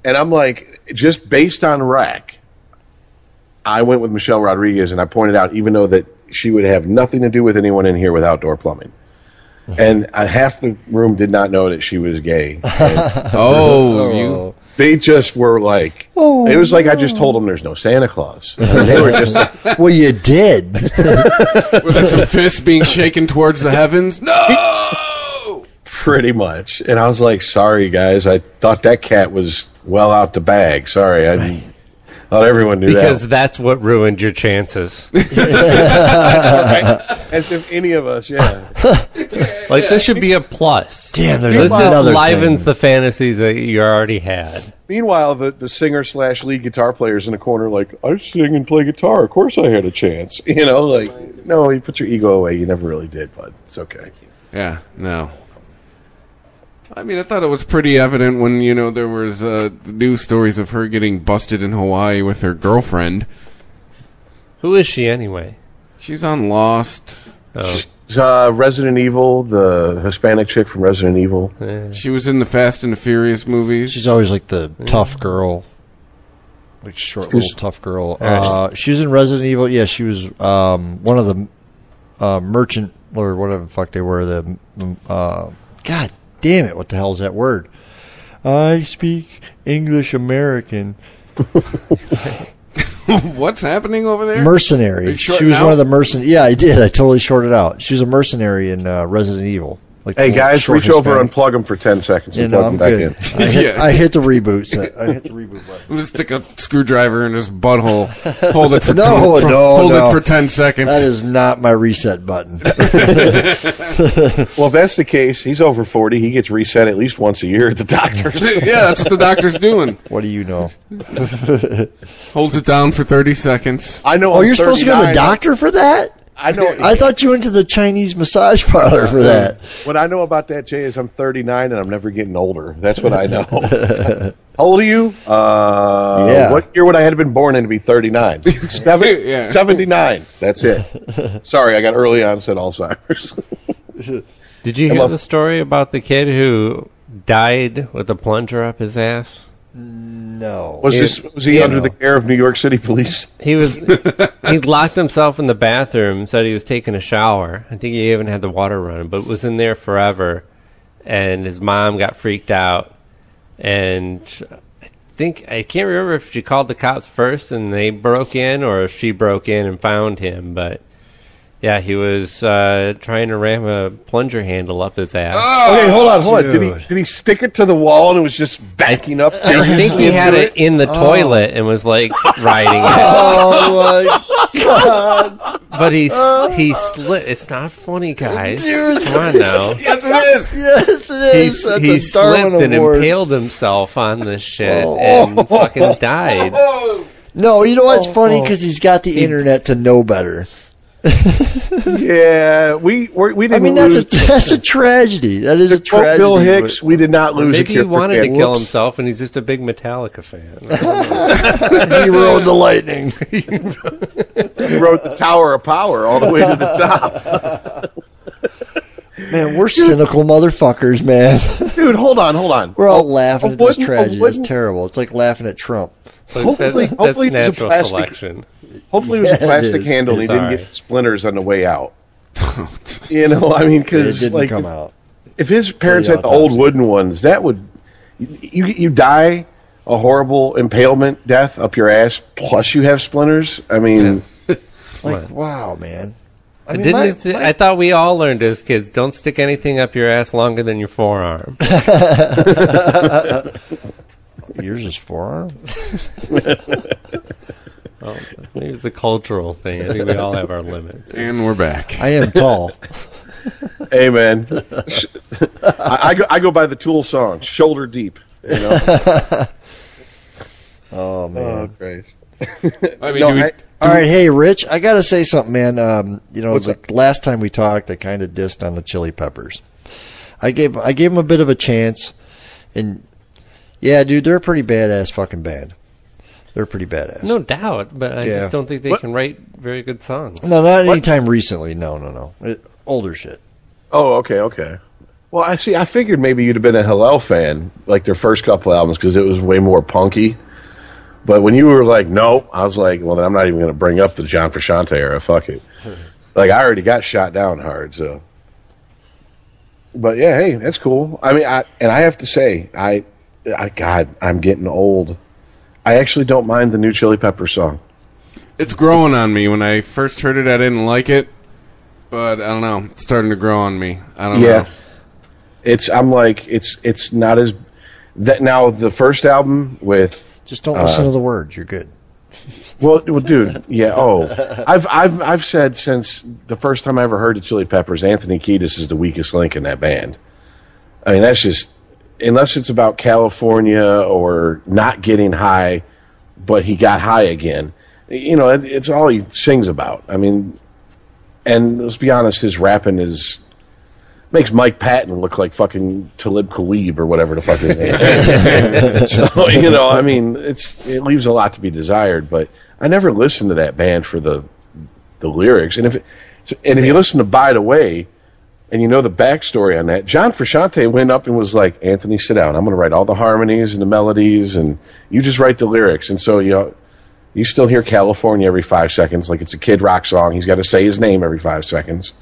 [SPEAKER 6] And I'm like, just based on Rack, I went with Michelle Rodriguez, and I pointed out, even though that she would have nothing to do with anyone in here with outdoor plumbing. And uh, half the room did not know that she was gay. (laughs) And
[SPEAKER 4] (laughs) Oh, you.
[SPEAKER 6] they just were like,
[SPEAKER 2] Oh,
[SPEAKER 6] it was like I just told them there's no Santa (laughs) Claus. And (laughs) they were just
[SPEAKER 2] (laughs)
[SPEAKER 6] like,
[SPEAKER 2] Well, you did.
[SPEAKER 4] Were there some fists being shaken towards the heavens? No!
[SPEAKER 6] Pretty much. And I was like, sorry, guys. I thought that cat was well out the bag. Sorry. I, Not everyone knew
[SPEAKER 3] because
[SPEAKER 6] that.
[SPEAKER 3] that's what ruined your
[SPEAKER 6] (laughs)
[SPEAKER 3] chances.
[SPEAKER 6] As if any of
[SPEAKER 2] (laughs)
[SPEAKER 6] us, yeah.
[SPEAKER 3] Like this should be a plus.
[SPEAKER 6] Damn, there's
[SPEAKER 3] this just
[SPEAKER 6] another
[SPEAKER 3] livens the fantasies that you already had.
[SPEAKER 6] Meanwhile, the, the singer slash lead guitar player is in the corner, like I sing and play guitar. Of course, I had a chance. (laughs) You know, like no, you put your ego away. You never really did, bud. It's okay.
[SPEAKER 4] Yeah, no. I mean, I thought it was pretty evident when you know there was uh, news stories of her getting busted in Hawaii with her girlfriend.
[SPEAKER 3] Who is she anyway?
[SPEAKER 4] She's on Lost.
[SPEAKER 2] Oh.
[SPEAKER 6] She's, uh, Resident Evil, the Hispanic chick from Resident Evil.
[SPEAKER 4] She was in the Fast and the Furious movies.
[SPEAKER 2] She's always like the tough girl, like short
[SPEAKER 6] Excuse-
[SPEAKER 2] little tough girl.
[SPEAKER 6] Yeah,
[SPEAKER 2] Uh, she was in Resident Evil. Yeah, she was um, one of the uh, merchant or whatever the fuck they were. The the, uh, God damn it! What the hell is that word? I speak English American.
[SPEAKER 4] What's happening over there? Are
[SPEAKER 2] mercenary.
[SPEAKER 4] you
[SPEAKER 2] She
[SPEAKER 4] shorting
[SPEAKER 2] was
[SPEAKER 4] out?
[SPEAKER 2] one of the mercen. Yeah, I did. I totally shorted out. She was a mercenary in uh, Resident Evil. Like
[SPEAKER 6] Hey
[SPEAKER 2] the
[SPEAKER 6] guys,
[SPEAKER 2] short
[SPEAKER 6] reach over and
[SPEAKER 2] Hispanic.
[SPEAKER 6] plug them for ten seconds
[SPEAKER 2] You
[SPEAKER 6] and
[SPEAKER 2] know,
[SPEAKER 6] plug
[SPEAKER 2] I'm
[SPEAKER 6] them back
[SPEAKER 2] good. I
[SPEAKER 6] in. (laughs)
[SPEAKER 2] hit, I hit the reboot. Set. I hit the reboot.
[SPEAKER 4] I'm gonna stick a screwdriver in his
[SPEAKER 2] (laughs)
[SPEAKER 4] butthole. Hold it for
[SPEAKER 2] no,
[SPEAKER 4] ten, for-
[SPEAKER 2] no,
[SPEAKER 4] hold
[SPEAKER 2] no.
[SPEAKER 4] it for ten seconds.
[SPEAKER 2] That is not my reset
[SPEAKER 6] (laughs)
[SPEAKER 2] button.
[SPEAKER 6] well, if that's the case, he's over forty. He gets reset at least once a year at the doctor's.
[SPEAKER 4] (laughs) yeah, that's what the doctor's doing.
[SPEAKER 2] What do you know?
[SPEAKER 4] Holds it down for thirty seconds.
[SPEAKER 6] I know.
[SPEAKER 2] Oh, you're supposed to go to the doctor for that?
[SPEAKER 6] I know.
[SPEAKER 2] I thought you went to the Chinese massage parlor for that.
[SPEAKER 6] (laughs) What I know about that, Jay, is I'm 39 and I'm never getting older. That's
[SPEAKER 2] (laughs)
[SPEAKER 6] what I know. How old are you? Uh,
[SPEAKER 2] Yeah.
[SPEAKER 6] What year would I have been born in to be (laughs) 39?
[SPEAKER 4] (laughs)
[SPEAKER 6] Seven,
[SPEAKER 4] Yeah.
[SPEAKER 6] 79. That's it. Sorry, I got early onset Alzheimer's. (laughs)
[SPEAKER 3] Did you
[SPEAKER 6] I
[SPEAKER 3] hear
[SPEAKER 6] love-
[SPEAKER 3] the story about the kid who died with a plunger up his ass?
[SPEAKER 2] No.
[SPEAKER 6] Was this was he
[SPEAKER 3] Yeah.
[SPEAKER 6] under the care of New York City police?
[SPEAKER 3] He was he locked himself in the bathroom, said he was taking a shower. I think he even had the water running, but was in there forever. And his mom got freaked out, and I think I can't remember if she called the cops first and they broke in, or if she broke in and found him. But yeah, he was uh, trying to ram a plunger handle up his ass.
[SPEAKER 6] okay, hold on, hold on. Did
[SPEAKER 2] dude.
[SPEAKER 6] he did he stick it to the wall and it was just backing up?
[SPEAKER 3] I think he had it
[SPEAKER 6] (laughs)
[SPEAKER 3] in the toilet and was like riding it.
[SPEAKER 2] Oh my god,
[SPEAKER 3] But he
[SPEAKER 2] Uh,
[SPEAKER 3] s- he slipped. It's not funny, guys. Come
[SPEAKER 2] (laughs)
[SPEAKER 3] on now.
[SPEAKER 4] Yes, it is.
[SPEAKER 2] yes, it
[SPEAKER 3] He,
[SPEAKER 2] is.
[SPEAKER 3] s-
[SPEAKER 2] That's
[SPEAKER 3] he
[SPEAKER 2] a Darwin
[SPEAKER 3] slipped and
[SPEAKER 2] Award. Oh.
[SPEAKER 3] impaled himself on this shit and fucking
[SPEAKER 2] (laughs)
[SPEAKER 3] died.
[SPEAKER 2] No, you know what's
[SPEAKER 6] Oh,
[SPEAKER 2] funny? Because he's got the internet to know better.
[SPEAKER 6] Yeah, we we're, we
[SPEAKER 2] I
[SPEAKER 6] didn't.
[SPEAKER 2] mean, that's a
[SPEAKER 6] lose-
[SPEAKER 2] that's a tragedy. That is a
[SPEAKER 6] quote
[SPEAKER 2] tragedy.
[SPEAKER 6] Bill Hicks.
[SPEAKER 2] but-
[SPEAKER 6] We did not lose. a
[SPEAKER 3] Maybe he
[SPEAKER 6] cure for
[SPEAKER 3] wanted to
[SPEAKER 6] cancer.
[SPEAKER 3] kill
[SPEAKER 6] Whoops.
[SPEAKER 3] himself, and he's just a big Metallica fan.
[SPEAKER 2] he rode the lightning.
[SPEAKER 6] He rode the Tower of Power all the way to the top.
[SPEAKER 2] (laughs) (laughs) Man, we're cynical motherfuckers, man. (laughs)
[SPEAKER 6] Dude, hold on, hold on. Oh,
[SPEAKER 2] We're all laughing
[SPEAKER 6] a
[SPEAKER 2] at this
[SPEAKER 6] wooden- a
[SPEAKER 2] tragedy. It's
[SPEAKER 6] wooden-
[SPEAKER 2] terrible. It's like laughing at Trump.
[SPEAKER 3] Like,
[SPEAKER 6] Hopefully-
[SPEAKER 3] that,
[SPEAKER 6] hopefully
[SPEAKER 3] that's
[SPEAKER 6] there's a
[SPEAKER 3] natural
[SPEAKER 6] plastic-
[SPEAKER 3] selection.
[SPEAKER 6] Hopefully, it was
[SPEAKER 2] Yeah,
[SPEAKER 6] a plastic
[SPEAKER 2] it is.
[SPEAKER 6] handle. and He
[SPEAKER 3] Sorry.
[SPEAKER 6] didn't get splinters on the way
[SPEAKER 3] (laughs)
[SPEAKER 6] out. you know, I mean,
[SPEAKER 2] It
[SPEAKER 6] because
[SPEAKER 2] didn't
[SPEAKER 6] like
[SPEAKER 2] come
[SPEAKER 6] if,
[SPEAKER 2] out.
[SPEAKER 6] if his parents
[SPEAKER 2] the
[SPEAKER 6] had the old
[SPEAKER 2] autopsy.
[SPEAKER 6] wooden ones, that would you you die a horrible impalement death up your ass. Plus, you have splinters. I mean,
[SPEAKER 2] Like, wow, man. I
[SPEAKER 3] I,
[SPEAKER 2] mean,
[SPEAKER 3] Didn't
[SPEAKER 2] my-
[SPEAKER 3] it-
[SPEAKER 2] my-
[SPEAKER 3] I thought we all learned as kids don't stick anything up your ass longer than
[SPEAKER 2] (laughs)
[SPEAKER 3] your forearm.
[SPEAKER 2] yours is forearm.
[SPEAKER 3] Maybe it's a cultural thing. I think we all have our
[SPEAKER 2] (laughs)
[SPEAKER 3] limits.
[SPEAKER 4] And we're back.
[SPEAKER 2] I am tall.
[SPEAKER 6] amen. I, I go I go by the Tool song, shoulder deep. You know?
[SPEAKER 2] Oh man.
[SPEAKER 6] oh Christ.
[SPEAKER 4] I mean,
[SPEAKER 6] No,
[SPEAKER 4] do we-
[SPEAKER 6] I-
[SPEAKER 2] All right, hey Rich, I gotta say something, man. Um, you know,
[SPEAKER 6] What's
[SPEAKER 2] like last time we talked, I kind of dissed on the Chili Peppers. I gave I gave them a bit of a chance, and yeah, dude, they're a pretty badass fucking band. They're pretty badass.
[SPEAKER 3] No doubt, but I
[SPEAKER 2] Yeah.
[SPEAKER 3] just don't think they
[SPEAKER 6] What-
[SPEAKER 3] can write very good songs.
[SPEAKER 2] no, not anytime recently. No, no, no. It, older shit.
[SPEAKER 6] Oh, okay, okay. Well, I see. I figured maybe you'd have been a Hillel fan, like their first couple albums, because it was way more punky. But when you were like, no, I was like, well, then I'm not even going to bring up the John Frusciante era. Fuck (laughs) it. like I already got shot down hard, so. But yeah, hey, that's cool. I mean, I and I have to say, I, I God, I'm getting old. I actually don't mind the new Chili Pepper song.
[SPEAKER 4] it's growing on me. When I first heard it, I didn't like it, but I don't know. It's starting to grow on me. I don't know.
[SPEAKER 6] It's I'm like it's it's not as that now the first album with
[SPEAKER 2] Uh, Just don't listen to the words. You're good.
[SPEAKER 6] Well, well, dude, yeah. Oh, I've I've I've said since the first time I ever heard the Chili Peppers, Anthony Kiedis is the weakest link in that band. I mean, that's just unless it's about California or not getting high, but he got high again. You know, it, it's all he sings about. I mean, and let's be honest, his rapping is makes Mike Patton look like fucking Talib Khalib or whatever the fuck his name is. so you know, I mean, it's it leaves a lot to be desired. But I never listened to that band for the the lyrics, and if it, so- and if you listen to By the Way, and you know the backstory on that, John Frusciante went up and was like, Anthony, sit down. I'm going to write all the harmonies and the melodies, and you just write the lyrics. And so you. You still hear California every five seconds, like it's a Kid Rock song. He's got to say his name every five seconds.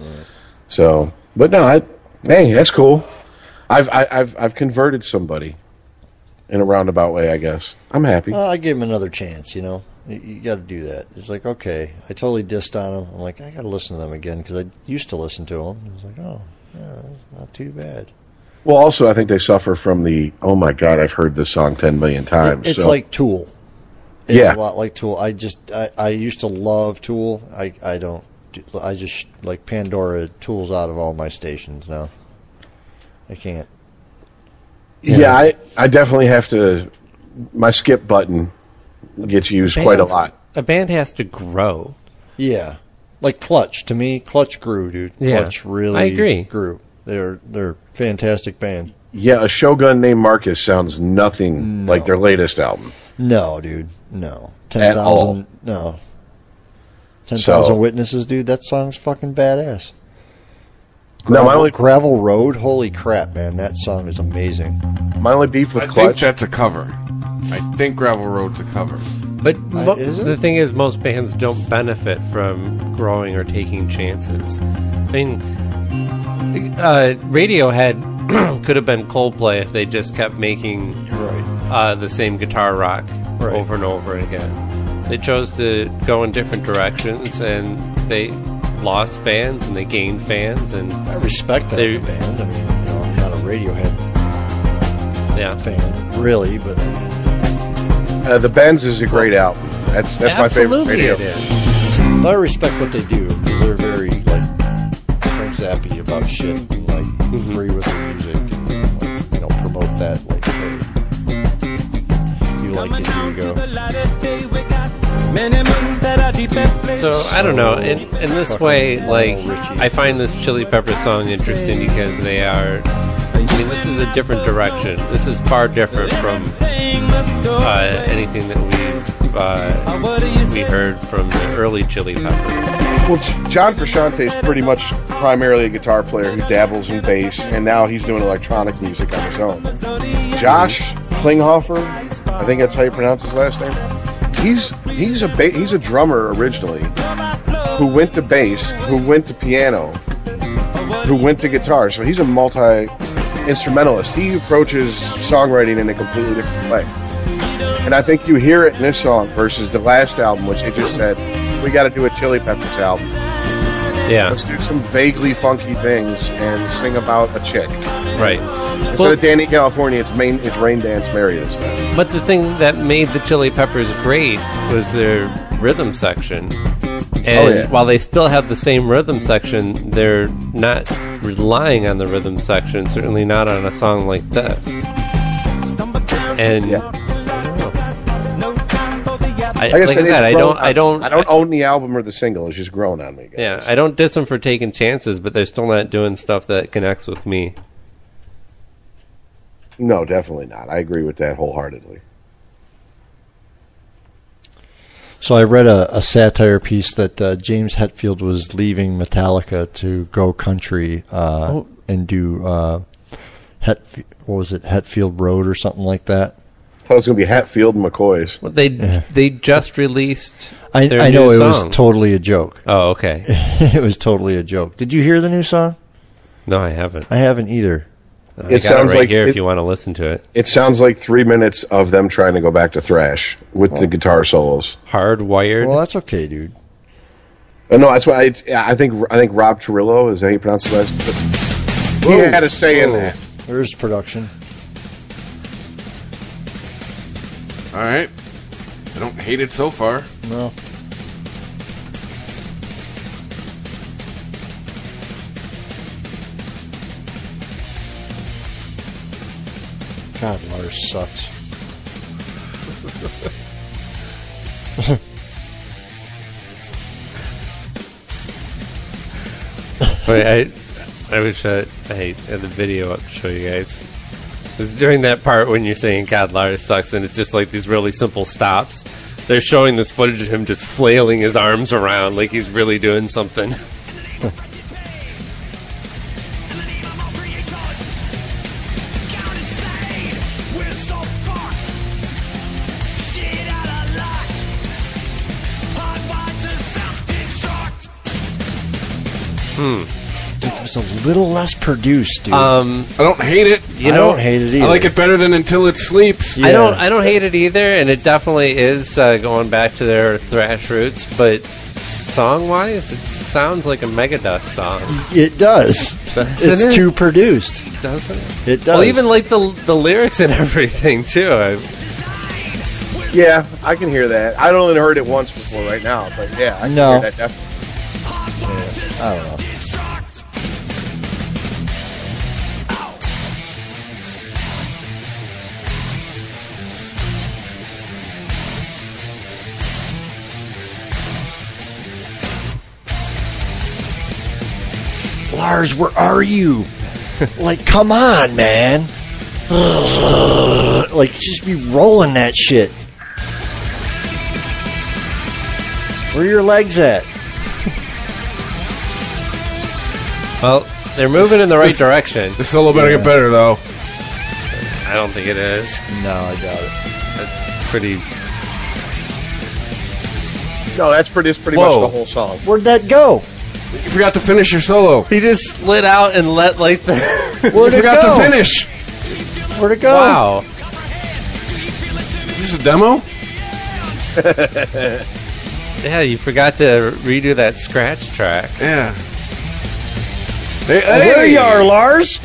[SPEAKER 6] So, but no, I, hey, that's cool. I've I, I've I've converted somebody in a roundabout way, I guess. I'm happy.
[SPEAKER 2] Well, uh, I give him another chance, you know. You, got to do that. It's like, okay, I totally dissed on him. I'm like, I got to listen to them again because I used to listen to them. I was like, oh, yeah, that's not too bad.
[SPEAKER 6] Well, also, I think they suffer from the oh my god, I've heard this song ten million times.
[SPEAKER 2] It's
[SPEAKER 6] so-
[SPEAKER 2] like Tool. It's
[SPEAKER 6] Yeah.
[SPEAKER 2] a lot like Tool. I just I, I used to love Tool. I I don't. do- I just like Pandora. Tool's out of all my stations now. I can't.
[SPEAKER 6] yeah, I I definitely have to. My skip button gets used quite a lot.
[SPEAKER 3] A band has to grow.
[SPEAKER 2] Yeah, like Clutch to me. Clutch grew, dude.
[SPEAKER 3] Yeah.
[SPEAKER 2] Clutch really.
[SPEAKER 3] I agree.
[SPEAKER 2] Grew. They're they're a fantastic band.
[SPEAKER 6] Yeah, a Shogun named Marcus sounds nothing like their latest album.
[SPEAKER 2] No, dude. No. Ten
[SPEAKER 6] At all.
[SPEAKER 2] thousand. No. Ten
[SPEAKER 6] So-
[SPEAKER 2] thousand witnesses, dude. That song's fucking badass.
[SPEAKER 6] No,
[SPEAKER 2] Gravel,
[SPEAKER 6] my only-
[SPEAKER 2] gravel road. Holy crap, man! That song is amazing.
[SPEAKER 6] My only beef
[SPEAKER 4] I think that's a cover. I think Gravel Road's a cover.
[SPEAKER 3] But mo-
[SPEAKER 4] is it?
[SPEAKER 3] the thing is, most bands don't benefit from growing or taking chances. I mean, uh, Radiohead (clears throat) could have been Coldplay if they just kept making uh, the same guitar rock over and over again. They chose to go in different directions, and they lost fans and they gained fans. And
[SPEAKER 2] I respect that
[SPEAKER 3] they-
[SPEAKER 2] as a band. I mean, you know, I'm not a Radiohead
[SPEAKER 3] yeah.
[SPEAKER 2] fan, really, but
[SPEAKER 6] Uh, the Benz is a great album. That's that's my favorite
[SPEAKER 2] Absolutely
[SPEAKER 6] radio.
[SPEAKER 2] it is. But I respect what they do. 'cause They're very like Frank Zappi about shit, and, like free with their music, and like, you know promote that. Like hey, you like it, here you go.
[SPEAKER 3] So I don't know. In, in this
[SPEAKER 2] Fucking
[SPEAKER 3] way,
[SPEAKER 2] Lionel
[SPEAKER 3] like
[SPEAKER 2] Richie.
[SPEAKER 3] I find this Chili Pepper song interesting because they are. I mean, this is a different direction. This is far different from uh, anything that we uh, we heard from the early Chili Peppers.
[SPEAKER 6] Well, Ch- John Frusciante is pretty much primarily a guitar player who dabbles in bass, and now he's doing electronic music on his own. Josh Klinghoffer, I think that's how you pronounce his last name. He's he's a ba- he's a drummer originally, who went to bass, who went to piano, who went to guitar. So he's a multi instrumentalist. He approaches songwriting in a completely different way. And I think you hear it in this song versus the last album, which it just said, we got to do a Chili Peppers album.
[SPEAKER 3] Yeah.
[SPEAKER 6] Let's do some vaguely funky things and sing about a chick.
[SPEAKER 3] Right.
[SPEAKER 6] Instead
[SPEAKER 3] Well-
[SPEAKER 6] of Danny California, it's, main, it's Rain Dance Mary this time.
[SPEAKER 3] But the thing that made the Chili Peppers great was their rhythm section. And
[SPEAKER 6] Oh, yeah.
[SPEAKER 3] while they still have the same rhythm section, they're not relying on the rhythm section, certainly not on a song like this. And I, like I
[SPEAKER 6] it's
[SPEAKER 3] said, I
[SPEAKER 6] grown
[SPEAKER 3] don't,
[SPEAKER 6] on-
[SPEAKER 3] I don't,
[SPEAKER 6] I don't own the album or the single. It's just grown on me.
[SPEAKER 3] yeah, I don't diss them for taking chances, but they're still not doing stuff that connects with me.
[SPEAKER 6] No, definitely not. I agree with that wholeheartedly.
[SPEAKER 2] So I read a, a satire piece that uh, James Hetfield was leaving Metallica to go country uh,
[SPEAKER 3] Oh.
[SPEAKER 2] and do uh, Het what was it Hetfield Road or something like that.
[SPEAKER 6] thought it was going to be Hatfield and McCoy's.
[SPEAKER 3] Well, they they just released.
[SPEAKER 2] I,
[SPEAKER 3] their
[SPEAKER 2] I know
[SPEAKER 3] new
[SPEAKER 2] it
[SPEAKER 3] song.
[SPEAKER 2] was totally a joke. (laughs)
[SPEAKER 3] Oh, okay.
[SPEAKER 2] it was totally a joke. Did you hear the new song?
[SPEAKER 3] No, I haven't.
[SPEAKER 2] I haven't either.
[SPEAKER 3] I got
[SPEAKER 6] It sounds
[SPEAKER 3] right
[SPEAKER 6] like
[SPEAKER 3] here if
[SPEAKER 6] it-
[SPEAKER 3] you want to listen to it.
[SPEAKER 6] It sounds like three minutes of them trying to go back to thrash with the
[SPEAKER 3] Oh.
[SPEAKER 6] guitar solos.
[SPEAKER 3] Hardwired.
[SPEAKER 2] Well, that's okay, dude.
[SPEAKER 6] Uh, no, that's why I, I think I think Rob Trillo is that how you pronounce his last. He
[SPEAKER 2] Whoa.
[SPEAKER 6] had a say in
[SPEAKER 2] Whoa.
[SPEAKER 6] that.
[SPEAKER 2] There's production.
[SPEAKER 4] All right. I don't hate it so far.
[SPEAKER 2] No. God, Lars sucks.
[SPEAKER 3] Wait, I, I wish I, I had the video up to show you guys. It's during that part when you're saying God Lars sucks, and it's just like these really simple stops. They're showing this footage of him just flailing his arms around like he's really doing something.
[SPEAKER 2] Hmm. It was a little less produced, dude.
[SPEAKER 3] Um,
[SPEAKER 4] I don't hate it.
[SPEAKER 2] You I don't hate it either.
[SPEAKER 4] I like it better than Until It Sleeps.
[SPEAKER 3] I don't. I don't hate it either, and it definitely is uh, going back to their thrash roots. But song-wise, it sounds like a Megadust song,
[SPEAKER 2] It does.
[SPEAKER 3] Doesn't
[SPEAKER 2] it's
[SPEAKER 3] it?
[SPEAKER 2] too produced.
[SPEAKER 3] doesn't it?
[SPEAKER 2] It does.
[SPEAKER 3] Well, even like the the lyrics and (laughs) everything too. I,
[SPEAKER 6] Yeah, I can hear that. I only heard it once before right now, but yeah, I can
[SPEAKER 2] No.
[SPEAKER 6] hear that definitely.
[SPEAKER 2] I don't know. Lars, where are (laughs) you? like, come on, man. Ugh. like, just be rolling that shit. Where are your legs at?
[SPEAKER 3] well, they're moving in the right
[SPEAKER 4] This-
[SPEAKER 3] direction.
[SPEAKER 4] The solo better get better though.
[SPEAKER 3] (laughs) I don't think it is.
[SPEAKER 2] No, I doubt it.
[SPEAKER 3] That's pretty.
[SPEAKER 6] No, that's pretty. That's pretty
[SPEAKER 3] Whoa.
[SPEAKER 6] much the whole song.
[SPEAKER 2] Where'd that go?
[SPEAKER 4] You forgot to finish your solo.
[SPEAKER 3] He just slid out and let like the. (laughs)
[SPEAKER 4] You
[SPEAKER 2] Where'd it
[SPEAKER 4] forgot
[SPEAKER 2] go?
[SPEAKER 4] to finish.
[SPEAKER 2] Where'd it go?
[SPEAKER 3] wow.
[SPEAKER 4] Is this a demo?
[SPEAKER 3] Yeah, you forgot to redo that scratch track.
[SPEAKER 4] Yeah. Hey,
[SPEAKER 2] There
[SPEAKER 4] hey!
[SPEAKER 2] you are, Lars.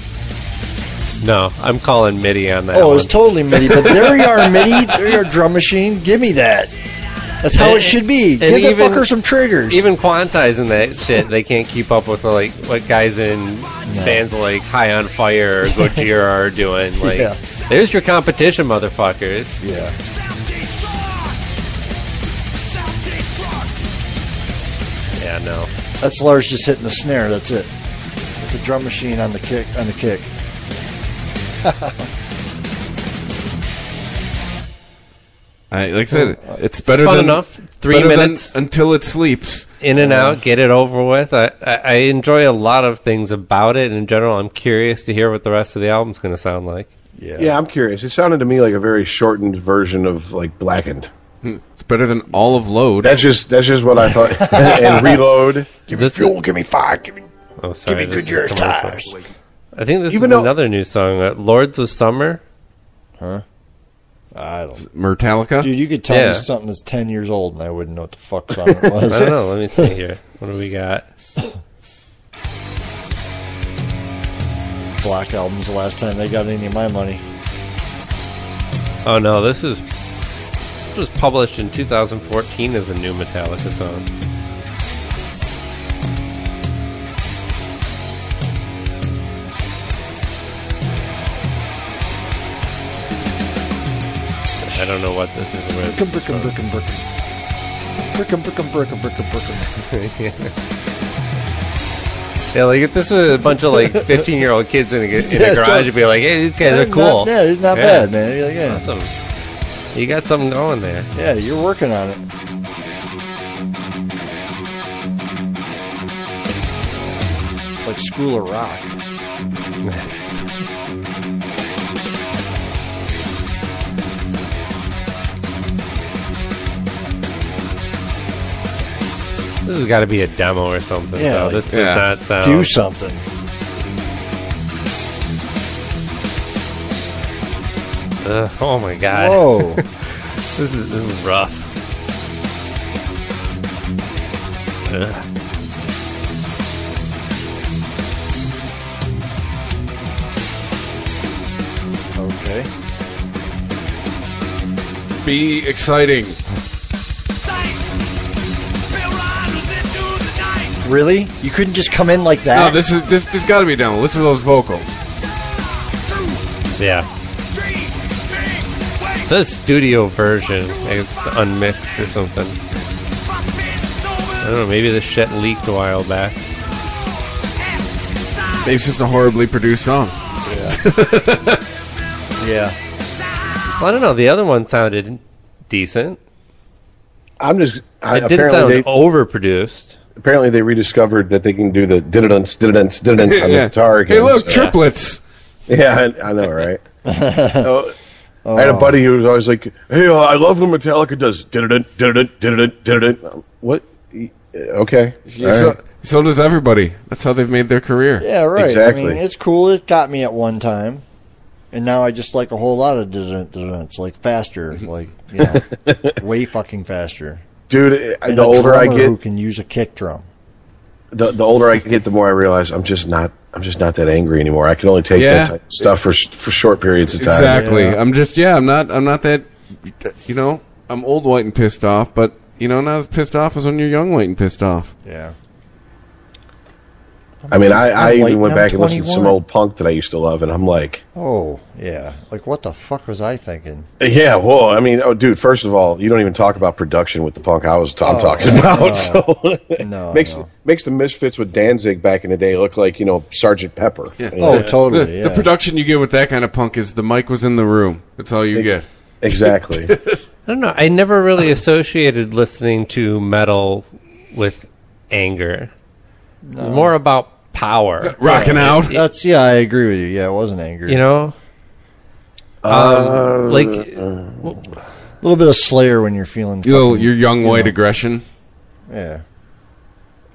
[SPEAKER 3] No, I'm calling MIDI on that.
[SPEAKER 2] Oh,
[SPEAKER 3] one.
[SPEAKER 2] it's totally MIDI, but there you are, MIDI. There you are, drum machine. Give me that. That's how it should be.
[SPEAKER 3] And
[SPEAKER 2] Give the
[SPEAKER 3] even-
[SPEAKER 2] fucker some triggers.
[SPEAKER 3] Even quantizing that shit, they can't keep up with like what guys in bands like High on Fire or Gojira are doing. Like,
[SPEAKER 2] Yeah.
[SPEAKER 3] there's your competition, motherfuckers.
[SPEAKER 2] yeah.
[SPEAKER 3] Yeah, no.
[SPEAKER 2] That's Lars just hitting the snare. That's it. It's a drum machine on the kick. On the kick.
[SPEAKER 4] I, like I said,
[SPEAKER 2] Oh.
[SPEAKER 4] it's better
[SPEAKER 3] fun
[SPEAKER 4] than
[SPEAKER 3] enough. Three
[SPEAKER 4] better than
[SPEAKER 3] minutes.
[SPEAKER 4] until it sleeps.
[SPEAKER 3] In and out, get it over with. I, I, I enjoy a lot of things about it in general. I'm curious to hear what the rest of the album's going to sound like.
[SPEAKER 6] Yeah, I'm curious. It sounded to me like a very shortened version of like Blackened.
[SPEAKER 4] It's better than all of load.
[SPEAKER 6] That's just that's just what I thought. and Reload.
[SPEAKER 2] Give me
[SPEAKER 3] This-
[SPEAKER 2] fuel. Give me fire. Give me.
[SPEAKER 3] Oh, sorry.
[SPEAKER 2] give me
[SPEAKER 3] this
[SPEAKER 2] good
[SPEAKER 3] is a
[SPEAKER 2] years
[SPEAKER 3] commercial.
[SPEAKER 2] tires.
[SPEAKER 3] I think this
[SPEAKER 6] Even
[SPEAKER 3] is
[SPEAKER 6] though-
[SPEAKER 3] another new song, uh, Lords of Summer.
[SPEAKER 2] I don't.
[SPEAKER 4] Metallica.
[SPEAKER 2] Dude, you could tell
[SPEAKER 3] Yeah.
[SPEAKER 2] me something that's ten years old, and I wouldn't know what the fuck song it
[SPEAKER 3] (laughs)
[SPEAKER 2] was.
[SPEAKER 3] I don't know. Let me see here. What do we got?
[SPEAKER 2] Black album's the last time they got any of my money.
[SPEAKER 3] Oh no, this is this was published in 2014 as a new Metallica song. I don't know what this is with.
[SPEAKER 2] Brickum, brickum, brickum, brickum. Brickum, brickum, brickum, brickum, brickum.
[SPEAKER 3] Yeah, like if this was a bunch of like 15 year old kids in a, in
[SPEAKER 2] Yeah,
[SPEAKER 3] a garage, you'd be like, "Hey, these guys are
[SPEAKER 2] Not-
[SPEAKER 3] cool."
[SPEAKER 2] yeah, it's not
[SPEAKER 3] Yeah.
[SPEAKER 2] bad, man. You're like, yeah.
[SPEAKER 3] Awesome. You got something going there.
[SPEAKER 2] Yeah, you're working on it. It's like School of Rock.
[SPEAKER 3] This has got to be a demo or something.
[SPEAKER 2] Yeah,
[SPEAKER 3] so
[SPEAKER 2] like-
[SPEAKER 3] this does
[SPEAKER 4] Yeah.
[SPEAKER 3] not
[SPEAKER 6] Oh.
[SPEAKER 3] sound.
[SPEAKER 2] Do something.
[SPEAKER 3] Ugh, oh my god.
[SPEAKER 6] (laughs)
[SPEAKER 2] Whoa.
[SPEAKER 3] This is this is rough. Ugh.
[SPEAKER 2] okay.
[SPEAKER 4] Be exciting.
[SPEAKER 2] Really? You couldn't just come in like that?
[SPEAKER 4] No, this is this. This got to be done. Listen to those vocals.
[SPEAKER 3] Yeah. It says studio version. Like it's unmixed or something. I don't know. Maybe this shit leaked a while back.
[SPEAKER 4] It's just a horribly produced song.
[SPEAKER 2] yeah.
[SPEAKER 3] Well, I don't know. The other one sounded decent.
[SPEAKER 6] I'm just. I,
[SPEAKER 3] It didn't
[SPEAKER 6] apparently
[SPEAKER 3] sound
[SPEAKER 6] they-
[SPEAKER 3] overproduced.
[SPEAKER 6] Apparently, they rediscovered that they can do the didadunce, didadunce, didadunce on the
[SPEAKER 4] Yeah.
[SPEAKER 6] guitar again.
[SPEAKER 4] Hey, look,
[SPEAKER 6] so-
[SPEAKER 4] triplets.
[SPEAKER 6] Yeah, I, I know, right? Oh, I had a buddy who was always like, "Hey, uh, I love when Metallica does didadun, didadun, didadun, didadun." Um, What? Y- uh, Okay,
[SPEAKER 4] Yeah, so, so does everybody. That's how they've made their career.
[SPEAKER 2] Yeah, right.
[SPEAKER 6] Exactly.
[SPEAKER 2] I mean, it's cool. It got me at one time. And now I just like a whole lot of dun- dun- dun- it's like
[SPEAKER 6] (laughs)
[SPEAKER 2] faster, like you know, way fucking faster.
[SPEAKER 6] dude. I-
[SPEAKER 2] And
[SPEAKER 6] The
[SPEAKER 2] a
[SPEAKER 6] older I
[SPEAKER 2] drummer who
[SPEAKER 6] get,
[SPEAKER 2] can use a kick drum.
[SPEAKER 6] the, the older I get, the more I realize I'm just not. I'm just not that angry anymore. I can only take
[SPEAKER 4] Yeah.
[SPEAKER 6] that type of stuff for sh- for short periods of time.
[SPEAKER 4] Exactly. I'm just yeah. I'm not. I'm not that. You know, I'm old, white, and pissed off. But you know, not as pissed off as when you're young, white, and pissed off.
[SPEAKER 2] Yeah.
[SPEAKER 6] I mean, I, I
[SPEAKER 2] I'm
[SPEAKER 6] even
[SPEAKER 2] waiting,
[SPEAKER 6] went
[SPEAKER 2] I'm
[SPEAKER 6] back and listened to some
[SPEAKER 2] 21.
[SPEAKER 6] old punk that I used to love, and I'm like,
[SPEAKER 2] Oh yeah, like what the fuck was I
[SPEAKER 6] (laughs)
[SPEAKER 2] thinking?
[SPEAKER 6] yeah, whoa. I mean, oh, dude. First of all, you don't even talk about production with the punk I was i I'm
[SPEAKER 2] Oh,
[SPEAKER 6] talking (laughs) about.
[SPEAKER 2] no.
[SPEAKER 6] so
[SPEAKER 2] No,
[SPEAKER 6] makes
[SPEAKER 2] no.
[SPEAKER 6] makes the misfits with Danzig back in the day look like you know Sergeant Pepper.
[SPEAKER 4] Yeah.
[SPEAKER 6] You know?
[SPEAKER 2] Oh,
[SPEAKER 4] The,
[SPEAKER 2] totally.
[SPEAKER 4] the
[SPEAKER 2] yeah.
[SPEAKER 4] production you get with that kind of punk is the mic was in the room. That's all you get.
[SPEAKER 2] Oh.
[SPEAKER 6] Exactly. (laughs)
[SPEAKER 3] I don't know. I never really associated listening to metal with anger. It's more about power.
[SPEAKER 4] Rocking out.
[SPEAKER 2] That's yeah, I agree with you. Yeah, it wasn't angry.
[SPEAKER 3] You know, Um,
[SPEAKER 6] Uh,
[SPEAKER 3] like
[SPEAKER 2] a little bit of Slayer when you're feeling.
[SPEAKER 4] You know,
[SPEAKER 2] fucking-
[SPEAKER 4] your young
[SPEAKER 2] you
[SPEAKER 4] white
[SPEAKER 2] know,
[SPEAKER 4] aggression.
[SPEAKER 2] Yeah.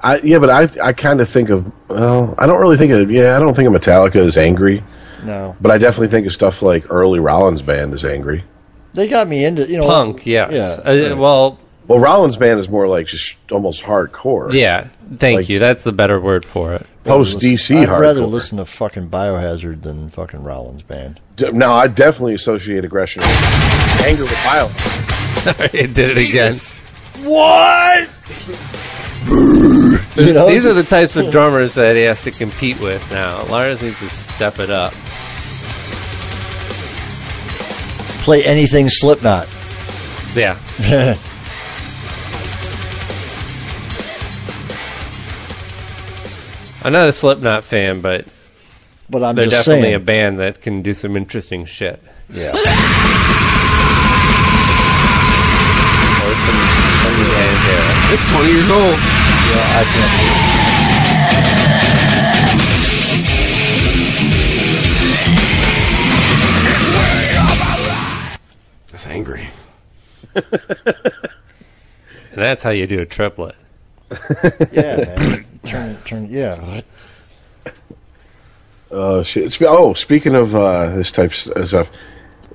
[SPEAKER 6] I, yeah, but I I kind of think of well, I don't really think of yeah, I don't think of Metallica as angry,
[SPEAKER 2] No,
[SPEAKER 6] but I definitely think of stuff like early Rollins Band as angry.
[SPEAKER 2] they got me into you know
[SPEAKER 3] punk. Yes.
[SPEAKER 2] Yeah.
[SPEAKER 3] Uh, Well,
[SPEAKER 6] Well, Rollins Band is more like just almost hardcore.
[SPEAKER 3] yeah. Thank
[SPEAKER 6] Like-
[SPEAKER 3] you. That's the better word for it. (laughs)
[SPEAKER 6] post DC
[SPEAKER 2] I'd
[SPEAKER 6] hardcore.
[SPEAKER 2] rather listen to fucking Biohazard than fucking Rollins band.
[SPEAKER 6] D- No, I definitely associate aggression, with anger with violence.
[SPEAKER 3] Sorry, it did it again.
[SPEAKER 4] What?
[SPEAKER 2] You know,
[SPEAKER 3] These are the types of drummers that he has to compete with now. Lars needs to step it up.
[SPEAKER 2] play anything Slipknot. (laughs)
[SPEAKER 3] Yeah. I'm not a Slipknot fan, but
[SPEAKER 2] But I'm
[SPEAKER 3] they're
[SPEAKER 2] just
[SPEAKER 3] definitely
[SPEAKER 2] saying.
[SPEAKER 3] a band that can do some interesting shit.
[SPEAKER 2] yeah.
[SPEAKER 3] Or some, some new band there.
[SPEAKER 4] It's 20 years old. That's angry.
[SPEAKER 3] And that's how you do a triplet.
[SPEAKER 2] Yeah, man. Turn, turn, yeah. Uh,
[SPEAKER 6] Oh shit! Spe- Oh, speaking of uh, this type s- of stuff,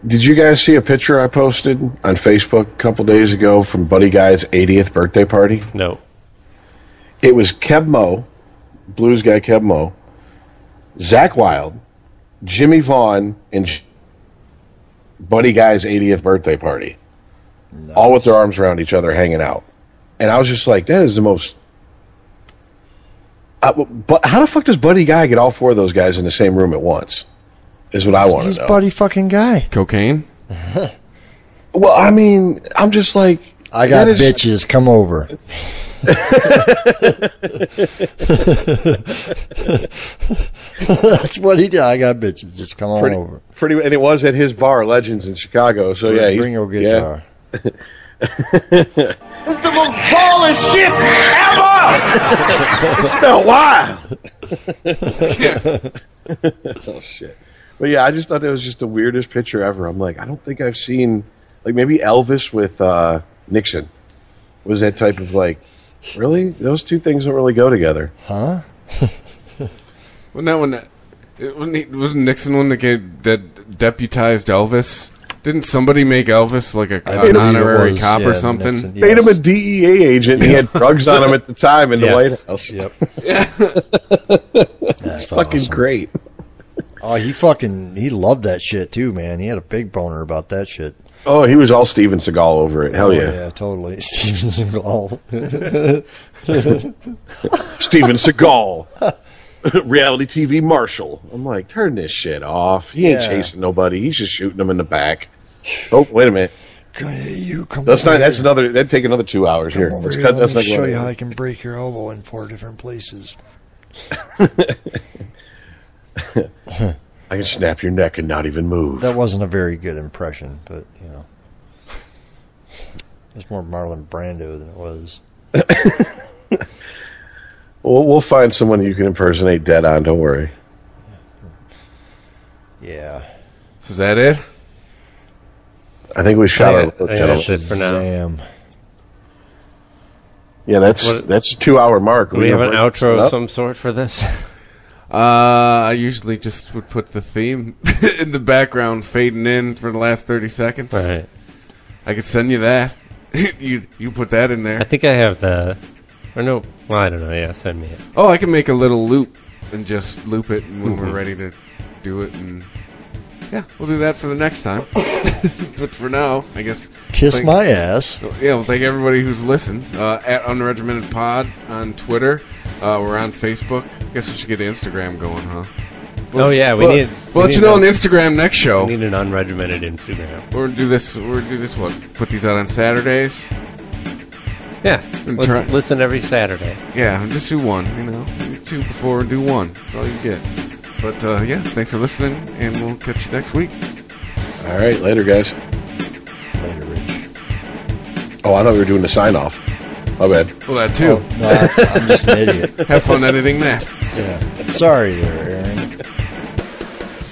[SPEAKER 6] did you guys see a picture I posted on Facebook a couple days ago from Buddy Guy's 80th birthday party?
[SPEAKER 3] No.
[SPEAKER 6] It was Keb Mo, blues guy Keb Mo, Zach Wild, Jimmy Vaughn, and J- Buddy Guy's 80th birthday party. All with their arms around each other, hanging out. And I was just like, that is the most. Uh, but how the fuck does Buddy Guy get all four of those guys in the same room at once? Is what I want
[SPEAKER 2] He's
[SPEAKER 6] to know.
[SPEAKER 2] buddy fucking guy.
[SPEAKER 4] Cocaine?
[SPEAKER 6] well, I mean, I'm just like.
[SPEAKER 2] I got
[SPEAKER 6] that is-
[SPEAKER 2] bitches. Come
[SPEAKER 6] (laughs)
[SPEAKER 2] over. (laughs) That's what he did. I got bitches. Just come on
[SPEAKER 6] Pretty,
[SPEAKER 2] over.
[SPEAKER 6] pretty, and it was at his bar, Legends in Chicago. So Oh, yeah, he-
[SPEAKER 2] Bring your
[SPEAKER 6] yeah.
[SPEAKER 2] guitar.
[SPEAKER 8] the most baller shit ever!
[SPEAKER 6] smell wild. oh shit. But yeah, I just thought that was just the weirdest picture ever. I'm like, I don't think I've seen like maybe Elvis with uh, Nixon was that type of like really those two things don't really go together.
[SPEAKER 2] Huh?
[SPEAKER 4] Well, not when. It, wasn't, he, wasn't Nixon one that, gave, that deputized Elvis? Didn't somebody make Elvis like a, an
[SPEAKER 2] believe it
[SPEAKER 4] honorary
[SPEAKER 2] was,
[SPEAKER 4] cop
[SPEAKER 2] yeah,
[SPEAKER 4] or something?
[SPEAKER 2] Nixon,
[SPEAKER 6] Made him a
[SPEAKER 2] yes.
[SPEAKER 6] DEA agent. He had drugs on him at the time in the
[SPEAKER 3] Yes.
[SPEAKER 6] White House. (laughs)
[SPEAKER 2] Yep. That's
[SPEAKER 6] Fucking
[SPEAKER 2] awesome.
[SPEAKER 6] great.
[SPEAKER 2] Oh, he fucking he loved that shit too, man. He had a big boner about that shit.
[SPEAKER 6] Oh, he was all Steven Seagal over it. Hell
[SPEAKER 2] Oh,
[SPEAKER 6] yeah.
[SPEAKER 2] yeah, totally. (laughs) Steven Seagal.
[SPEAKER 6] Steven Seagal, (laughs) reality TV marshal. I'm like, turn this shit off. He ain't
[SPEAKER 2] Yeah.
[SPEAKER 6] chasing nobody. He's just shooting them in the back. Oh, wait a minute.
[SPEAKER 2] you come
[SPEAKER 6] That's
[SPEAKER 2] over
[SPEAKER 6] not. That's
[SPEAKER 2] here.
[SPEAKER 6] another. That'd take another two hours here.
[SPEAKER 2] Over
[SPEAKER 6] Let's
[SPEAKER 2] here,
[SPEAKER 6] cut.
[SPEAKER 2] let
[SPEAKER 6] That's
[SPEAKER 2] me
[SPEAKER 6] not
[SPEAKER 2] show
[SPEAKER 6] going.
[SPEAKER 2] you how I can break your elbow in four different places.
[SPEAKER 6] I can snap your neck and not even move.
[SPEAKER 2] That wasn't a very good impression, but you know, it's more Marlon Brando than it was.
[SPEAKER 6] We'll, we'll find someone you can impersonate dead on. Don't worry.
[SPEAKER 2] Yeah.
[SPEAKER 4] Is that it?
[SPEAKER 6] I think we shot
[SPEAKER 3] I
[SPEAKER 6] our
[SPEAKER 3] think- I think that's it for now.
[SPEAKER 2] Damn.
[SPEAKER 6] Yeah, that's
[SPEAKER 3] What-
[SPEAKER 6] that's a two hour mark.
[SPEAKER 3] Do we have an
[SPEAKER 6] gonna break this
[SPEAKER 3] outro
[SPEAKER 6] one
[SPEAKER 3] of
[SPEAKER 6] up?
[SPEAKER 3] some sort for this? (laughs)
[SPEAKER 4] Uh, I usually just would put the theme (laughs) in the background, fading in for the last thirty seconds.
[SPEAKER 3] All right.
[SPEAKER 4] I could send you that. (laughs) you you put that in
[SPEAKER 3] I
[SPEAKER 4] there.
[SPEAKER 3] think I have the. Or no. Well, I don't know. Yeah, send me it.
[SPEAKER 4] Oh, I can make a little loop and just loop it when
[SPEAKER 3] Mhm.
[SPEAKER 4] we're ready to do it. And yeah, we'll do that for the next time. (laughs) but for now, I guess
[SPEAKER 2] Kiss
[SPEAKER 4] thank-
[SPEAKER 2] my ass.
[SPEAKER 4] Yeah, well, thank everybody who's listened uh, at Unregimented Pod on Twitter. Uh, we're on Facebook. I guess we should get Instagram going, huh?
[SPEAKER 3] Oh, yeah, we
[SPEAKER 4] we'll,
[SPEAKER 3] need-
[SPEAKER 4] We'll
[SPEAKER 3] we
[SPEAKER 4] let
[SPEAKER 3] need
[SPEAKER 4] you know
[SPEAKER 3] a-
[SPEAKER 4] on Instagram next show.
[SPEAKER 3] We need an unregimented Instagram.
[SPEAKER 4] We're gonna do this. We're gonna do this. What? Put these out on Saturdays.
[SPEAKER 3] Yeah.
[SPEAKER 4] And
[SPEAKER 3] Listen,
[SPEAKER 4] try-
[SPEAKER 3] listen every Saturday.
[SPEAKER 4] Yeah, just do one. You know, do two before and do one. That's all you get. But uh, yeah, thanks for listening, and we'll catch you next week.
[SPEAKER 6] All right, later, guys.
[SPEAKER 2] Later, Rich.
[SPEAKER 6] Oh, I know we were doing the sign off. My bad.
[SPEAKER 4] Well, that too.
[SPEAKER 3] Oh.
[SPEAKER 2] No, I, I'm just an
[SPEAKER 6] (laughs)
[SPEAKER 2] idiot.
[SPEAKER 4] Have fun editing that.
[SPEAKER 2] Yeah. Sorry there, Aaron.